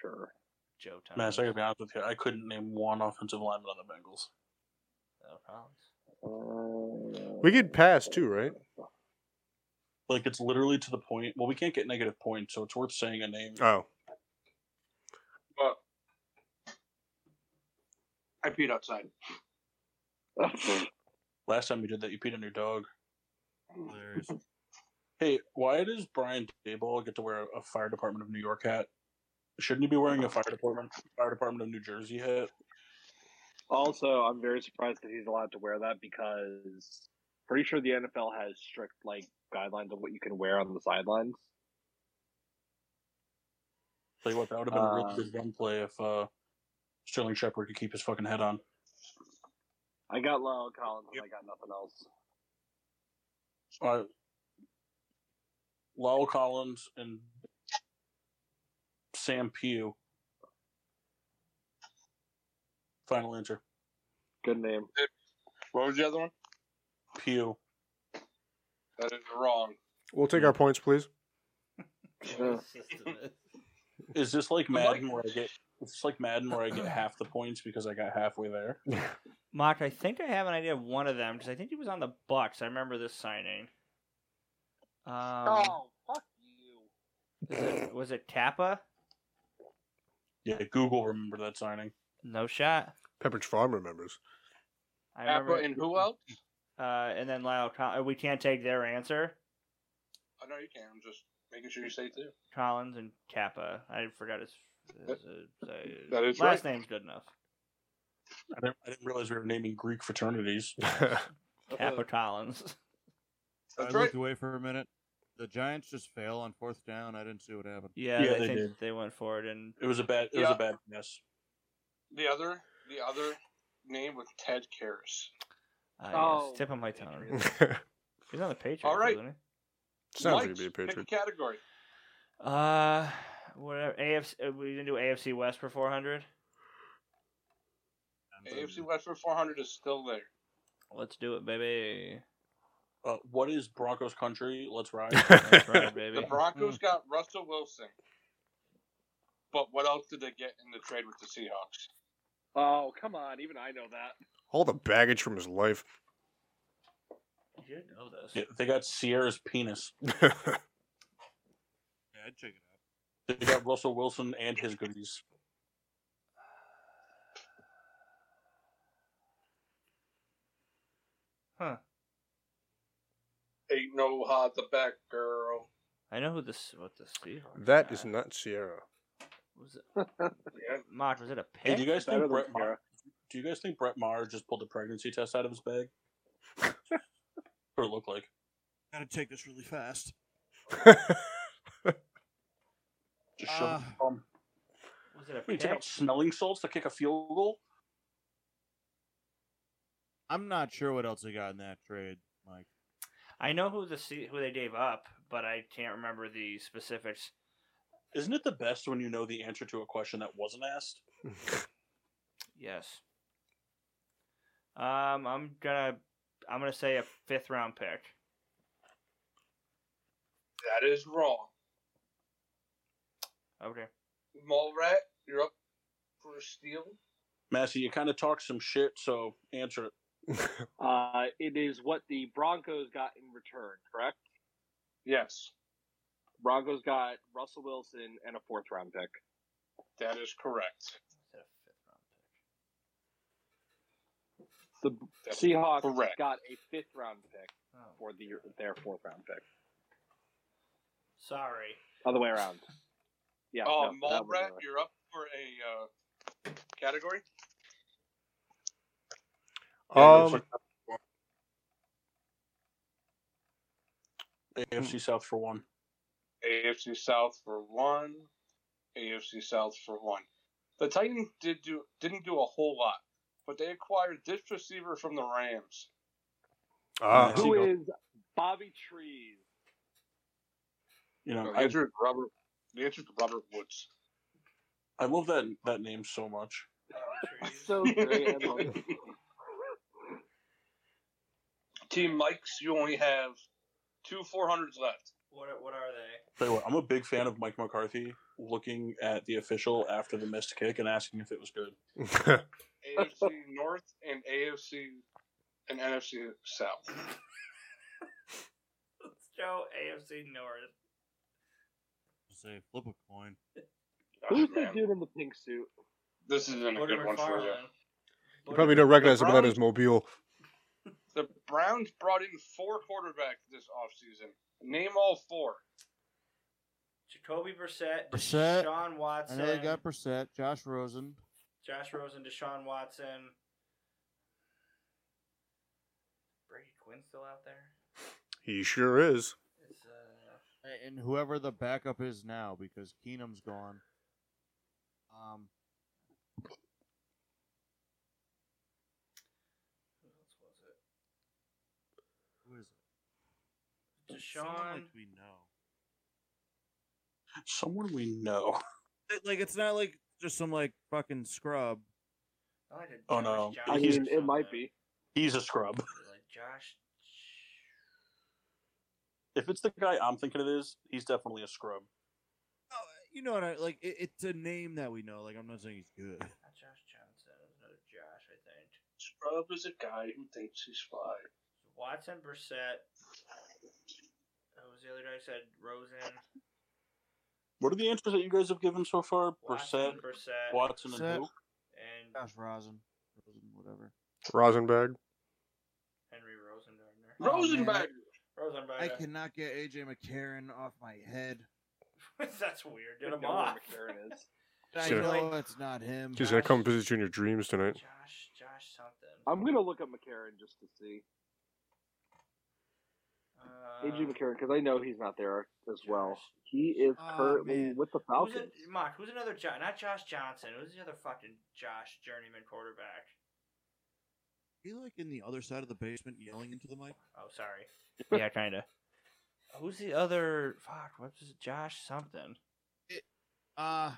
Speaker 4: sure.
Speaker 3: Joe Thomas.
Speaker 6: Man, so I gotta be honest with you, I couldn't name one offensive lineman on the Bengals.
Speaker 3: No problems.
Speaker 4: Uh,
Speaker 1: we could pass too, right?
Speaker 6: Like it's literally to the point. Well, we can't get negative points, so it's worth saying a name.
Speaker 1: Oh,
Speaker 2: But I peed outside.
Speaker 6: Last time you did that, you peed on your dog.
Speaker 5: Hilarious.
Speaker 6: Hey, why does Brian Dayball get to wear a fire department of New York hat? Shouldn't he be wearing a fire department fire department of New Jersey hat?
Speaker 4: also, I'm very surprised that he's allowed to wear that because pretty sure the NFL has strict like guidelines of what you can wear on the sidelines.
Speaker 6: Tell you what, that would have been a
Speaker 4: Uh,
Speaker 6: really good run play if uh, Sterling Shepard could keep his fucking head on.
Speaker 4: I got Lyle Collins, and I got nothing else.
Speaker 6: Uh, Lowell Collins and Sam Pugh. Final answer.
Speaker 4: Good name.
Speaker 2: What was the other one?
Speaker 6: Pugh.
Speaker 2: That is wrong.
Speaker 1: we'll take our points, please.
Speaker 4: Uh,
Speaker 6: Is this like
Speaker 2: like-
Speaker 6: Madden where I get? It's just like Madden where I get half the points because I got halfway there.
Speaker 3: Mark, I think I have an idea of one of them because I think he was on the Bucks. I remember this signing. Um,
Speaker 2: Oh.
Speaker 4: Oh, fuck you.
Speaker 3: is it, was it Tappa?
Speaker 6: Yeah, Google remember that signing.
Speaker 3: No shot.
Speaker 1: Pepperidge Farm remembers.
Speaker 3: I
Speaker 2: Appa
Speaker 3: remember.
Speaker 2: and who else?
Speaker 3: uh, and then Lyle. Col- uh, we can't take their answer.
Speaker 2: I know you can. I'm just making sure you say it too.
Speaker 3: Collins and Kappa. I forgot his. his, uh,
Speaker 2: that is
Speaker 3: last
Speaker 2: right.
Speaker 3: name's good enough.
Speaker 6: I didn't, I didn't realize we were naming Greek fraternities.
Speaker 3: Kappa Collins.
Speaker 5: I
Speaker 2: That's right.
Speaker 5: looked away for a minute. The Giants just fail on fourth down. I didn't see what happened.
Speaker 3: Yeah,
Speaker 6: Yeah,
Speaker 3: they,
Speaker 6: they
Speaker 3: think
Speaker 6: did.
Speaker 3: they went for it, and
Speaker 6: It was a bad. It was
Speaker 2: Yeah.
Speaker 6: a bad guess.
Speaker 2: The other, the other name was Ted Karras.
Speaker 3: uh,
Speaker 4: Oh,
Speaker 3: yes, tip of my tongue.
Speaker 1: Sounds
Speaker 3: He's on the Patriots.
Speaker 2: All right.
Speaker 3: Isn't he?
Speaker 1: like
Speaker 2: Mike,
Speaker 1: it'd be a
Speaker 2: Pick
Speaker 1: Patriot.
Speaker 2: a category.
Speaker 3: Uh, whatever. AFC. uh, We didn't do AFC West for four hundred.
Speaker 2: AFC West for 400 is still there.
Speaker 3: Let's do it, baby.
Speaker 6: Uh, what is Broncos country? Let's ride.
Speaker 3: That's right, baby.
Speaker 2: The Broncos
Speaker 3: Hmm.
Speaker 2: got Russell Wilson. But what else did they get in the trade with the Seahawks?
Speaker 4: Oh, come on. Even I know that.
Speaker 1: All the baggage from his life.
Speaker 3: You should know this.
Speaker 6: Yeah, they got Sierra's penis.
Speaker 5: Yeah, I'd check it
Speaker 6: They got Russell Wilson and his goodies.
Speaker 2: Ain't no hot the back, girl.
Speaker 3: I know who this. What the Seahawks.
Speaker 1: that is
Speaker 3: got.
Speaker 1: not Sierra.
Speaker 3: Was it, Mark, was it a
Speaker 6: Hey,
Speaker 3: pick?
Speaker 6: do you guys
Speaker 4: Better
Speaker 6: think
Speaker 4: than
Speaker 6: Brett
Speaker 4: Sierra.
Speaker 6: Maher, Do you guys think Brett Maher just pulled a pregnancy test out of his bag? or look like?
Speaker 5: out. Gotta take this really fast.
Speaker 6: Just
Speaker 5: Uh,
Speaker 6: shove it um,
Speaker 3: was it a
Speaker 6: what do you take
Speaker 3: pick?
Speaker 6: out smelling salts to kick a field goal?
Speaker 5: I'm not sure what else they got in that trade, Mike.
Speaker 3: I know who the Se- who they gave up, but I can't remember the specifics.
Speaker 6: Isn't it the best when you know the answer to a question that wasn't asked?
Speaker 3: Yes. Um, I'm gonna I'm gonna say a fifth round pick.
Speaker 2: That is wrong.
Speaker 3: Okay.
Speaker 2: Mallrat, you're up for a steal.
Speaker 6: Massey, you kind of talked some shit, so answer it.
Speaker 4: Uh, it is what the Broncos got in return, correct?
Speaker 2: Yes,
Speaker 4: Broncos got Russell Wilson and a fourth round pick.
Speaker 2: that is correct.
Speaker 3: Is it a fifth round pick?
Speaker 4: The
Speaker 2: That is
Speaker 4: Seahawks
Speaker 2: correct.
Speaker 4: got a fifth round pick
Speaker 3: Oh.
Speaker 4: for the, their fourth round pick.
Speaker 3: Sorry.
Speaker 4: Other way around. Yeah.
Speaker 2: Oh,
Speaker 4: no, that
Speaker 2: Mall
Speaker 4: one,
Speaker 2: Rat,
Speaker 4: uh,
Speaker 2: you're up for a uh, category.
Speaker 1: Um,
Speaker 6: AFC South for one.
Speaker 2: AFC South for one, AFC South for one. The Titans did do didn't do a whole lot, but they acquired this receiver from the Rams.
Speaker 1: ah,
Speaker 6: Nice.
Speaker 4: Who
Speaker 6: Seagull.
Speaker 4: is Bobby Trees?
Speaker 6: You know,
Speaker 2: The
Speaker 6: I,
Speaker 2: answer is Oh, Robert. The answer is Robert Woods.
Speaker 6: I love that that name so much.
Speaker 4: So great. I love it.
Speaker 2: Team Mike's, you only have two 400s left.
Speaker 3: What are, what are they?
Speaker 6: Tell you what, I'm a big fan of Mike McCarthy looking at the official after the missed kick and asking if it was good.
Speaker 2: AFC North and AFC and NFC South.
Speaker 3: Let's go AFC North.
Speaker 5: Say, flip a coin.
Speaker 4: Who's
Speaker 2: Oh,
Speaker 4: the
Speaker 2: man.
Speaker 4: dude in the pink suit?
Speaker 2: This isn't a
Speaker 3: Mortimer
Speaker 2: good one for you.
Speaker 3: Farley.
Speaker 1: you probably don't recognize it, but that is Mobile.
Speaker 2: The Browns brought in four quarterbacks this offseason. Name all four.
Speaker 3: Jacoby Brissett,
Speaker 5: Brissett.
Speaker 3: Deshaun
Speaker 5: I
Speaker 3: Watson,
Speaker 5: know they got Brissett, Josh Rosen.
Speaker 3: Josh Rosen, Deshaun Watson. Brady Quinn still out there?
Speaker 1: He sure is.
Speaker 3: It's, uh,
Speaker 5: and whoever the backup is now because Keenum's gone. Um,
Speaker 3: who else was it?
Speaker 5: who is it?
Speaker 3: Deshaun.
Speaker 5: we know.
Speaker 6: Someone we know.
Speaker 5: Like it's not like just some like fucking scrub.
Speaker 3: I like a
Speaker 6: Oh,
Speaker 3: Josh
Speaker 6: no.
Speaker 3: Johnson
Speaker 4: I
Speaker 3: or
Speaker 6: He's-
Speaker 4: mean, it might
Speaker 3: something.
Speaker 4: be.
Speaker 6: He's a scrub.
Speaker 3: Like Josh.
Speaker 6: If it's the guy I'm thinking it is, he's definitely a scrub.
Speaker 5: Oh, you know what I like? It, it's a name that we know. Like I'm not saying he's good.
Speaker 3: Not Josh Johnson. It was another Josh, I think.
Speaker 2: Scrub is a guy who thinks he's fly.
Speaker 3: Watson, Brissett. That was the other guy who said Rosen.
Speaker 6: What are the answers that you guys have given so far?
Speaker 3: Watson,
Speaker 6: Brissett,
Speaker 3: Brissett,
Speaker 6: Watson, and who?
Speaker 5: Brissett.
Speaker 3: and
Speaker 5: Josh Rosen, Rosen, whatever.
Speaker 1: Rosenberg.
Speaker 3: Henry Rosenberger.
Speaker 5: Oh,
Speaker 2: Rosenberg.
Speaker 5: man.
Speaker 3: Rosenberger.
Speaker 5: I cannot get AJ McCarron off my head.
Speaker 3: That's weird. Get
Speaker 4: I
Speaker 3: him
Speaker 4: know where
Speaker 3: off.
Speaker 4: McCarron is.
Speaker 5: I
Speaker 1: Sure.
Speaker 5: know it's not him.
Speaker 1: He's gonna come visit you in your dreams tonight.
Speaker 3: Josh, Josh something.
Speaker 4: I'm gonna look at McCarron just to see
Speaker 3: Uh,
Speaker 4: AJ McCarron because I know he's not there as well.
Speaker 3: Josh- Oh,
Speaker 4: He is
Speaker 5: Aw,
Speaker 4: currently
Speaker 5: man.
Speaker 4: with the
Speaker 3: Who's
Speaker 4: Falcons.
Speaker 3: a, Mark, who's another Josh? Not Josh Johnson. Who's the other fucking Josh journeyman quarterback?
Speaker 5: Are you like in the other side of the basement yelling into the mic?
Speaker 3: Oh, sorry. yeah, kind of. Who's the other? Fuck, what's his, Josh something?
Speaker 5: Uh,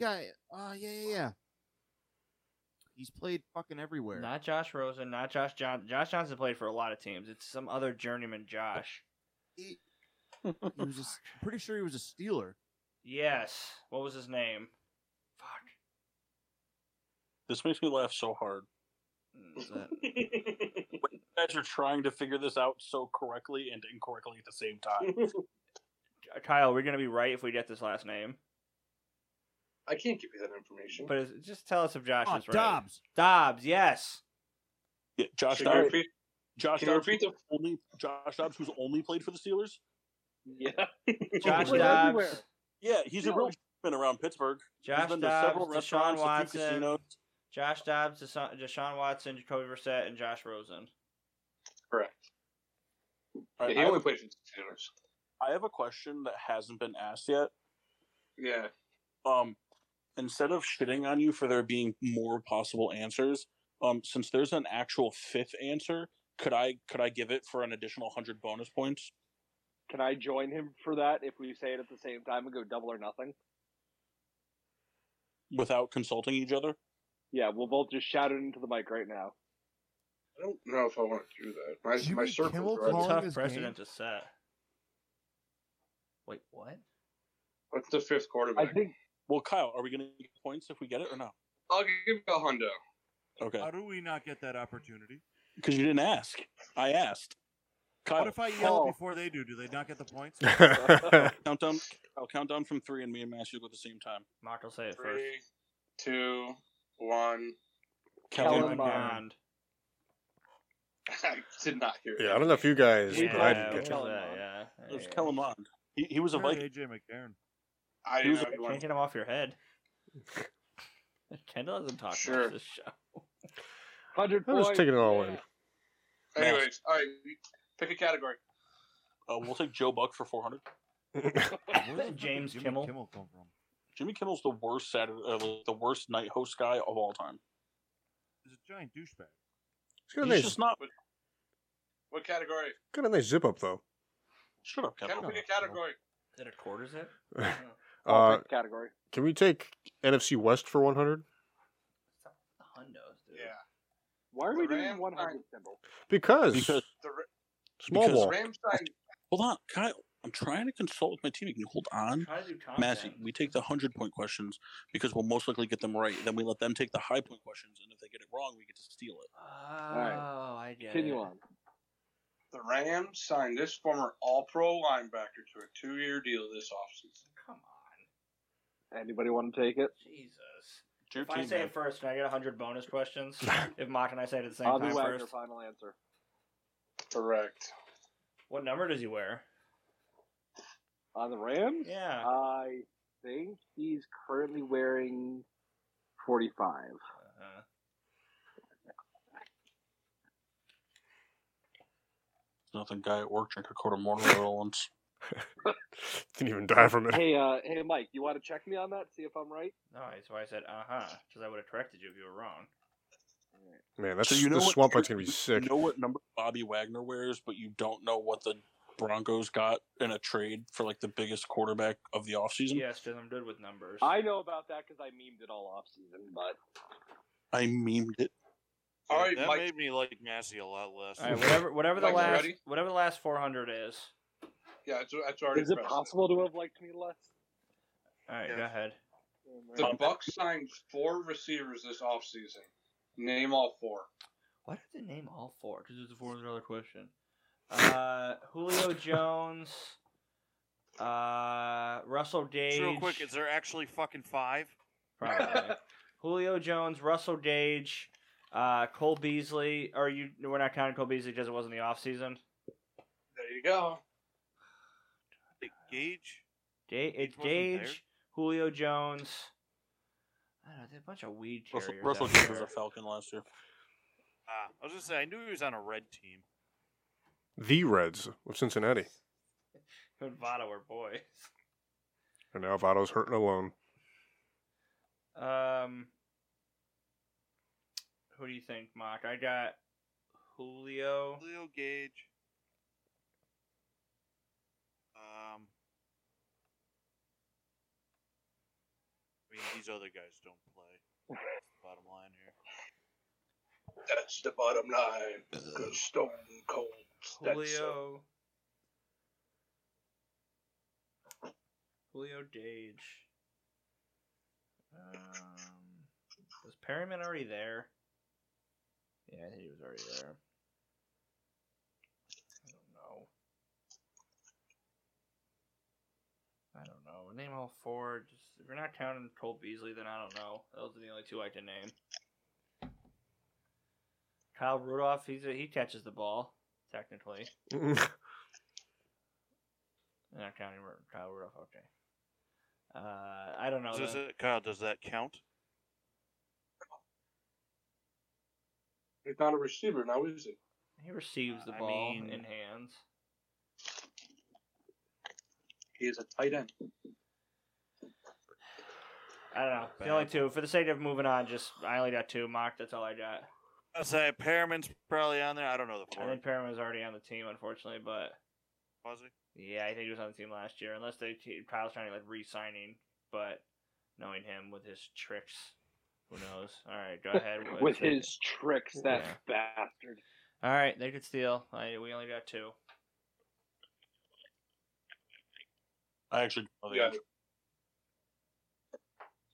Speaker 5: guy. Uh, yeah, yeah, yeah. He's played fucking everywhere.
Speaker 3: Not Josh Rosen. Not Josh Johnson. Josh Johnson played for a lot of teams. It's some other journeyman Josh.
Speaker 5: he, he was just pretty sure he was a Steeler.
Speaker 3: Yes. What was his name? Fuck.
Speaker 6: This makes me laugh so hard.
Speaker 3: What's that?
Speaker 6: You guys are trying to figure this out so correctly and incorrectly at the same time.
Speaker 3: Kyle, we're gonna be right if we get this last name.
Speaker 2: I can't give you that information.
Speaker 3: But it's, just tell us if Josh
Speaker 5: Oh,
Speaker 3: is right.
Speaker 5: Dobbs.
Speaker 3: Dobbs, yes.
Speaker 6: Yeah, Josh
Speaker 2: Can you
Speaker 6: Dobbs.
Speaker 2: repeat-
Speaker 6: Josh
Speaker 2: can you
Speaker 6: Dobbs,
Speaker 2: repeat the
Speaker 6: only Josh Dobbs, who's only played for the Steelers.
Speaker 4: Yeah,
Speaker 3: Josh
Speaker 4: played everywhere.
Speaker 3: Dobbs.
Speaker 6: Yeah, he's a
Speaker 4: Yeah.
Speaker 6: real been around Pittsburgh. he's
Speaker 3: Josh
Speaker 6: been to
Speaker 3: Dobbs,
Speaker 6: several
Speaker 3: Deshaun
Speaker 6: restaurants, a few
Speaker 3: Watson,
Speaker 6: casinos.
Speaker 3: Josh Dobbs, Desha- Deshaun Watson, Jacoby Brissett, and Josh Rosen.
Speaker 2: correct.
Speaker 6: All
Speaker 2: Yeah,
Speaker 6: right, I,
Speaker 2: he
Speaker 6: have
Speaker 2: only played for the Steelers.
Speaker 6: a- I have a question that hasn't been asked yet.
Speaker 2: Yeah.
Speaker 6: Um, instead of shitting on you for there being more possible answers, um, since there's an actual fifth answer, could I could I give it for an additional hundred bonus points?
Speaker 4: Can I join him for that if we say it at the same time and go double or nothing?
Speaker 6: without consulting each other.
Speaker 4: Yeah, we'll both just shout it into the mic right now.
Speaker 2: I don't know if I want to do that. My,
Speaker 5: Jimmy
Speaker 2: my circle's
Speaker 5: Kimmel
Speaker 2: right.
Speaker 3: What a
Speaker 5: Calling
Speaker 3: tough
Speaker 5: this
Speaker 3: precedent to set. Wait, what?
Speaker 2: What's the fifth
Speaker 4: I
Speaker 2: quarterback?
Speaker 4: think
Speaker 6: Well, Kyle, are we going to get points if we get it or no?
Speaker 2: I'll give you a hundo.
Speaker 6: Okay,
Speaker 5: How do we not get that opportunity?
Speaker 6: because you didn't ask. I asked.
Speaker 5: What
Speaker 6: Kyle,
Speaker 5: if I yell
Speaker 4: Oh.
Speaker 5: before they do? Do they not get the points?
Speaker 6: countdown. I'll count down from three, and me and Matt should go at the same time.
Speaker 3: Mark will say it first.
Speaker 2: Three, two, one.
Speaker 4: Kellen
Speaker 6: Kellen,
Speaker 4: Mond.
Speaker 6: Mond.
Speaker 2: I did not hear
Speaker 1: yeah, I don't know if you guys,
Speaker 3: Yeah,
Speaker 1: but I didn't
Speaker 3: what
Speaker 1: catch
Speaker 3: was
Speaker 1: it.
Speaker 3: that? yeah.
Speaker 6: It was
Speaker 3: Yeah.
Speaker 6: Kellen Mond. He, he was a
Speaker 5: Turn
Speaker 6: Viking.
Speaker 5: AJ McCarron.
Speaker 2: I
Speaker 6: He
Speaker 2: didn't
Speaker 6: was
Speaker 2: know you wanted
Speaker 3: Changing them off your head. Kendall doesn't talk sure.
Speaker 2: Sure.
Speaker 3: much this show.
Speaker 4: Hundred
Speaker 1: I'm just
Speaker 4: points.
Speaker 1: taking it all in.
Speaker 2: Anyways, all right, pick a category.
Speaker 6: Uh, we'll take Joe Buck for 400.
Speaker 5: Where the fuck did
Speaker 3: James
Speaker 5: Jimmy
Speaker 3: Kimmel.
Speaker 5: Kimmel come from?
Speaker 6: Jimmy Kimmel's the worst Saturday, uh, like, the worst night host guy of all time.
Speaker 5: He's a giant douchebag.
Speaker 1: It's got a
Speaker 6: He's
Speaker 1: nice,
Speaker 6: just not.
Speaker 2: What category?
Speaker 1: got a nice zip up though.
Speaker 6: Shut up,
Speaker 2: Can
Speaker 6: Kendall.
Speaker 2: pick a category?
Speaker 3: Did it quarters it?
Speaker 1: Uh,
Speaker 4: Pick a category.
Speaker 1: can we take NFC West for 100?
Speaker 3: Hundos, dude.
Speaker 2: Yeah.
Speaker 4: Why are
Speaker 2: The
Speaker 4: we doing
Speaker 2: Rams
Speaker 4: one hundred
Speaker 2: are-
Speaker 4: symbol?
Speaker 1: Because,
Speaker 6: Because
Speaker 2: The Ra-
Speaker 1: small
Speaker 6: because-
Speaker 1: ball.
Speaker 2: Rams signed
Speaker 6: hold on, Kyle. I'm trying to consult with my team. Can you hold on?
Speaker 3: How did you contact
Speaker 6: Massey,
Speaker 3: him?
Speaker 6: we take the hundred point questions because we'll most likely get them right. Then we let them take the high point questions, and if they get it wrong, we get to steal it.
Speaker 3: Oh,
Speaker 4: right.
Speaker 3: I get
Speaker 4: Continue
Speaker 3: it.
Speaker 4: on.
Speaker 2: the Rams signed this former All-Pro linebacker to a two-year deal this offseason.
Speaker 3: Come on,
Speaker 4: Anybody want to take it?
Speaker 3: Jesus.
Speaker 6: It's your
Speaker 3: If I
Speaker 6: team,
Speaker 3: say
Speaker 6: man.
Speaker 3: it first, and I get 100 bonus questions. if Mock and I say it at the same
Speaker 4: Bobby
Speaker 3: time
Speaker 4: Wagner,
Speaker 3: first,
Speaker 4: final answer.
Speaker 2: Correct.
Speaker 3: what number does he wear?
Speaker 4: On the Rams,
Speaker 3: Yeah,
Speaker 4: I think he's currently wearing forty-five.
Speaker 3: uh-huh.
Speaker 6: Nothing. Guy at work drank a quarter mortar once.
Speaker 1: Didn't even die from it.
Speaker 4: Hey, uh, hey, Mike, you want to check me on that? See if I'm right.
Speaker 3: no, that's why I said uh huh, because I would have corrected you if you were wrong.
Speaker 1: Man, that's
Speaker 6: So you know
Speaker 1: the
Speaker 6: what-
Speaker 1: swamp light's gonna be sick.
Speaker 6: You know what number Bobby Wagner wears, but you don't know what the Broncos got in a trade for like the biggest quarterback of the offseason.
Speaker 3: Yes, because I'm good with numbers.
Speaker 4: I know about that because I memed it all off season, but
Speaker 6: I memed it.
Speaker 2: All
Speaker 5: Yeah,
Speaker 2: right,
Speaker 5: that
Speaker 2: Mike.
Speaker 5: made me like Massey a lot less.
Speaker 3: All right, whatever, whatever the
Speaker 2: Mike, you
Speaker 3: last,
Speaker 2: ready?
Speaker 3: whatever the last 400 is.
Speaker 2: Yeah, it's, it's already.
Speaker 4: is it
Speaker 2: precedent.
Speaker 4: possible to have liked me less?
Speaker 3: All right,
Speaker 5: Yes.
Speaker 3: go ahead.
Speaker 2: The
Speaker 6: Um,
Speaker 2: Bucks signed four receivers this offseason. Name all four.
Speaker 3: Why did they name all four? Because it's a four hundred dollar question. Uh, Julio Jones, uh, Russell Gage.
Speaker 5: Just real quick, is there actually fucking five?
Speaker 3: Probably. Julio Jones, Russell Gage, uh, Cole Beasley. Or you? We're not counting Cole Beasley because it wasn't the offseason.
Speaker 2: There you go.
Speaker 5: Like, Gage.
Speaker 3: Da- it's
Speaker 5: wasn't
Speaker 3: Gage,
Speaker 5: there.
Speaker 3: Julio Jones. I don't know. There's a bunch of weed
Speaker 6: Russell,
Speaker 3: carriers.
Speaker 6: Russell
Speaker 3: out
Speaker 6: Gage was
Speaker 3: there.
Speaker 6: a Falcon last year.
Speaker 5: Ah, I was gonna say I knew he was on a red team.
Speaker 1: The Reds of Cincinnati.
Speaker 3: Votto were boys.
Speaker 1: And now Votto's hurting alone.
Speaker 3: Um, who do you think, Mock? I got Julio.
Speaker 5: Leo Gage. Um. I mean, these other guys don't play. That's the bottom line here.
Speaker 2: That's the bottom line. 'cause Stone Cold. That's uh,
Speaker 3: Julio. Julio Dage. Um, was Perryman already there? Yeah, I think he was already there. I don't know. I don't know. Name all four. Just if you're not counting Cole Beasley, then I don't know. Those are the only two I can name. Kyle Rudolph, he's a, he catches the ball technically. They're Not counting Ru- Kyle Rudolph. Okay. Uh, I don't know.
Speaker 5: Does
Speaker 3: then.
Speaker 5: it- Kyle, does that count?
Speaker 2: he's not a receiver now, is he?
Speaker 3: He receives the
Speaker 5: I
Speaker 3: ball
Speaker 5: mean-
Speaker 3: in hands.
Speaker 2: He is a tight end.
Speaker 3: I don't know. The only two. For the sake of moving on, just I only got two. Mock. That's all I got.
Speaker 5: I say Perriman's probably on there. I don't know the
Speaker 3: I
Speaker 5: four.
Speaker 3: think Perriman was already on the team, unfortunately, but
Speaker 5: Was he?
Speaker 3: yeah, I think he was on the team last year. Unless they Kyle's trying to like re-signing, but knowing him with his tricks, who knows? All right, go ahead.
Speaker 4: with
Speaker 3: What's it?
Speaker 4: his tricks, that
Speaker 3: Yeah.
Speaker 4: bastard.
Speaker 3: All right, they could steal. I, we only got two.
Speaker 6: I actually don't know the
Speaker 2: Yeah.
Speaker 6: answer.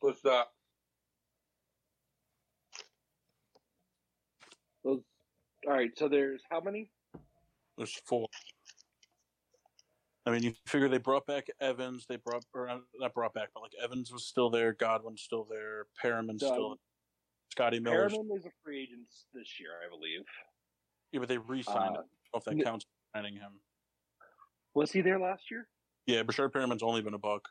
Speaker 2: What's that?
Speaker 4: Those, all right, so there's how many?
Speaker 6: There's four. I mean, you figure they brought back Evans. They brought or uh, not brought back, but like Evans was still there. Godwin's still there. Perriman's
Speaker 4: Done.
Speaker 6: still. there. Scotty Miller.
Speaker 4: Perriman is a free agent this year, I believe.
Speaker 6: Yeah, but they re-signed.
Speaker 4: Uh,
Speaker 6: him. I don't know if that
Speaker 4: yeah.
Speaker 6: counts. Signing him.
Speaker 4: Was he there last year?
Speaker 6: Yeah, Bashard Perriman's only been a buck.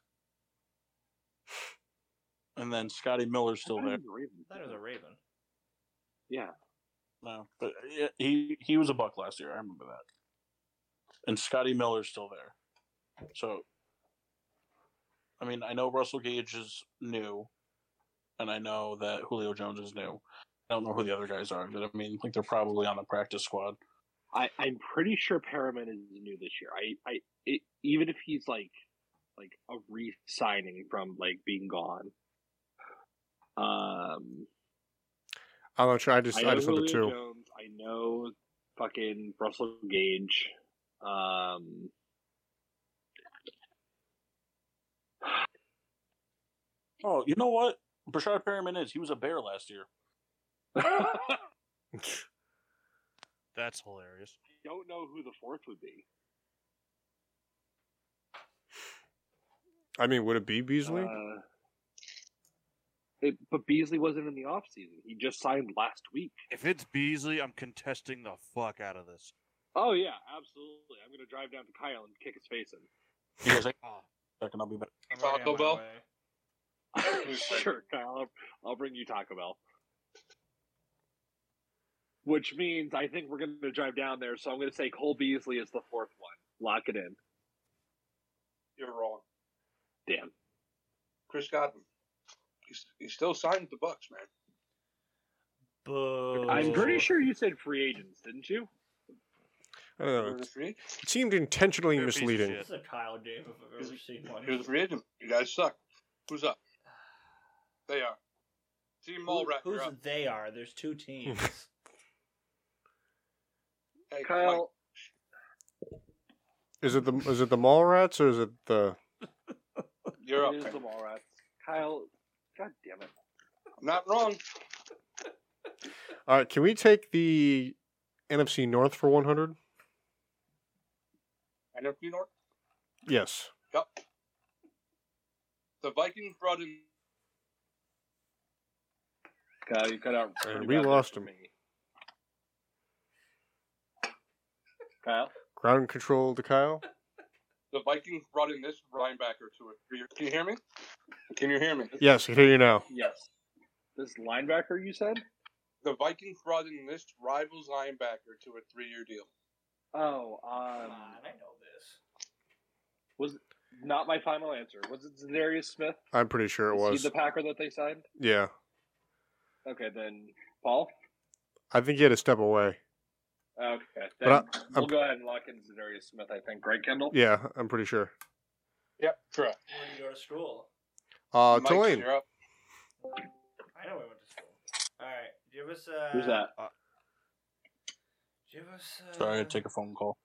Speaker 6: And then Scotty Miller's still
Speaker 4: I thought
Speaker 6: there.
Speaker 4: he was a Raven.
Speaker 3: I thought it was a Raven.
Speaker 4: Yeah.
Speaker 6: No, but yeah, he he was a buck last year. I remember that. And Scotty Miller's still there. So, I mean, I know Russell Gage is new, and I know that Julio Jones is new. I don't know who the other guys are, but I mean, like they're probably on the practice squad.
Speaker 4: I, I'm pretty sure Perriman is new this year. I, I it, even if he's like like a re-signing from like being gone. Um,
Speaker 1: I'm not sure. I just
Speaker 4: I
Speaker 1: I,
Speaker 4: know
Speaker 1: just know the two.
Speaker 4: Julio Jones. I know fucking Russell Gage. Um,
Speaker 6: Oh, you know what? Brashad Perriman is. He was a bear last year.
Speaker 4: don't
Speaker 5: That's hilarious.
Speaker 4: know who the fourth would be.
Speaker 1: I mean, would it be Beasley?
Speaker 4: Uh, it, but Beasley wasn't in the offseason. He just signed last week.
Speaker 5: If it's Beasley, I'm contesting the fuck out of this.
Speaker 4: Oh yeah, absolutely. I'm gonna drive down to Kyle and kick his face
Speaker 6: You guys,
Speaker 5: Oh,
Speaker 6: second, I'll be back.
Speaker 3: I'm already
Speaker 2: Taco
Speaker 3: on my
Speaker 2: Bell?
Speaker 3: way.
Speaker 4: in. sure, Kyle. I'll, I'll bring you Taco Bell. Which means I think we're gonna drive down there. So I'm gonna say Cole Beasley is the fourth one. Lock it in.
Speaker 2: You're wrong.
Speaker 4: Damn.
Speaker 2: Chris Godwin. He's, he's still signed with the Bucks, man.
Speaker 3: Boo.
Speaker 4: I'm Oh. pretty sure you said free agents, didn't you?
Speaker 1: I don't know.
Speaker 2: Here's a free agent.
Speaker 1: It seemed intentionally
Speaker 5: They're a piece of
Speaker 1: misleading.
Speaker 5: shit.
Speaker 3: This is a Kyle game if I've ever seen one.
Speaker 2: Here's a free agent. You guys suck. Who's up? They are. Team
Speaker 3: Who-
Speaker 2: Mallrat,
Speaker 3: who's
Speaker 2: you're up.
Speaker 3: they are? There's two teams. Um,
Speaker 2: Hey, Mike,
Speaker 4: Kyle,
Speaker 1: Is it the is it the mall rats or is it the
Speaker 2: you're up.
Speaker 4: it is the Mallrats. Kyle, god damn it.
Speaker 2: I'm not wrong.
Speaker 1: All right, can we take the NFC North for 100?
Speaker 2: I know New York.
Speaker 1: Yes.
Speaker 2: Yep. The Vikings brought in.
Speaker 4: Kyle, you cut out.
Speaker 1: And Uh,
Speaker 4: really
Speaker 1: we
Speaker 4: bad
Speaker 1: lost
Speaker 4: for
Speaker 1: him.
Speaker 4: me. Kyle,
Speaker 1: Ground control to Kyle.
Speaker 2: The Vikings brought in this linebacker to it. Can you hear me? Can you hear me?
Speaker 1: Yes, I can hear you now.
Speaker 4: yes. This linebacker you said?
Speaker 2: The Vikings brought in this rivals linebacker to a three-year deal.
Speaker 4: Oh,
Speaker 3: Come on,
Speaker 4: um,
Speaker 3: I know this.
Speaker 4: was not my final answer. Was it Zadarius Smith?
Speaker 1: I'm pretty sure it
Speaker 4: Is
Speaker 1: was.
Speaker 4: he the Packer that they signed?
Speaker 1: Yeah.
Speaker 4: Okay, then Paul.
Speaker 1: I think he had to step away.
Speaker 4: Okay, then
Speaker 1: But
Speaker 4: we'll go ahead and lock in Zadarius Smith. I think. Greg Kendall.
Speaker 1: Yeah, I'm pretty sure.
Speaker 2: Yep, correct.
Speaker 3: Where do you go to school?
Speaker 1: Uh,
Speaker 2: Mike,
Speaker 1: Tulane.
Speaker 2: you're up.
Speaker 3: I know where I went to school. All right, give us. Uh,
Speaker 4: Who's that?
Speaker 3: Give us. Uh,
Speaker 6: Sorry, I had to take a phone call.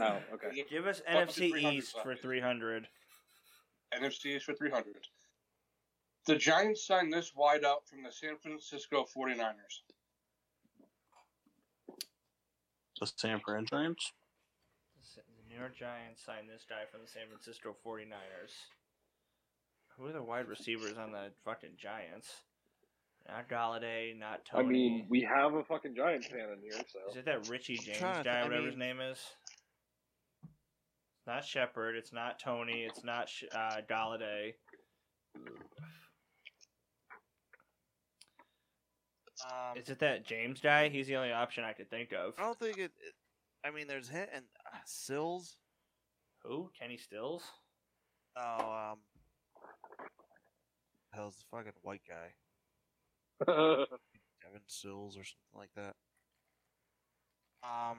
Speaker 4: Oh, okay.
Speaker 3: Give us
Speaker 2: Fuck the
Speaker 3: NFC
Speaker 2: 300
Speaker 3: East for
Speaker 2: bucket.
Speaker 3: 300.
Speaker 2: NFC is for 300. The Giants signed this wideout from the San Francisco 49ers.
Speaker 6: The Sanford Giants.
Speaker 3: The New York Giants signed this guy from the San Francisco 49ers. Who are the wide receivers on the fucking Giants? Not Galladay, not
Speaker 4: I
Speaker 3: Tony.
Speaker 4: mean, we have a fucking Giants fan in here,
Speaker 3: is
Speaker 4: so
Speaker 3: it that Richie James
Speaker 5: trying
Speaker 3: guy,
Speaker 5: to think- I
Speaker 3: whatever his
Speaker 5: mean-
Speaker 3: name is? It's not Shepard. It's not Tony. It's not Sh- uh, Galladay.
Speaker 5: Um, Oh.
Speaker 3: Is it that James guy? He's the only option I could think of.
Speaker 5: I don't think it. it- I mean, there's hit and uh, Sills.
Speaker 3: Who? Kenny Stills?
Speaker 5: Oh, um, hell's the fucking white guy, Devin Sills or something like that. Um,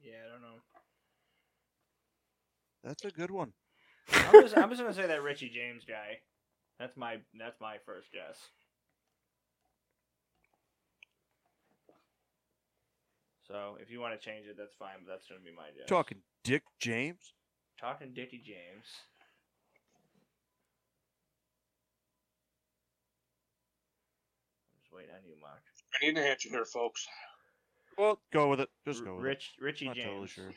Speaker 3: Yeah, I don't know.
Speaker 5: that's a good one.
Speaker 3: I'm just, I'm just gonna say that Richie James guy. That's my that's my first guess. So if you want to change it, that's fine. But that's gonna be my guess.
Speaker 5: Talking Dick James.
Speaker 3: talking Dickie James. I'm just waiting on you, Mark.
Speaker 2: I need an answer here, folks.
Speaker 5: Well, go with it. Just
Speaker 3: R-
Speaker 5: go with it.
Speaker 3: Rich Richie
Speaker 5: I'm not
Speaker 3: James.
Speaker 5: totally sure.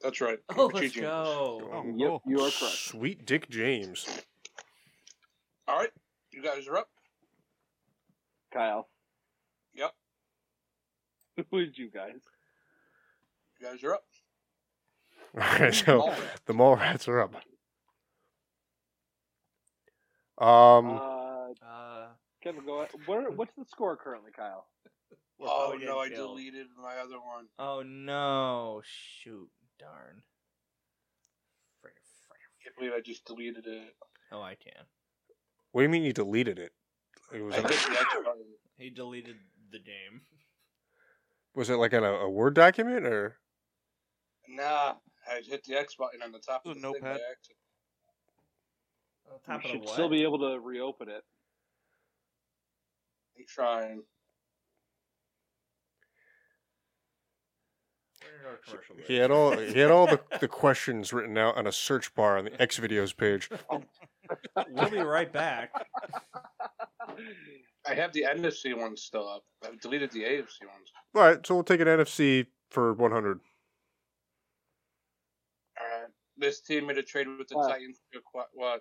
Speaker 2: That's right.
Speaker 3: Oh,
Speaker 2: Richie
Speaker 3: let's
Speaker 2: James.
Speaker 3: go.
Speaker 5: Oh,
Speaker 4: Yep,
Speaker 5: cool.
Speaker 4: you are correct.
Speaker 1: Sweet Dick James.
Speaker 2: All right, you guys are up.
Speaker 4: Kyle. Who is you guys?
Speaker 2: You guys are up.
Speaker 1: All right, so
Speaker 2: All right.
Speaker 1: the mole rats are up. Um,
Speaker 4: Uh,
Speaker 3: Uh,
Speaker 4: Kevin, go ahead. Where, what's the score currently, Kyle?
Speaker 2: Oh,
Speaker 3: we
Speaker 2: no, I
Speaker 3: didn't kill.
Speaker 2: deleted my other one.
Speaker 3: Oh no! Shoot! Darn! Frick, frick.
Speaker 2: can't believe I just deleted it.
Speaker 3: Oh, I can.
Speaker 1: what do you mean you deleted it? Like, was,
Speaker 2: I did
Speaker 1: it
Speaker 2: the X button.
Speaker 3: He deleted the game.
Speaker 1: was it like in a, a Word document or?
Speaker 2: Nah, I hit the X button on the top
Speaker 5: There's
Speaker 2: of
Speaker 5: a
Speaker 2: the
Speaker 5: notepad.
Speaker 2: Thing by accident.
Speaker 3: On
Speaker 4: You
Speaker 3: top of the
Speaker 4: should
Speaker 3: what?
Speaker 4: still be able to reopen it.
Speaker 2: I'm trying.
Speaker 3: Where did our commercial break?
Speaker 1: He had all he had all the, the questions written out on a search bar on the X videos page.
Speaker 3: We'll be right back.
Speaker 2: I have the NFC ones still up. I've deleted the AFC ones.
Speaker 1: All right, so we'll take an NFC for 100.
Speaker 2: All right. This team made a trade with the
Speaker 4: Wow.
Speaker 2: Titans to acquire what?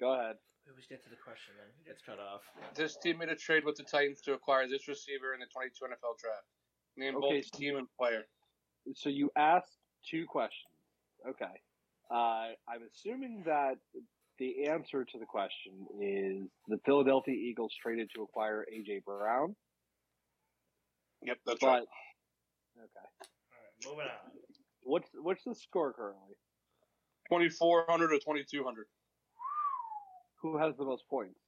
Speaker 4: Go ahead.
Speaker 3: We always get to the question then. It gets cut off.
Speaker 2: This team made a trade with the Titans to acquire this receiver in the 22 NFL draft. Name
Speaker 4: Okay,
Speaker 2: both team and player.
Speaker 4: So you asked two questions. Okay. Uh, I'm assuming that the answer to the question is the Philadelphia Eagles traded to acquire AJ Brown,
Speaker 2: Yep, that's
Speaker 4: but
Speaker 2: right.
Speaker 4: okay.
Speaker 3: All right, moving on.
Speaker 4: What's what's the score currently?
Speaker 2: 2400 or 2200.
Speaker 4: Who has the most points?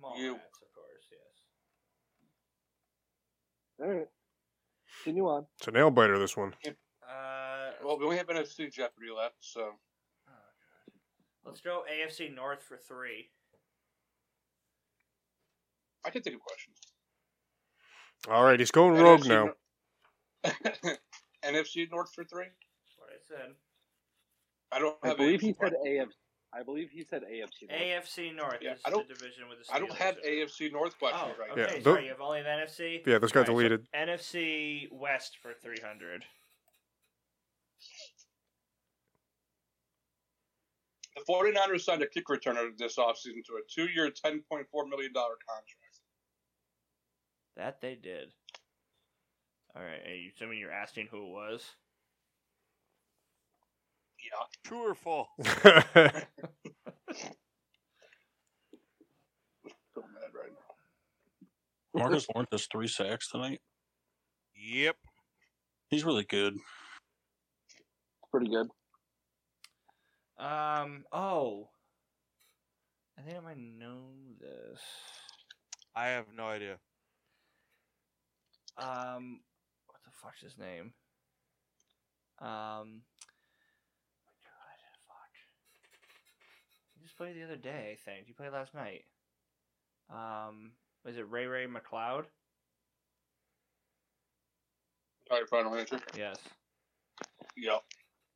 Speaker 3: Mall
Speaker 2: You.
Speaker 3: rats, of course. Yes.
Speaker 4: All right. Continue on.
Speaker 1: It's a nail biter. This one.
Speaker 3: Uh,
Speaker 2: Well, we only have NFC Jeopardy left, so
Speaker 3: oh, God. let's go AFC North for three.
Speaker 2: I can think of questions.
Speaker 1: All right, he's going rogue
Speaker 2: NFC
Speaker 1: now.
Speaker 2: Nor- NFC North for three?
Speaker 3: That's what I said.
Speaker 2: I don't
Speaker 4: I
Speaker 2: have
Speaker 4: believe
Speaker 2: AFC
Speaker 4: he said
Speaker 2: North.
Speaker 4: AFC. I believe he said AFC. North.
Speaker 3: AFC North
Speaker 2: Yeah,
Speaker 3: is
Speaker 2: I don't-
Speaker 3: the division with the.
Speaker 2: I don't
Speaker 3: Steelers
Speaker 2: have
Speaker 3: in it.
Speaker 2: AFC North questions
Speaker 3: Oh,
Speaker 2: right
Speaker 3: okay.
Speaker 2: now.
Speaker 1: Yeah,
Speaker 3: sorry,
Speaker 1: tho-
Speaker 3: you have only the NFC.
Speaker 1: Yeah, this got
Speaker 3: Alright, so
Speaker 1: deleted.
Speaker 3: NFC West for three hundred.
Speaker 2: The 49ers signed a kick returner this offseason to a two year, $10.4 million contract.
Speaker 3: That they did. All right. Are you assuming you're asking who it was?
Speaker 2: Yeah.
Speaker 5: True or false?
Speaker 2: So mad right now.
Speaker 6: Marcus Lawrence has three sacks tonight.
Speaker 5: yep.
Speaker 6: He's really good.
Speaker 4: Pretty good.
Speaker 3: Um. Oh. I think I might know this.
Speaker 5: I have no idea.
Speaker 3: Um. What the fuck's his name? Um. my God, fuck. He just played the other day. I think he played last night. Um. Was it Ray Ray McLeod?
Speaker 2: All right, final answer.
Speaker 3: Yes.
Speaker 2: Yeah.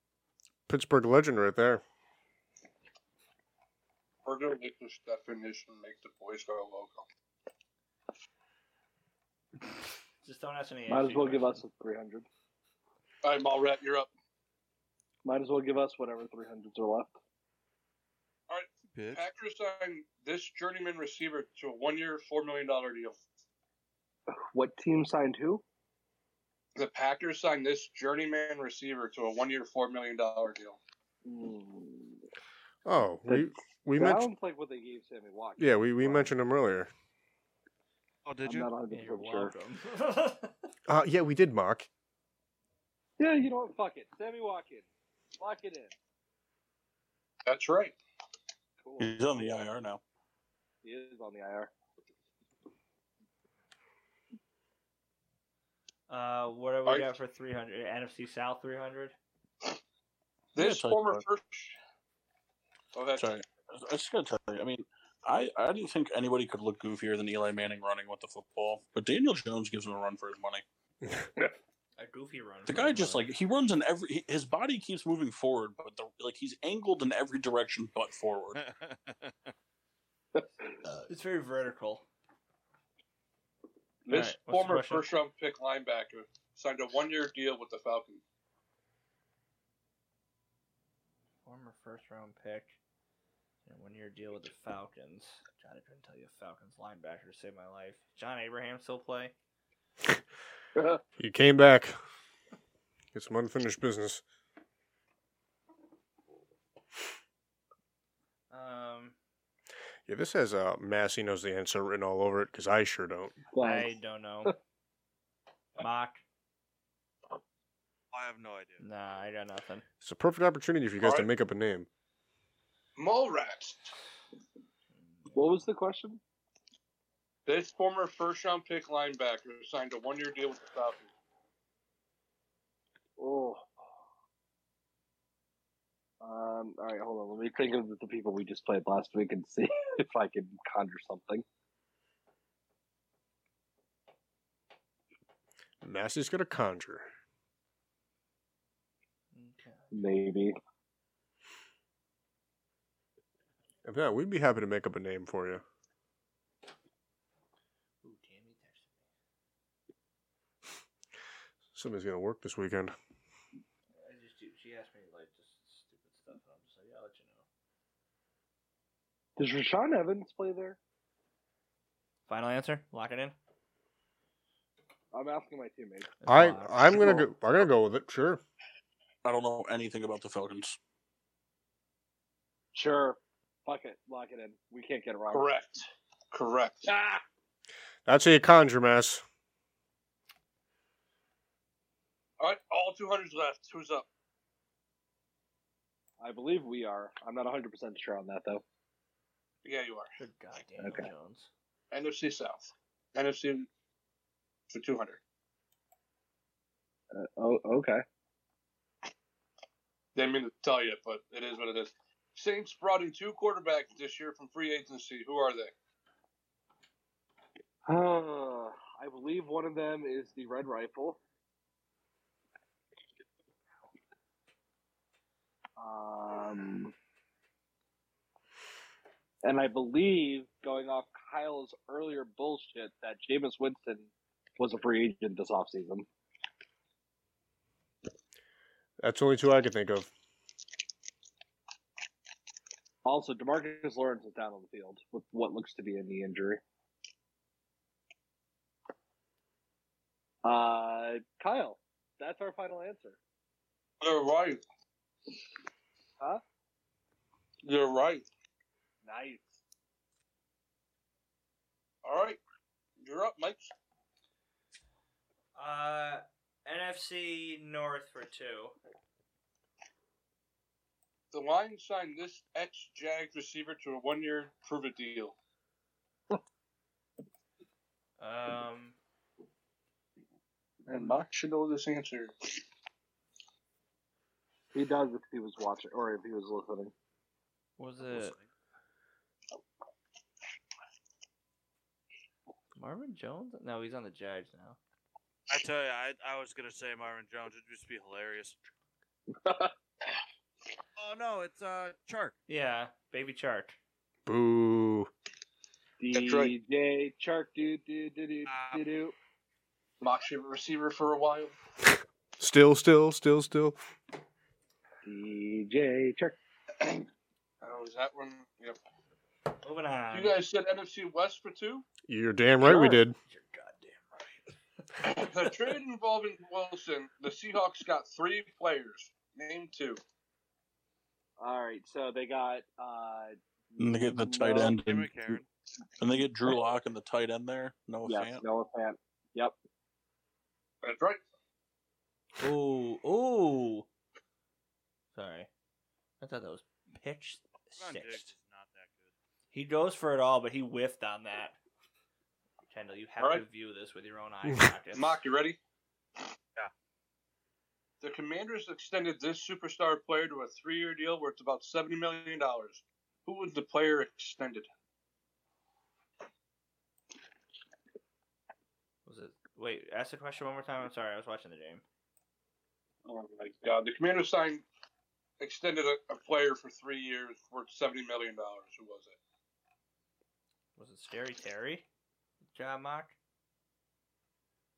Speaker 1: Pittsburgh legend right there.
Speaker 2: Virgil Nicholas definition make the boys go local.
Speaker 3: Just don't ask any.
Speaker 4: Might as
Speaker 3: AFC
Speaker 4: well give us
Speaker 3: questions.
Speaker 4: a three hundred.
Speaker 2: All right, Mallrat, you're up.
Speaker 4: Might as well give us whatever three hundreds are left.
Speaker 5: Bitch.
Speaker 2: Packers signed this journeyman receiver to a one year, $4 million deal.
Speaker 4: What team signed who?
Speaker 2: The Packers signed this journeyman receiver to a one year, $4 million deal.
Speaker 4: Hmm.
Speaker 1: Oh, we
Speaker 4: That
Speaker 1: we
Speaker 4: Sounds
Speaker 1: mentioned
Speaker 4: like what they gave Sammy Watkins.
Speaker 1: yeah we, we
Speaker 4: Well,
Speaker 1: mentioned him earlier.
Speaker 5: Oh, did
Speaker 4: I'm
Speaker 5: you?
Speaker 4: not 100%
Speaker 3: Yeah, you're
Speaker 4: sure.
Speaker 3: welcome.
Speaker 1: Uh, yeah, we did mock.
Speaker 4: Yeah, you know what? Fuck it. Sammy Watkins. Lock it in.
Speaker 2: That's right.
Speaker 4: Cool.
Speaker 6: He's on the IR now.
Speaker 4: He is on the IR.
Speaker 3: uh, what have
Speaker 2: Are-
Speaker 3: we got for three hundred? NFC South three hundred.
Speaker 2: This
Speaker 6: Yeah,
Speaker 2: former
Speaker 6: sorry.
Speaker 2: first. Oh, Go ahead.
Speaker 6: Sorry, I just gotta tell you. I mean, I I didn't think anybody could look goofier than Eli Manning running with the football, but Daniel Jones gives him a run for his money.
Speaker 3: A goofy run.
Speaker 6: The
Speaker 3: for
Speaker 6: guy
Speaker 3: his
Speaker 6: just
Speaker 3: money.
Speaker 6: like he runs in every. he- His body keeps moving forward, but the, like he's angled in every direction but forward.
Speaker 3: it's very vertical.
Speaker 2: This
Speaker 3: Alright, what's the
Speaker 2: former
Speaker 3: question?
Speaker 2: first round pick linebacker signed a one year deal with the Falcons.
Speaker 3: Former first round pick. And one year deal with the Falcons. God, I couldn't tell you a Falcons linebacker to save my life. John Abraham still play?
Speaker 1: You came back. It's some unfinished business.
Speaker 3: Um,
Speaker 1: Yeah, this has uh, Massey knows the answer written all over it because I sure don't.
Speaker 3: I don't know. Mock?
Speaker 5: I have no idea.
Speaker 3: Nah, I got nothing.
Speaker 1: It's a perfect opportunity for you guys to
Speaker 2: Alright.
Speaker 1: make up a name.
Speaker 2: Mole rats.
Speaker 4: What was the question?
Speaker 2: This former first round pick linebacker signed a one year deal with the Falcons.
Speaker 4: Oh. Um, all right, hold on. Let me think of the people we just played last week and see if I can conjure something.
Speaker 1: Massey's gonna conjure.
Speaker 3: Okay.
Speaker 4: Maybe.
Speaker 1: And yeah, we'd be happy to make up a name for you.
Speaker 3: Ooh, Tammy texted
Speaker 1: Somebody's gonna work this weekend.
Speaker 3: me. I just do. She asked me like just stupid stuff, and I'm just like, I'll let you know.
Speaker 4: Does Rashawn Evans play there?
Speaker 3: Final answer. Lock it in.
Speaker 4: I'm asking my teammates.
Speaker 1: I
Speaker 3: Lock.
Speaker 1: I'm gonna
Speaker 6: Sure.
Speaker 1: go. I'm gonna go with it. Sure.
Speaker 6: I don't know anything about the Falcons.
Speaker 4: Sure. Fuck it. Lock it in. We can't get it wrong.
Speaker 2: Correct. Correct.
Speaker 4: Ah!
Speaker 1: That's how you conjure, Mass.
Speaker 2: All right, all 200s left. Who's up?
Speaker 4: I believe we are. I'm not 100% sure on that, though.
Speaker 2: Yeah, you are.
Speaker 3: Good God, Daniel
Speaker 4: Okay.
Speaker 3: Jones.
Speaker 2: NFC South. NFC for 200.
Speaker 4: Uh, oh, okay.
Speaker 2: Didn't mean to tell you, but it is what it is. Saints brought in two quarterbacks this year from free agency. Who are they?
Speaker 4: Uh, I believe one of them is the Red Rifle. Um, and I believe, going off Kyle's earlier bullshit, that Jameis Winston was a free agent this offseason.
Speaker 1: That's the only two I can think of.
Speaker 4: Also, Demarcus Lawrence is down on the field with what looks to be a knee injury. Uh, Kyle, that's our final answer.
Speaker 2: You're right.
Speaker 4: Huh?
Speaker 2: You're right.
Speaker 4: Nice.
Speaker 2: All right. You're up, Mike.
Speaker 3: Uh, NFC North for two.
Speaker 2: The Lions signed this ex Jags receiver to a one year prove it deal.
Speaker 3: Um,
Speaker 2: And Mark should know this answer.
Speaker 4: He does if he was watching or if he was listening.
Speaker 3: was it Marvin Jones? No, he's on the Jags now.
Speaker 5: I tell you, I, I was gonna say Marvin Jones. It'd just be hilarious. oh no, it's uh Chark.
Speaker 3: Yeah, baby Chark.
Speaker 1: Boo.
Speaker 2: That's right.
Speaker 4: DJ Chark, do do do do
Speaker 5: Ah.
Speaker 4: do do.
Speaker 2: Mock should be a receiver for a while.
Speaker 1: Still, still, still, still.
Speaker 4: DJ Chark.
Speaker 2: Oh, is that one? Yep.
Speaker 3: Moving on.
Speaker 5: Um,
Speaker 2: You guys said NFC West for two?
Speaker 1: You're damn right we
Speaker 4: Sure.
Speaker 1: did.
Speaker 3: You're goddamn right.
Speaker 2: the trade involving Wilson, the Seahawks got three players. Name two.
Speaker 4: All right, so they got. uh
Speaker 6: And they get the tight
Speaker 4: Noah-
Speaker 6: end,
Speaker 5: Jimmy
Speaker 6: and,
Speaker 5: Karen.
Speaker 6: and they get Drew Lock and the tight end there. No
Speaker 4: Yes,
Speaker 6: offense.
Speaker 4: Noah Fant.
Speaker 2: That's right.
Speaker 3: Ooh, ooh. Sorry, I thought that was pitch
Speaker 5: Ron Diggs
Speaker 3: six.
Speaker 5: is not that good.
Speaker 3: He goes for it all, but he whiffed on that. Kendall, you have
Speaker 2: All
Speaker 3: to
Speaker 2: right.
Speaker 3: view this with your own eyes. Marcus.
Speaker 2: Mock, you ready?
Speaker 5: Yeah.
Speaker 2: The Commanders extended this superstar player to a three-year deal worth about seventy million dollars. Who was the player extended?
Speaker 3: Was it? Wait, ask the question one more time. I'm sorry, I was watching the game.
Speaker 2: Oh my God! The Commanders signed extended a, a player for three years worth seventy million dollars. Who was it?
Speaker 3: Was it Scary Terry? John Mock.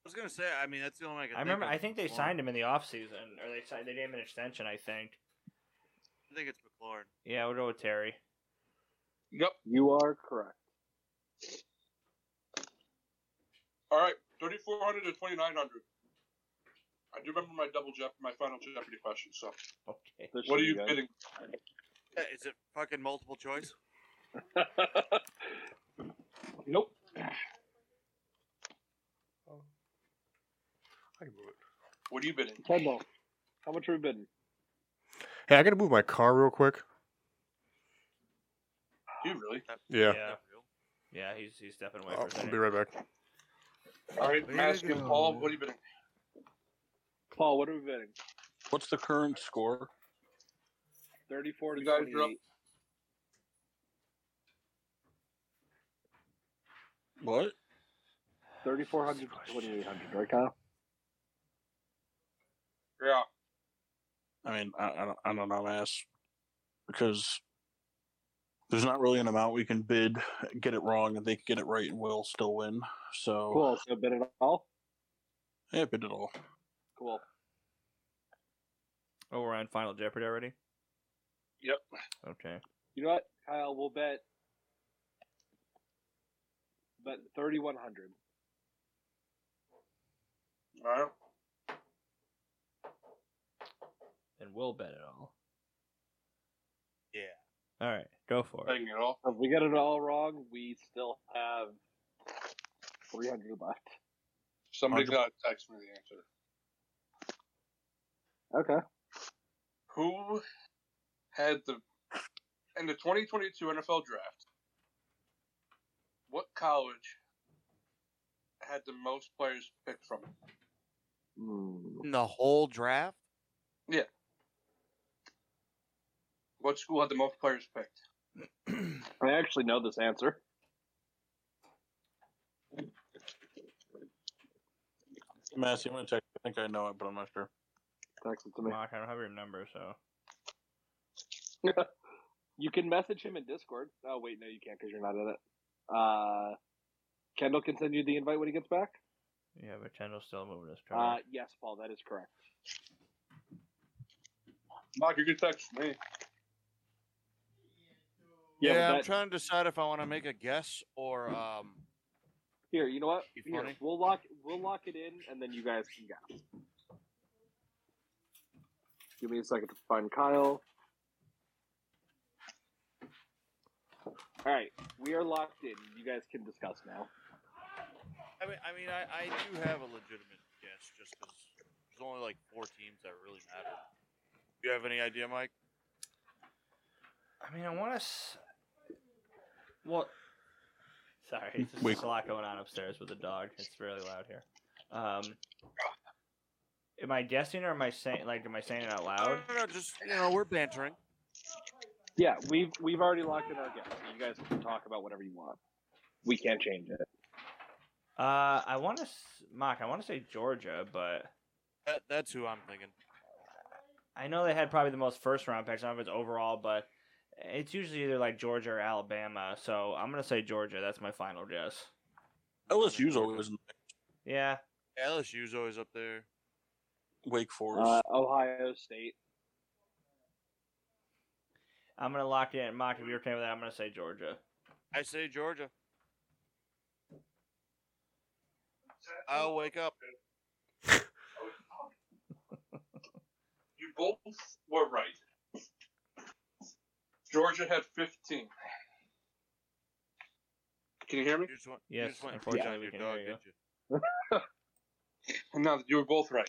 Speaker 5: I was gonna say. I mean, that's the only one I can.
Speaker 3: I remember. I think they signed him in the offseason, or they signed they gave him an extension. I think.
Speaker 5: I think it's McLaurin.
Speaker 3: Yeah, we'll go with Terry.
Speaker 2: Yep.
Speaker 4: You are correct.
Speaker 2: All right. 3400 to 2900. I do remember my double jep, my final Jeopardy question. So,
Speaker 3: Okay.
Speaker 4: This
Speaker 2: what are
Speaker 4: should
Speaker 2: you
Speaker 4: be good.
Speaker 2: bidding?
Speaker 5: Uh, Is it fucking multiple choice?
Speaker 2: Nope.
Speaker 1: I can move it.
Speaker 2: What are you bidding?
Speaker 4: Kendall, how much are we bidding?
Speaker 1: Hey, I gotta move my car real quick.
Speaker 2: Do you really?
Speaker 1: Yeah, Oh,
Speaker 3: Yeah.
Speaker 5: Not real.
Speaker 3: Yeah, he's he's stepping away
Speaker 1: I'll,
Speaker 3: for a
Speaker 1: I'll
Speaker 3: second.
Speaker 1: be right back.
Speaker 2: All right,
Speaker 5: Way to
Speaker 2: Mask and
Speaker 5: go,
Speaker 2: Paul,
Speaker 5: man.
Speaker 2: what are you bidding?
Speaker 4: Paul, what are we bidding?
Speaker 6: What's the current score?
Speaker 4: 34 to
Speaker 2: You guys are up.
Speaker 4: 28.
Speaker 6: What?
Speaker 4: 3400 to 2800, right, Kyle?
Speaker 2: Yeah.
Speaker 6: I mean, I, I, don't, I don't know, ass, because there's not really an amount we can bid, get it wrong, and they could get it right and we'll still win. So,
Speaker 4: Cool. So bid it all?
Speaker 6: yeah, bid it all.
Speaker 4: Cool.
Speaker 3: Oh, we're on Final Jeopardy already.
Speaker 2: Yep.
Speaker 3: Okay.
Speaker 4: You know what, Kyle? We'll bet. Bet 3100.
Speaker 2: All right.
Speaker 3: And we'll bet it all.
Speaker 5: Yeah.
Speaker 3: All right, go for it.
Speaker 2: Bidding it all.
Speaker 4: If we get it all wrong, we still have 300 left.
Speaker 2: Somebody
Speaker 6: Hundred-
Speaker 2: got text me the answer.
Speaker 4: Okay.
Speaker 2: Who had the in the 2022 NFL draft? What college had the most players picked from? it?
Speaker 4: Hmm.
Speaker 5: In the whole draft?
Speaker 2: What school had the most players picked?
Speaker 4: I actually know this answer.
Speaker 6: Massey, I'm going to text. I think I know it, but I'm not sure.
Speaker 4: Text it to me.
Speaker 3: Mark, I don't have your number, so
Speaker 4: You can message him in Discord. Oh, wait, no, you can't because you're not in it. Uh, Kendall can send you the invite when he gets back.
Speaker 3: yeah, but Kendall's still moving his
Speaker 4: Uh,
Speaker 3: car.
Speaker 4: yes, Paul, that is correct.
Speaker 2: Mark, you can text me.
Speaker 5: Yeah,
Speaker 4: but
Speaker 5: I'm
Speaker 4: that-
Speaker 5: trying to decide if I want to make a guess or um.
Speaker 4: Here, you know what?
Speaker 5: Be
Speaker 4: Here,
Speaker 5: funny.
Speaker 4: we'll lock we'll lock it in, and then you guys can guess. Give me a second to find Kyle. All right, we are locked in. You guys can discuss now.
Speaker 5: I mean, I mean, I, I do have a legitimate guess, just because there's only like four teams that really matter. Do you have any idea, Mike?
Speaker 3: I mean, I want to. S- well, sorry, there's
Speaker 6: Wait.
Speaker 3: just a lot going on upstairs with the dog. It's really loud here. Um, am I guessing or am I saying like am I saying it out
Speaker 5: No,
Speaker 3: loud?
Speaker 5: no, no, just you know, we're bantering.
Speaker 4: Yeah, we've we've already locked in our guess. So you guys can talk about whatever you want. We can't change it.
Speaker 3: Uh, I want to s- mock. I want to say Georgia, but
Speaker 5: That, that's who I'm thinking.
Speaker 3: I know they had probably the most first round picks. I don't know if it's overall, but it's usually either like Georgia or Alabama. So I'm gonna say Georgia. That's my final guess.
Speaker 6: LSU's always in
Speaker 3: Yeah,
Speaker 5: LSU's always up there.
Speaker 6: Wake Forest.
Speaker 4: Uh, Ohio State.
Speaker 3: I'm gonna lock in. Mock, if you're okay with that, I'm gonna say Georgia.
Speaker 5: I say Georgia. I'll wake up.
Speaker 2: You both were right. Georgia had 15. Can you hear me?
Speaker 5: You just went,
Speaker 3: Yes,
Speaker 5: you just went
Speaker 3: unfortunately,
Speaker 5: yeah,
Speaker 3: we
Speaker 5: your
Speaker 3: can
Speaker 5: dog,
Speaker 3: hear you.
Speaker 5: didn't you?
Speaker 2: No, you were both right.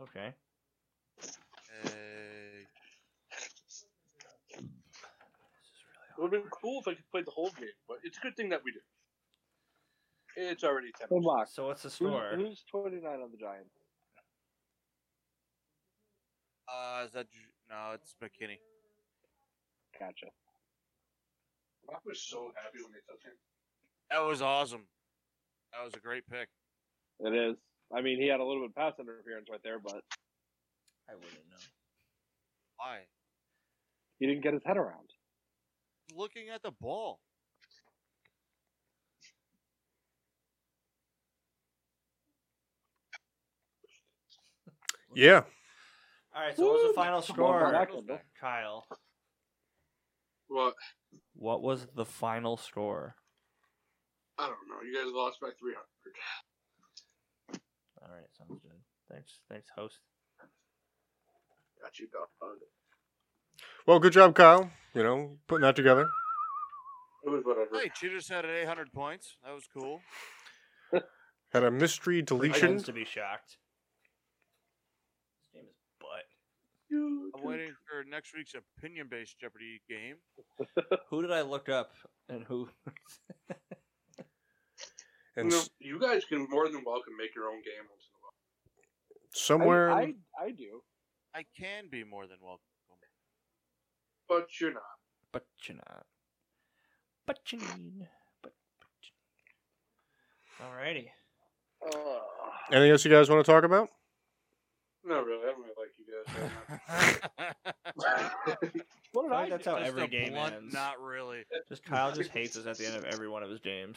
Speaker 3: Okay.
Speaker 5: Hey.
Speaker 2: It would have been cool if I could play the whole game, but it's a good thing that we did. It's already 10.
Speaker 4: Hey, Mark,
Speaker 3: So what's the
Speaker 4: who's,
Speaker 3: score?
Speaker 4: who's 29 on the Giants?
Speaker 5: Uh, is that Ju- no? It's McKinney.
Speaker 4: Gotcha.
Speaker 2: I was so happy when they took him.
Speaker 5: That was awesome. That was a great pick.
Speaker 4: It is. I mean, he had a little bit of pass interference right there, but
Speaker 3: I wouldn't know.
Speaker 5: Why?
Speaker 4: he didn't get his head around.
Speaker 5: Looking at the ball.
Speaker 1: Yeah,
Speaker 3: All right. So what was the
Speaker 4: Woo!
Speaker 3: final
Speaker 4: Well,
Speaker 3: score,
Speaker 4: that could be.
Speaker 3: Kyle?
Speaker 2: Well,
Speaker 3: What was the final score?
Speaker 2: I don't know. You guys lost by 300.
Speaker 3: All right, sounds good. Thanks, thanks, host.
Speaker 2: Got you, dog.
Speaker 1: Well, good job, Kyle. You know, putting that together.
Speaker 2: It was whatever.
Speaker 5: Hey, Cheetahs had 800 points. That was cool.
Speaker 1: Had a mystery deletion.
Speaker 3: to be shocked. This game is butt.
Speaker 5: I'm waiting for next week's opinion-based Jeopardy game.
Speaker 3: Who did I look up and who?
Speaker 1: And
Speaker 2: No,
Speaker 1: s-
Speaker 2: you guys can more than welcome make your own game once in a while.
Speaker 1: somewhere,
Speaker 4: I, I, I do.
Speaker 5: I can be more than welcome.
Speaker 2: But you're not.
Speaker 3: but you not. But you need. But. but you- Alrighty.
Speaker 2: Uh,
Speaker 1: anything else you guys want to talk about?
Speaker 2: no, really. I don't really like you guys. very much.
Speaker 4: What did
Speaker 3: I
Speaker 4: I,
Speaker 3: feel like that's
Speaker 4: do?
Speaker 3: how
Speaker 5: Just
Speaker 3: every
Speaker 5: a
Speaker 3: game
Speaker 5: blunt,
Speaker 3: ends.
Speaker 5: Not really.
Speaker 3: Just Kyle just hates us at the end of every one of his games.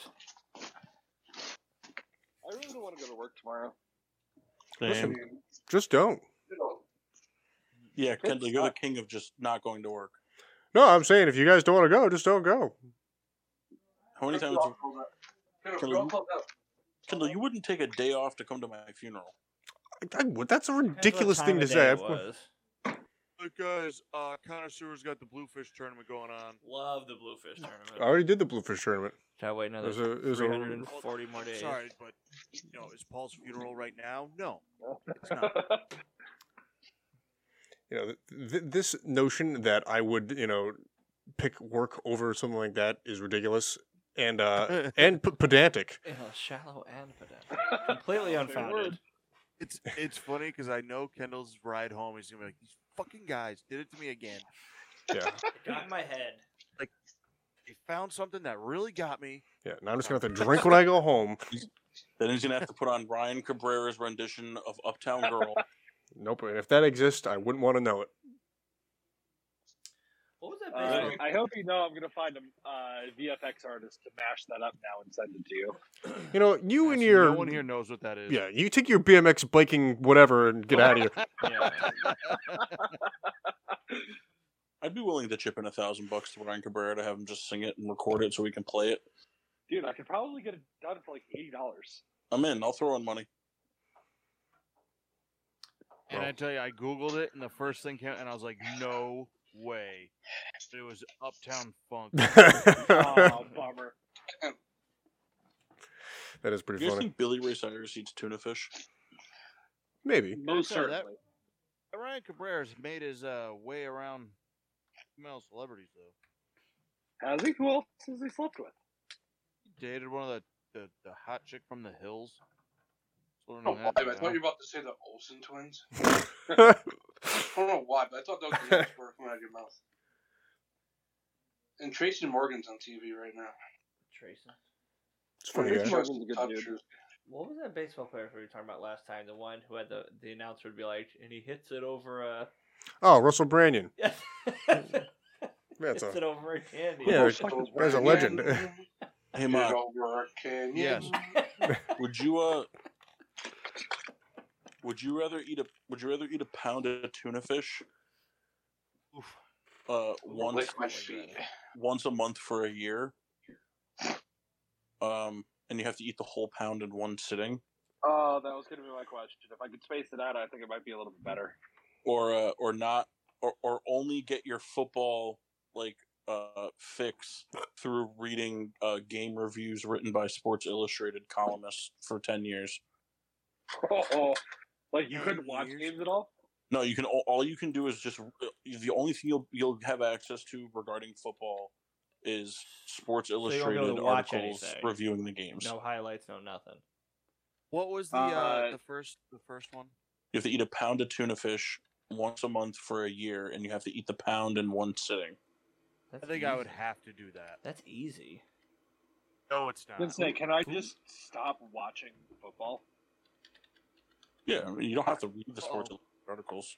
Speaker 4: I really don't want to go to work tomorrow.
Speaker 1: Listen, just don't.
Speaker 2: You know,
Speaker 6: Yeah, Kendall, you're the king of just not going to work.
Speaker 1: No, I'm saying if you guys don't want to go, just don't go.
Speaker 6: How many times,
Speaker 2: roll call that. You know,
Speaker 6: Can
Speaker 2: roll
Speaker 6: we-
Speaker 2: call that.
Speaker 6: Kendall, you wouldn't take a day off to come to my funeral.
Speaker 1: I- I would- that's a
Speaker 3: Depends what
Speaker 1: ridiculous
Speaker 3: time
Speaker 1: thing to
Speaker 3: of day
Speaker 1: say.
Speaker 3: it
Speaker 1: I've-
Speaker 3: was.
Speaker 5: Look, guys, uh, Connoisseur's got the Bluefish tournament going on.
Speaker 3: Love the Bluefish tournament.
Speaker 1: I already did the Bluefish tournament.
Speaker 3: Should I wait
Speaker 1: It
Speaker 3: another
Speaker 1: was a, it was a
Speaker 3: 340 more days?
Speaker 5: Sorry, but you know, is Paul's funeral right now? No, it's not.
Speaker 4: That's
Speaker 1: you know th- th- this notion that I would you know pick work over something like that is ridiculous and uh and p- pedantic.
Speaker 3: You know, shallow and pedantic. Completely unfounded.
Speaker 5: It's it's funny because I know Kendall's ride home. He's gonna be like, these fucking guys did it to me again.
Speaker 1: Yeah,
Speaker 3: Got in my head.
Speaker 5: They found something that really got me.
Speaker 1: yeah. Now I'm just gonna have to drink when I go home.
Speaker 6: Then he's gonna have to put on Ryan Cabrera's rendition of Uptown Girl.
Speaker 1: Nope. And if that exists, I wouldn't want to know it.
Speaker 3: What was that
Speaker 4: Uh,
Speaker 3: baseball?
Speaker 4: I hope you know I'm going to find a uh, VFX artist to mash that up now and send it to you.
Speaker 1: You know, you and
Speaker 5: Honestly,
Speaker 1: your
Speaker 5: no one here knows what that is.
Speaker 1: yeah, you take your BMX biking whatever and get out of here.
Speaker 3: yeah.
Speaker 6: I'd be willing to chip in a thousand bucks to Ryan Cabrera to have him just sing it and record it so we can play it.
Speaker 4: Dude, I could probably get it done for like $80.
Speaker 6: I'm in. I'll throw in money.
Speaker 5: And I tell you, I googled it, and the first thing came, and I was like, no way. It was Uptown Funk.
Speaker 4: Oh, bummer.
Speaker 1: that is
Speaker 6: You
Speaker 1: pretty
Speaker 6: guys
Speaker 1: funny.
Speaker 6: think Billy Ray Cyrus eats tuna fish?
Speaker 1: Maybe
Speaker 4: Most
Speaker 5: sir, that-
Speaker 4: certainly.
Speaker 5: Ryan Cabrera's made his uh, way around female celebrities though.
Speaker 4: Has he? Who else has he slept with?
Speaker 5: He dated one of the, the, the hot chick from the hills. Still don't
Speaker 2: I don't
Speaker 5: know
Speaker 2: know
Speaker 5: that
Speaker 2: why, but Oh, I
Speaker 5: guy.
Speaker 2: thought you were about to say the Olsen twins. I don't know why, but I thought that was the next word coming out of your mouth. And Tracy Morgan's on TV right now.
Speaker 3: Tracy.
Speaker 1: it's funny. eh?
Speaker 4: Tracy
Speaker 1: Guy.
Speaker 4: Morgan's a good
Speaker 2: Tough
Speaker 4: dude.
Speaker 2: truth.
Speaker 3: What was that baseball player we were talking about last time? The one who had the the announcer would be like, and he hits it over a.
Speaker 1: Oh, Russell Branion.
Speaker 3: Yes.
Speaker 1: That's
Speaker 3: hits
Speaker 1: a
Speaker 3: it over a candy.
Speaker 1: Yeah. There's a legend.
Speaker 6: Hey,
Speaker 2: Get
Speaker 6: Mark,
Speaker 2: over, can you?
Speaker 5: Yes.
Speaker 6: would you uh, would you rather eat a would you rather eat a pound of tuna fish, uh, once
Speaker 2: Lick my feet.
Speaker 6: once a month for a year, um, and you have to eat the whole pound in one sitting,
Speaker 4: Oh, that was going to be my question. If I could space it out, I think it might be a little bit better.
Speaker 6: or uh, or not, or or only get your football like uh fix through reading uh game reviews written by Sports Illustrated columnists for ten years.
Speaker 4: Oh, like you
Speaker 5: Nine
Speaker 4: couldn't watch
Speaker 5: years.
Speaker 4: games at all?
Speaker 6: No, you can. All all you can do is just uh, the only thing you'll you'll have access to regarding football is Sports
Speaker 3: won't be able to
Speaker 6: Illustrated
Speaker 3: watch
Speaker 6: articles
Speaker 3: anything.
Speaker 6: reviewing the games.
Speaker 3: No highlights, no nothing.
Speaker 5: What was the uh,
Speaker 4: Uh,
Speaker 5: the first the first one?
Speaker 6: You have to eat a pound of tuna fish once a month for a year, and you have to eat the pound in one sitting.
Speaker 3: That's
Speaker 5: I think
Speaker 3: easy.
Speaker 5: I would have to do that.
Speaker 3: That's easy.
Speaker 5: No, it's not.
Speaker 1: Uh,
Speaker 4: Vincent, can I just stop watching football?
Speaker 6: Yeah, I mean, you don't have to read the
Speaker 3: Oh.
Speaker 6: Sports
Speaker 5: Uh-oh.
Speaker 6: Illustrated articles.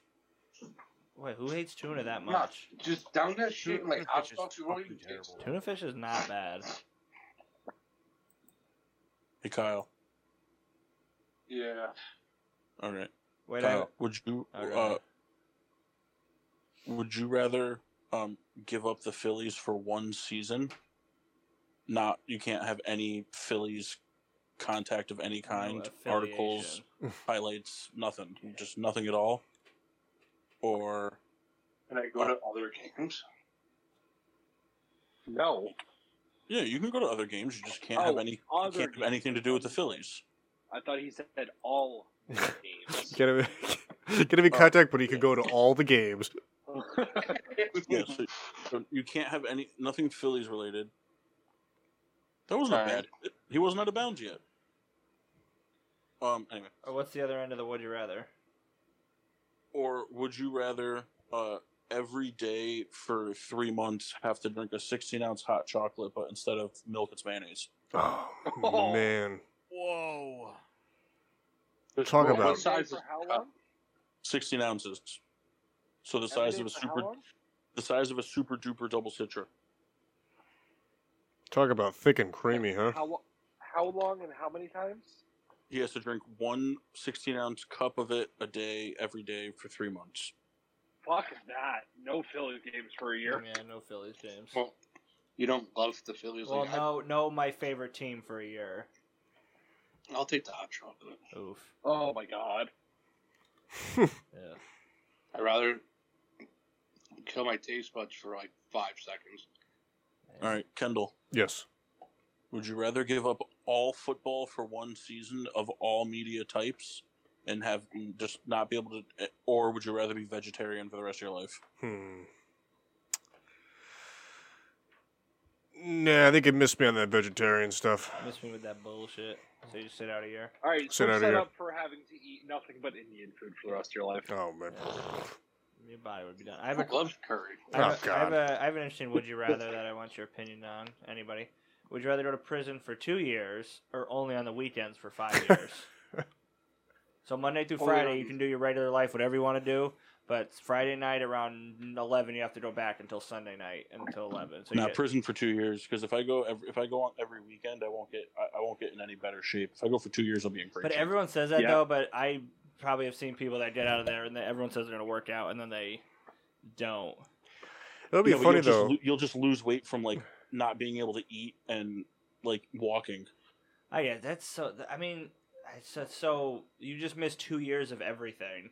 Speaker 3: Wait, who hates tuna that
Speaker 2: No.
Speaker 3: much?
Speaker 2: Just down that shit and like
Speaker 5: Tuna
Speaker 2: I'll
Speaker 5: fish is
Speaker 2: talk to you. What do
Speaker 5: fucking
Speaker 2: you think?
Speaker 5: terrible.
Speaker 3: Tuna fish is not bad.
Speaker 6: Hey, Kyle.
Speaker 2: Yeah.
Speaker 6: All right,
Speaker 3: Wait, I,
Speaker 6: Kyle, would you
Speaker 3: Okay.
Speaker 6: uh, would you rather um, give up the Phillies for one season not you can't have any Phillies contact of any kind,
Speaker 3: affiliation.
Speaker 6: articles, highlights, nothing, just nothing at all. Or
Speaker 2: And I go to other games.
Speaker 4: No,
Speaker 6: yeah, you can go to other games. You just can't
Speaker 4: Oh,
Speaker 6: have any you
Speaker 4: other
Speaker 6: can't have
Speaker 4: games.
Speaker 6: anything to do with the Phillies.
Speaker 4: I thought he said all games.
Speaker 1: Get him, get him in
Speaker 6: Oh.
Speaker 1: contact, but he could go to all the games.
Speaker 6: Yeah, so, so you can't have any nothing Phillies related. That wasn't a bad.
Speaker 2: Alright.
Speaker 6: He wasn't out of bounds yet. Um. Anyway,
Speaker 3: Or what's the other end of the would you rather?
Speaker 6: or would you rather uh, every day for three months have to drink a 16 ounce hot chocolate, but instead of milk, it's mayonnaise?
Speaker 1: Oh,
Speaker 4: Oh.
Speaker 1: man.
Speaker 5: Whoa.
Speaker 1: Talk
Speaker 4: Well,
Speaker 1: about
Speaker 4: what
Speaker 1: it.
Speaker 4: size
Speaker 2: For
Speaker 4: is-
Speaker 2: how long?
Speaker 6: 16 ounces. So the
Speaker 4: Every
Speaker 6: size
Speaker 4: day
Speaker 6: of a
Speaker 4: for how
Speaker 6: super,
Speaker 4: long?
Speaker 6: the size of a super duper double citra.
Speaker 1: Talk about thick and creamy, huh?
Speaker 4: How lo- how long and how many times?
Speaker 6: He has to drink one 16 ounce cup of it a day, every day for three months.
Speaker 4: Fuck that. No Phillies games for a year.
Speaker 3: Yeah, Oh, no Phillies, James.
Speaker 2: Well, you don't love the Phillies.
Speaker 3: Well,
Speaker 2: like,
Speaker 3: no, no, my favorite team for a year.
Speaker 2: I, I'll take the hot chocolate.
Speaker 3: Oof.
Speaker 4: Oh my god.
Speaker 3: Yeah.
Speaker 2: I'd rather kill my taste buds for like five seconds.
Speaker 6: All right, Kendall.
Speaker 1: Yes.
Speaker 6: Would you rather give up all football for one season of all media types and have mm, just not be able to, eh, or would you rather be vegetarian for the rest of your life?
Speaker 1: Hmm. Nah, they could miss me on that vegetarian stuff.
Speaker 3: Miss me with that bullshit. So you just sit out a year.
Speaker 4: All
Speaker 1: Sit
Speaker 4: right, so
Speaker 1: outta
Speaker 4: set
Speaker 1: here.
Speaker 4: up for having to eat nothing but Indian food for the rest of your life.
Speaker 1: Oh, man.
Speaker 3: Your body would be done. I
Speaker 2: I
Speaker 3: have a,
Speaker 2: love curry.
Speaker 3: I have,
Speaker 1: Oh,
Speaker 3: a, I have
Speaker 1: God.
Speaker 3: a, I have an interesting would you rather that I want your opinion on. Anybody? Would you rather go to prison for two years or only on the weekends for five years? so Monday through
Speaker 2: Only
Speaker 3: Friday,
Speaker 2: on-
Speaker 3: you can do your regular life, whatever you want to do. But Friday night around eleven, you have to go back until Sunday night until eleven. So you
Speaker 6: Now
Speaker 3: get-
Speaker 6: prison for two years because if I go every, if I go on every weekend, I won't get I, I won't get in any better shape. If I go for two years, I'll be in great
Speaker 3: But
Speaker 6: shape.
Speaker 3: everyone says that
Speaker 4: Yeah.
Speaker 3: though. But I probably have seen people that get out of there, and then everyone says they're going to work out, and then they don't.
Speaker 1: That'd be
Speaker 6: Yeah, but
Speaker 1: funny,
Speaker 6: you'll just
Speaker 1: though.
Speaker 6: lo- you'll just lose weight from like not being able to eat and like walking.
Speaker 3: I Oh, yeah, that's so. th- I mean, it's so, so you just missed two years of everything.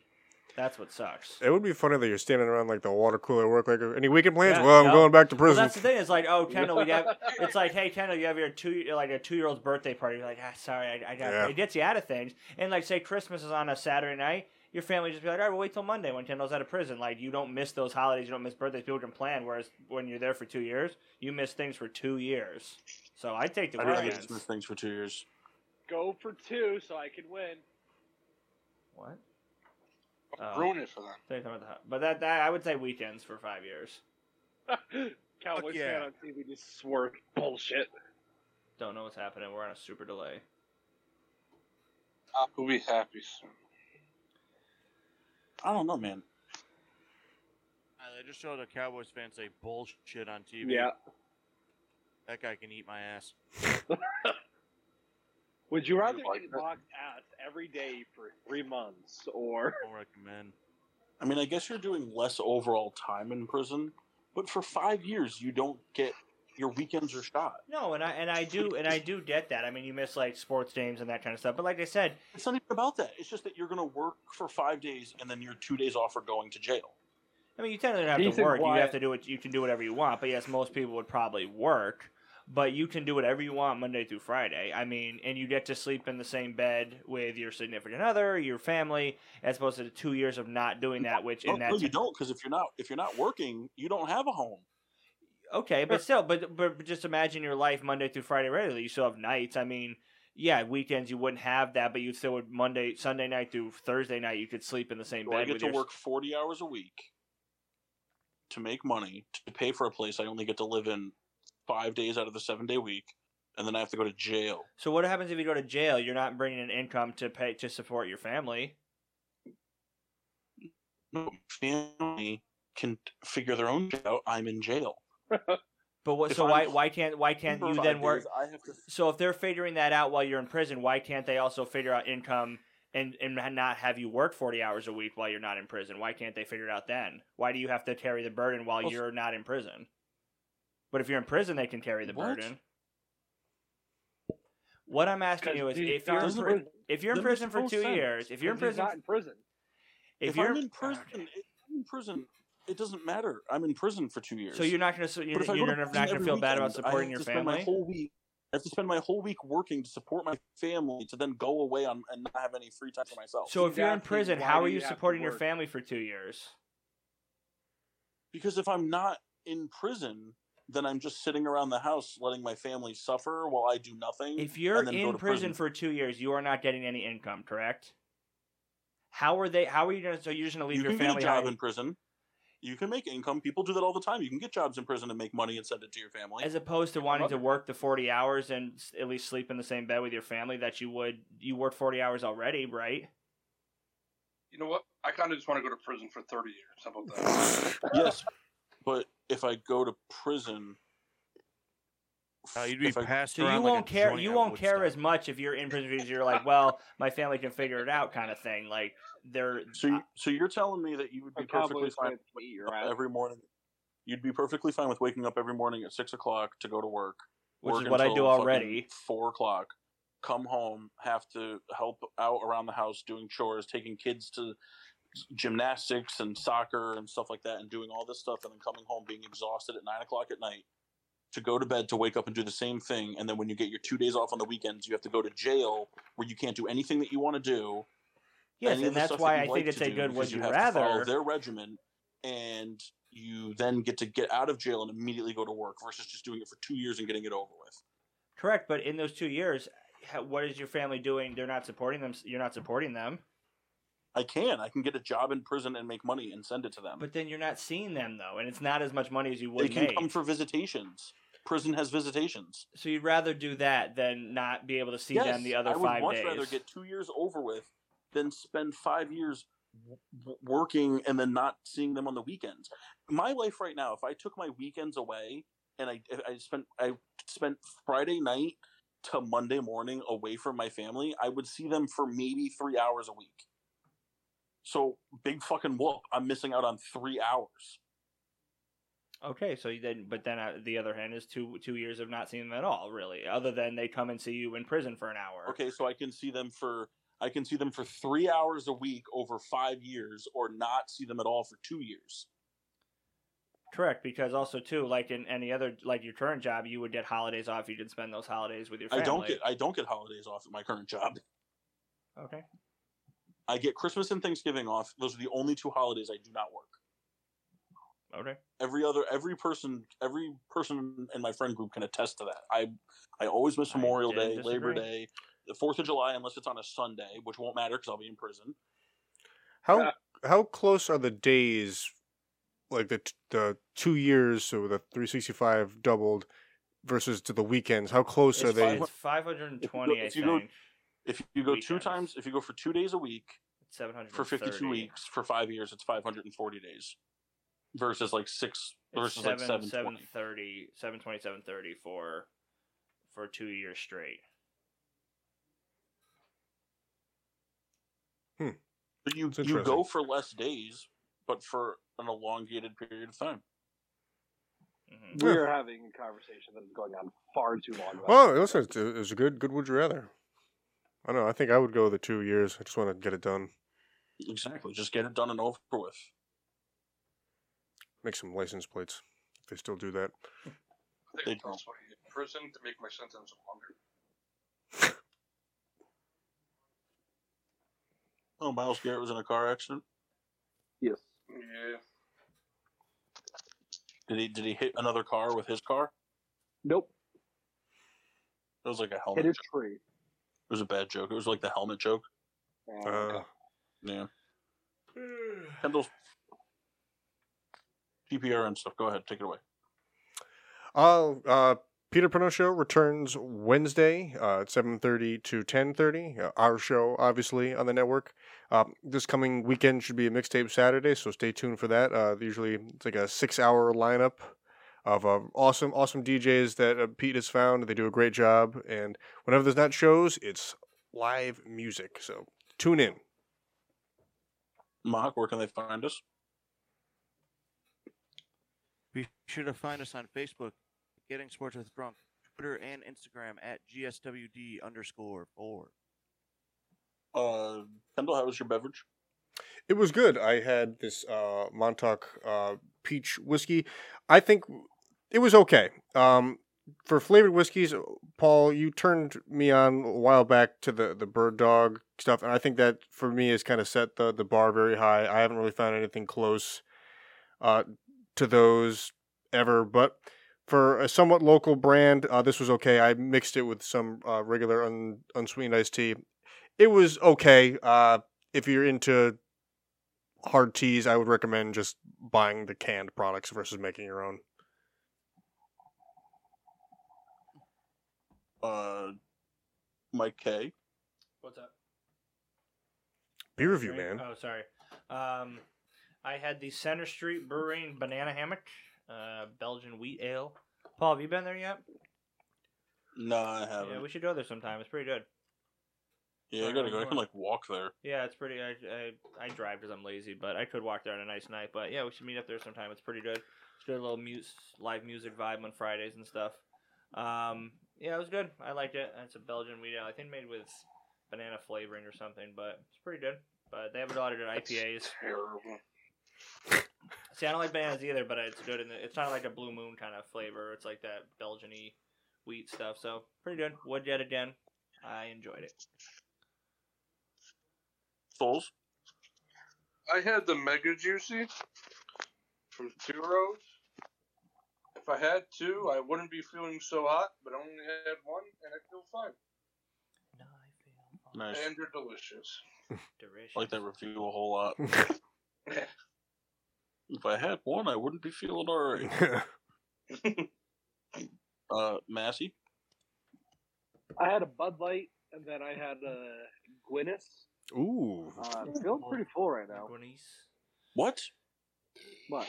Speaker 3: That's what sucks.
Speaker 1: It would be funny that you're standing around like the water cooler at work. Like, uh, any weekend plans?
Speaker 3: Yeah,
Speaker 1: well, I'm
Speaker 3: no.
Speaker 1: going back to
Speaker 3: Well,
Speaker 1: prison.
Speaker 3: that's the thing. It's like, oh, Kendall, we have. It's like, hey, Kendall, you have your two, like a two-year-old's birthday party. You're like, ah, sorry, I, I got.
Speaker 1: Yeah.
Speaker 3: It gets you out of things. And like, say Christmas is on a Saturday night, your family just be like, all right, we'll wait till Monday when Kendall's out of prison. Like, you don't miss those holidays. You don't miss birthdays. People can plan. Whereas when you're there for two years, you miss things for two years. So I take the
Speaker 6: I'd rather
Speaker 3: weekends.
Speaker 6: just miss things for two years.
Speaker 4: Go for two so I can win.
Speaker 3: What? Oh.
Speaker 2: I'll Ruin it for them.
Speaker 3: They're talking about the- But that, that I would say weekends for five years.
Speaker 4: Cowboys
Speaker 5: yeah.
Speaker 4: fan on TV just swerve bullshit.
Speaker 3: Don't know what's happening. We're on a super delay.
Speaker 2: I will Uh, be happy soon.
Speaker 6: I don't know, man.
Speaker 5: I just showed a Cowboys fan say bullshit on TV.
Speaker 4: Yeah.
Speaker 5: That guy can eat my ass.
Speaker 4: Would you rather
Speaker 2: like
Speaker 4: get
Speaker 2: that?
Speaker 4: locked ass every day for three months or
Speaker 5: Don't recommend.
Speaker 6: I mean, I guess you're doing less overall time in prison, but for five years, you don't get your weekends are shot.
Speaker 3: No, and I and I do and I do get that. I mean, you miss like sports games and that kind of stuff. But like I said,
Speaker 6: It's not even about that. It's just that you're going to work for five days and then your two days off are going to jail.
Speaker 3: I mean, you technically don't have to
Speaker 4: Decent
Speaker 3: work. You
Speaker 4: quiet.
Speaker 3: have to do what you can do whatever you want. But yes, most people would probably work. But you can do whatever you want Monday through Friday. I mean, and you get to sleep in the same bed with your significant other, your family, as opposed to the two years of not doing that. Which
Speaker 6: Oh,
Speaker 3: in that
Speaker 6: no, you don't, because if you're not if you're not working, you don't have a home.
Speaker 3: Okay, but still, but, but but just imagine your life Monday through Friday regularly. You still have nights. I mean, yeah, weekends you wouldn't have that, but you still would Monday, Sunday night through Thursday night. You could sleep in the same
Speaker 6: So
Speaker 3: bed
Speaker 6: I get
Speaker 3: with
Speaker 6: to
Speaker 3: your.
Speaker 6: work forty hours a week to make money to pay for a place I only get to live in five days out of the seven day week, and then I have to go to jail.
Speaker 3: So what happens if you go to jail? You're not bringing an income to pay to support your family.
Speaker 6: No family can figure their own shit out. I'm in jail.
Speaker 3: But what?
Speaker 6: If
Speaker 3: so
Speaker 6: I'm-
Speaker 3: why why can't why can't
Speaker 6: For
Speaker 3: you
Speaker 6: five
Speaker 3: then work?
Speaker 6: days, I have to
Speaker 3: So if they're figuring that out while you're in prison, why can't they also figure out income and and not have you work forty hours a week while you're not in prison? Why can't they figure it out then? Why do you have to carry the burden while
Speaker 6: Well, s-
Speaker 3: you're not in prison? But if you're in prison, they can carry the
Speaker 6: What?
Speaker 3: burden. What I'm asking you
Speaker 2: Because
Speaker 3: is
Speaker 2: he's
Speaker 3: if
Speaker 2: not
Speaker 3: you're
Speaker 2: in
Speaker 3: in
Speaker 6: Doesn't
Speaker 3: pri-
Speaker 6: it-
Speaker 2: prison.
Speaker 3: if you're in
Speaker 6: that makes
Speaker 3: prison for
Speaker 6: no
Speaker 3: two
Speaker 6: sense.
Speaker 3: years, if you're in
Speaker 4: Because he's
Speaker 3: prison,
Speaker 4: not in prison.
Speaker 6: If,
Speaker 3: if, you're
Speaker 6: I'm in prison, it, I'm in prison. It doesn't matter. I'm in prison for two years.
Speaker 3: so you're not gonna so you're,
Speaker 6: But if I
Speaker 3: you're
Speaker 6: go
Speaker 3: not
Speaker 6: to
Speaker 3: gonna
Speaker 6: prison every
Speaker 3: feel bad about
Speaker 6: weekend, I
Speaker 3: supporting your
Speaker 6: have to spend My
Speaker 3: family.
Speaker 6: whole week, I have to spend my whole week working to support my family to then go away on, and not have any free time for myself.
Speaker 3: So if you're in
Speaker 2: Exactly.
Speaker 3: prison,
Speaker 2: Why
Speaker 3: how
Speaker 2: do
Speaker 3: are
Speaker 2: you
Speaker 3: you
Speaker 2: have to
Speaker 3: supporting your
Speaker 2: work?
Speaker 3: family for two years?
Speaker 6: because if I'm not in prison, then I'm just sitting around the house letting my family suffer while I do nothing.
Speaker 3: If you're
Speaker 6: and then go
Speaker 3: in
Speaker 6: to
Speaker 3: prison
Speaker 6: prison.
Speaker 3: for two years, you are not getting any income, correct? How are they? How are you gonna? So you're just gonna leave
Speaker 6: you
Speaker 3: your
Speaker 6: can
Speaker 3: family?
Speaker 6: get a job
Speaker 3: high-
Speaker 6: in prison. You can make income. People do that all the time. You can get jobs in prison and make money and send it to your family.
Speaker 3: as opposed to wanting to work the 40 hours and s- at least sleep in the same bed with your family that you would you worked 40 hours already right
Speaker 2: You know what? I kind of just want to go to prison for 30 years. How about that?
Speaker 6: yes, but if I go to prison,
Speaker 5: Uh, you'd be
Speaker 6: if I-
Speaker 5: passed
Speaker 3: so you
Speaker 5: around like a
Speaker 3: won't care
Speaker 5: joint
Speaker 3: you
Speaker 5: at
Speaker 3: won't care
Speaker 5: Woodstock.
Speaker 3: as much if you're in prison because you're like well my family can figure it out kind of thing like they're
Speaker 6: so you, so you're telling me that you would be
Speaker 4: The Cowboys
Speaker 6: perfectly fine
Speaker 4: fans beat your
Speaker 6: up
Speaker 4: ass.
Speaker 6: every morning. You'd be perfectly fine with waking up every morning at six o'clock to go to work,
Speaker 3: which
Speaker 6: work
Speaker 3: is what i
Speaker 6: until
Speaker 3: do
Speaker 6: fucking
Speaker 3: already
Speaker 6: Four o'clock, come home, have to help out around the house doing chores, taking kids to gymnastics and soccer and stuff like that, and doing all this stuff, and then coming home being exhausted at nine o'clock at night to go to bed to wake up and do the same thing, and then when you get your two days off on the weekends, you have to go to jail where you can't do anything that you want to do
Speaker 3: yes
Speaker 6: any of
Speaker 3: and
Speaker 6: the
Speaker 3: that's
Speaker 6: stuff
Speaker 3: why
Speaker 6: that
Speaker 3: i
Speaker 6: you
Speaker 3: think
Speaker 6: like
Speaker 3: it's
Speaker 6: to
Speaker 3: a
Speaker 6: do
Speaker 3: good
Speaker 6: because
Speaker 3: would
Speaker 6: you
Speaker 3: you
Speaker 6: have to follow
Speaker 3: rather
Speaker 6: their regimen, and you then get to get out of jail and immediately go to work versus just doing it for two years and getting it over with.
Speaker 3: correct but in those two years ha- what is your family doing they're not supporting them you're not supporting them
Speaker 6: I can. I can get a job in prison and make money and send it to them.
Speaker 3: but then you're not seeing them though and it's not as much money as you
Speaker 6: they
Speaker 3: would
Speaker 6: can
Speaker 3: make
Speaker 6: come for visitations. Prison has visitations.
Speaker 3: So you'd rather do that than not be able to see them the other
Speaker 6: I would
Speaker 3: five
Speaker 6: much
Speaker 3: days.
Speaker 6: rather get two years over with than spend five years w- w- working and then not seeing them on the weekends. My life right now, if I took my weekends away and I, if I spent I spent Friday night to Monday morning away from my family, I would see them for maybe three hours a week. So big fucking whoop! I'm missing out on three hours.
Speaker 3: okay, so you then, but then uh, the other hand is two two years of not seeing them at all, really, other than they come and see you in prison for an hour.
Speaker 6: Okay, so I can see them for I can see them for three hours a week over five years, or not see them at all for two years.
Speaker 3: correct. Because also too, like in any other, like your current job, you would get holidays off. You could spend those holidays with your family.
Speaker 6: I don't get I don't get holidays off at my current job.
Speaker 3: Okay.
Speaker 6: I get Christmas and Thanksgiving off. Those are the only two holidays I do not work.
Speaker 3: Okay.
Speaker 6: Every other every person every person in my friend group can attest to that. I I always miss
Speaker 3: I
Speaker 6: Memorial
Speaker 3: didn't
Speaker 6: Day, Labor
Speaker 3: disagree.
Speaker 6: Day, the Fourth of July, unless it's on a Sunday, which won't matter because I'll be in prison.
Speaker 1: How how close are the days, like the t- the two years, so the three sixty five doubled, versus to the weekends? How close are
Speaker 3: it's,
Speaker 1: they?
Speaker 3: five hundred and twenty. I
Speaker 6: If you go-
Speaker 3: think
Speaker 6: If you go two
Speaker 3: Weekends.
Speaker 6: times, if you go for two days a week
Speaker 3: seven hundred
Speaker 6: for fifty two weeks for five years, it's five hundred and forty days, versus like six versus
Speaker 3: seven,
Speaker 6: like seven
Speaker 3: seven
Speaker 6: twenty.
Speaker 3: thirty, seven twenty, seven thirty for for two years straight.
Speaker 6: So you
Speaker 1: It's
Speaker 6: you go
Speaker 1: interesting.
Speaker 6: for less days, but for an elongated period of time.
Speaker 3: hmm
Speaker 4: We're having a conversation that is going on far too long. about
Speaker 1: Well,
Speaker 4: this.
Speaker 1: listen, it's a, it's a good good. Would you rather? I don't know. I think I would go the two years. I just want to get it done.
Speaker 6: Exactly. Just get it done and over with.
Speaker 1: Make some license plates. If they still do that.
Speaker 2: I
Speaker 6: They
Speaker 2: think
Speaker 6: don't.
Speaker 2: it's also in prison to make my sentence longer.
Speaker 6: Oh, Miles Garrett was in a car accident.
Speaker 4: yes.
Speaker 2: Yeah.
Speaker 6: Did he did he hit another car with his car?
Speaker 4: Nope.
Speaker 6: It was like a
Speaker 4: Hit
Speaker 6: helmet.
Speaker 4: a
Speaker 6: It
Speaker 4: tree.
Speaker 6: was a bad joke. It was like the helmet joke.
Speaker 4: Uh,
Speaker 1: Uh,
Speaker 6: Yeah. Kendall's PPR and stuff. Go ahead, take it away.
Speaker 1: I'll, uh, Peter Pino show returns Wednesday uh, at seven thirty to ten thirty. Uh, our show, obviously, on the network. Um, this coming weekend should be a mixtape Saturday, so stay tuned for that. Uh, usually, it's like a six-hour lineup of uh, awesome, awesome DJs that uh, Pete has found. They do a great job, and whenever there's not shows, it's live music. So tune in.
Speaker 6: Mahak, where can they find us?
Speaker 5: Be sure to find us on Facebook, Getting Sports with Drunk. Twitter and Instagram at GSWD underscore four.
Speaker 6: Uh, Kendall, how was your beverage?
Speaker 1: It was good. I had this uh, Montauk uh, peach whiskey. I think it was okay. Um, for flavored whiskeys, Paul, you turned me on a while back to the, the bird dog stuff, and I think that for me has kind of set the, the bar very high. I haven't really found anything close uh, to those ever, but for a somewhat local brand, uh, this was okay. I mixed it with some uh, regular un- unsweetened iced tea. It was okay. Uh, if you're into hard teas, I would recommend just buying the canned products versus making your own.
Speaker 6: Uh, Mike K.
Speaker 3: What's up?
Speaker 1: Beer review,
Speaker 3: Right?
Speaker 1: man.
Speaker 3: Oh, sorry. Um, I had the Center Street Brewing Banana Hammock, uh, Belgian wheat ale. Paul, have you been there yet?
Speaker 6: No, I haven't.
Speaker 3: Yeah, we should go there sometime. It's pretty good.
Speaker 6: Yeah, I gotta go. I can like walk there.
Speaker 3: Yeah, it's pretty. I I, I drive because I'm lazy, but I could walk there on a nice night. But yeah, we should meet up there sometime. It's pretty good. It's good little muse, live music vibe on Fridays and stuff. Um, yeah, it was good. I liked it. It's a Belgian wheat ale. I think made with banana flavoring or something, but it's pretty good. But they have a lot of good IPAs.
Speaker 2: Terrible.
Speaker 3: See, I don't like bananas either, but it's good. In the, it's not like a blue moon kind of flavor. It's like that Belgian-y wheat stuff. So pretty good. Wood yet again. I enjoyed it.
Speaker 6: Souls.
Speaker 2: I had the Mega Juicy from Two Roads. If I had two, I wouldn't be feeling so hot, but I only had one, and I feel fine.
Speaker 6: Nice.
Speaker 2: And they're delicious.
Speaker 3: Delicious.
Speaker 6: I like that review a whole lot. if I had one, I wouldn't be feeling alright. Uh, Massey.
Speaker 4: I had a Bud Light, and then I had a Guinness.
Speaker 1: Ooh.
Speaker 4: Uh, I'm feeling pretty full right now.
Speaker 3: Guinness.
Speaker 6: What?
Speaker 4: But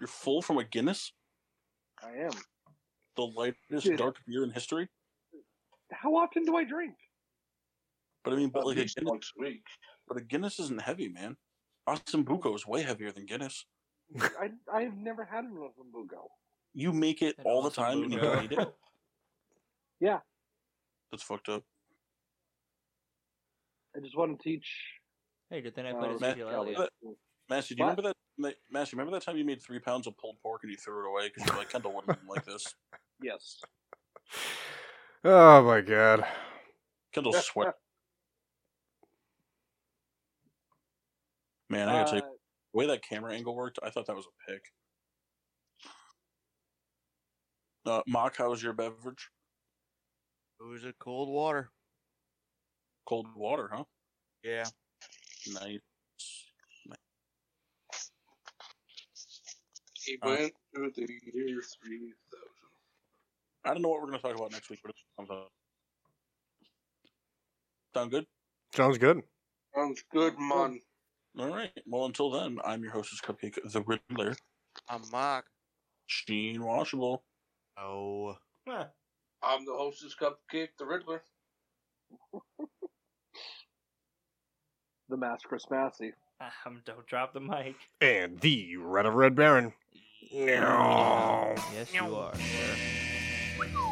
Speaker 6: You're full from a Guinness,
Speaker 4: I am.
Speaker 6: the lightest
Speaker 4: Dude.
Speaker 6: dark beer in history.
Speaker 4: How often do I drink?
Speaker 6: But I mean, but
Speaker 2: At
Speaker 6: like a
Speaker 2: least
Speaker 6: Guinness,
Speaker 2: once a week.
Speaker 6: but a Guinness isn't heavy, man. Austin Bucco is way heavier than Guinness.
Speaker 4: I I have never had an Bugo.
Speaker 6: You make it
Speaker 3: An
Speaker 6: all the
Speaker 3: Austin
Speaker 6: time, and you
Speaker 1: Bucco.
Speaker 6: don't eat it.
Speaker 4: Yeah.
Speaker 6: that's fucked up.
Speaker 4: I just want to teach.
Speaker 3: Hey, good thing I
Speaker 4: uh,
Speaker 3: played
Speaker 6: Matt
Speaker 3: Ezekiel
Speaker 4: Kelly.
Speaker 3: Elliott.
Speaker 6: Massey, do you
Speaker 4: What?
Speaker 6: remember that? Massey, remember that time you made three pounds of pulled pork and you threw it away because you're like Kendall wouldn't even like this.
Speaker 4: Yes.
Speaker 1: Oh my god.
Speaker 6: Kendall sweat. Man, I gotta tell you,
Speaker 4: Uh,
Speaker 6: the way that camera angle worked, I thought that was a pick. Uh, Mock, how was your beverage?
Speaker 5: It was a cold water.
Speaker 6: Cold water, huh?
Speaker 5: Yeah.
Speaker 6: Nice.
Speaker 2: He
Speaker 6: Uh,
Speaker 2: went through the year 3000.
Speaker 6: I don't know what we're gonna talk about next week, but it comes up. Sound good?
Speaker 1: Sounds good.
Speaker 2: Sounds good, man.
Speaker 6: All right. Well, until then, I'm your hostess, Cupcake the Riddler,
Speaker 5: I'm mock.
Speaker 6: Sheen Washable.
Speaker 5: Oh.
Speaker 3: Huh.
Speaker 2: I'm Um, the hostess cupcake, the Riddler.
Speaker 4: the Mask Chris Massey.
Speaker 3: Um, don't drop the mic.
Speaker 1: And the Red of Red Baron.
Speaker 3: Yes, you are.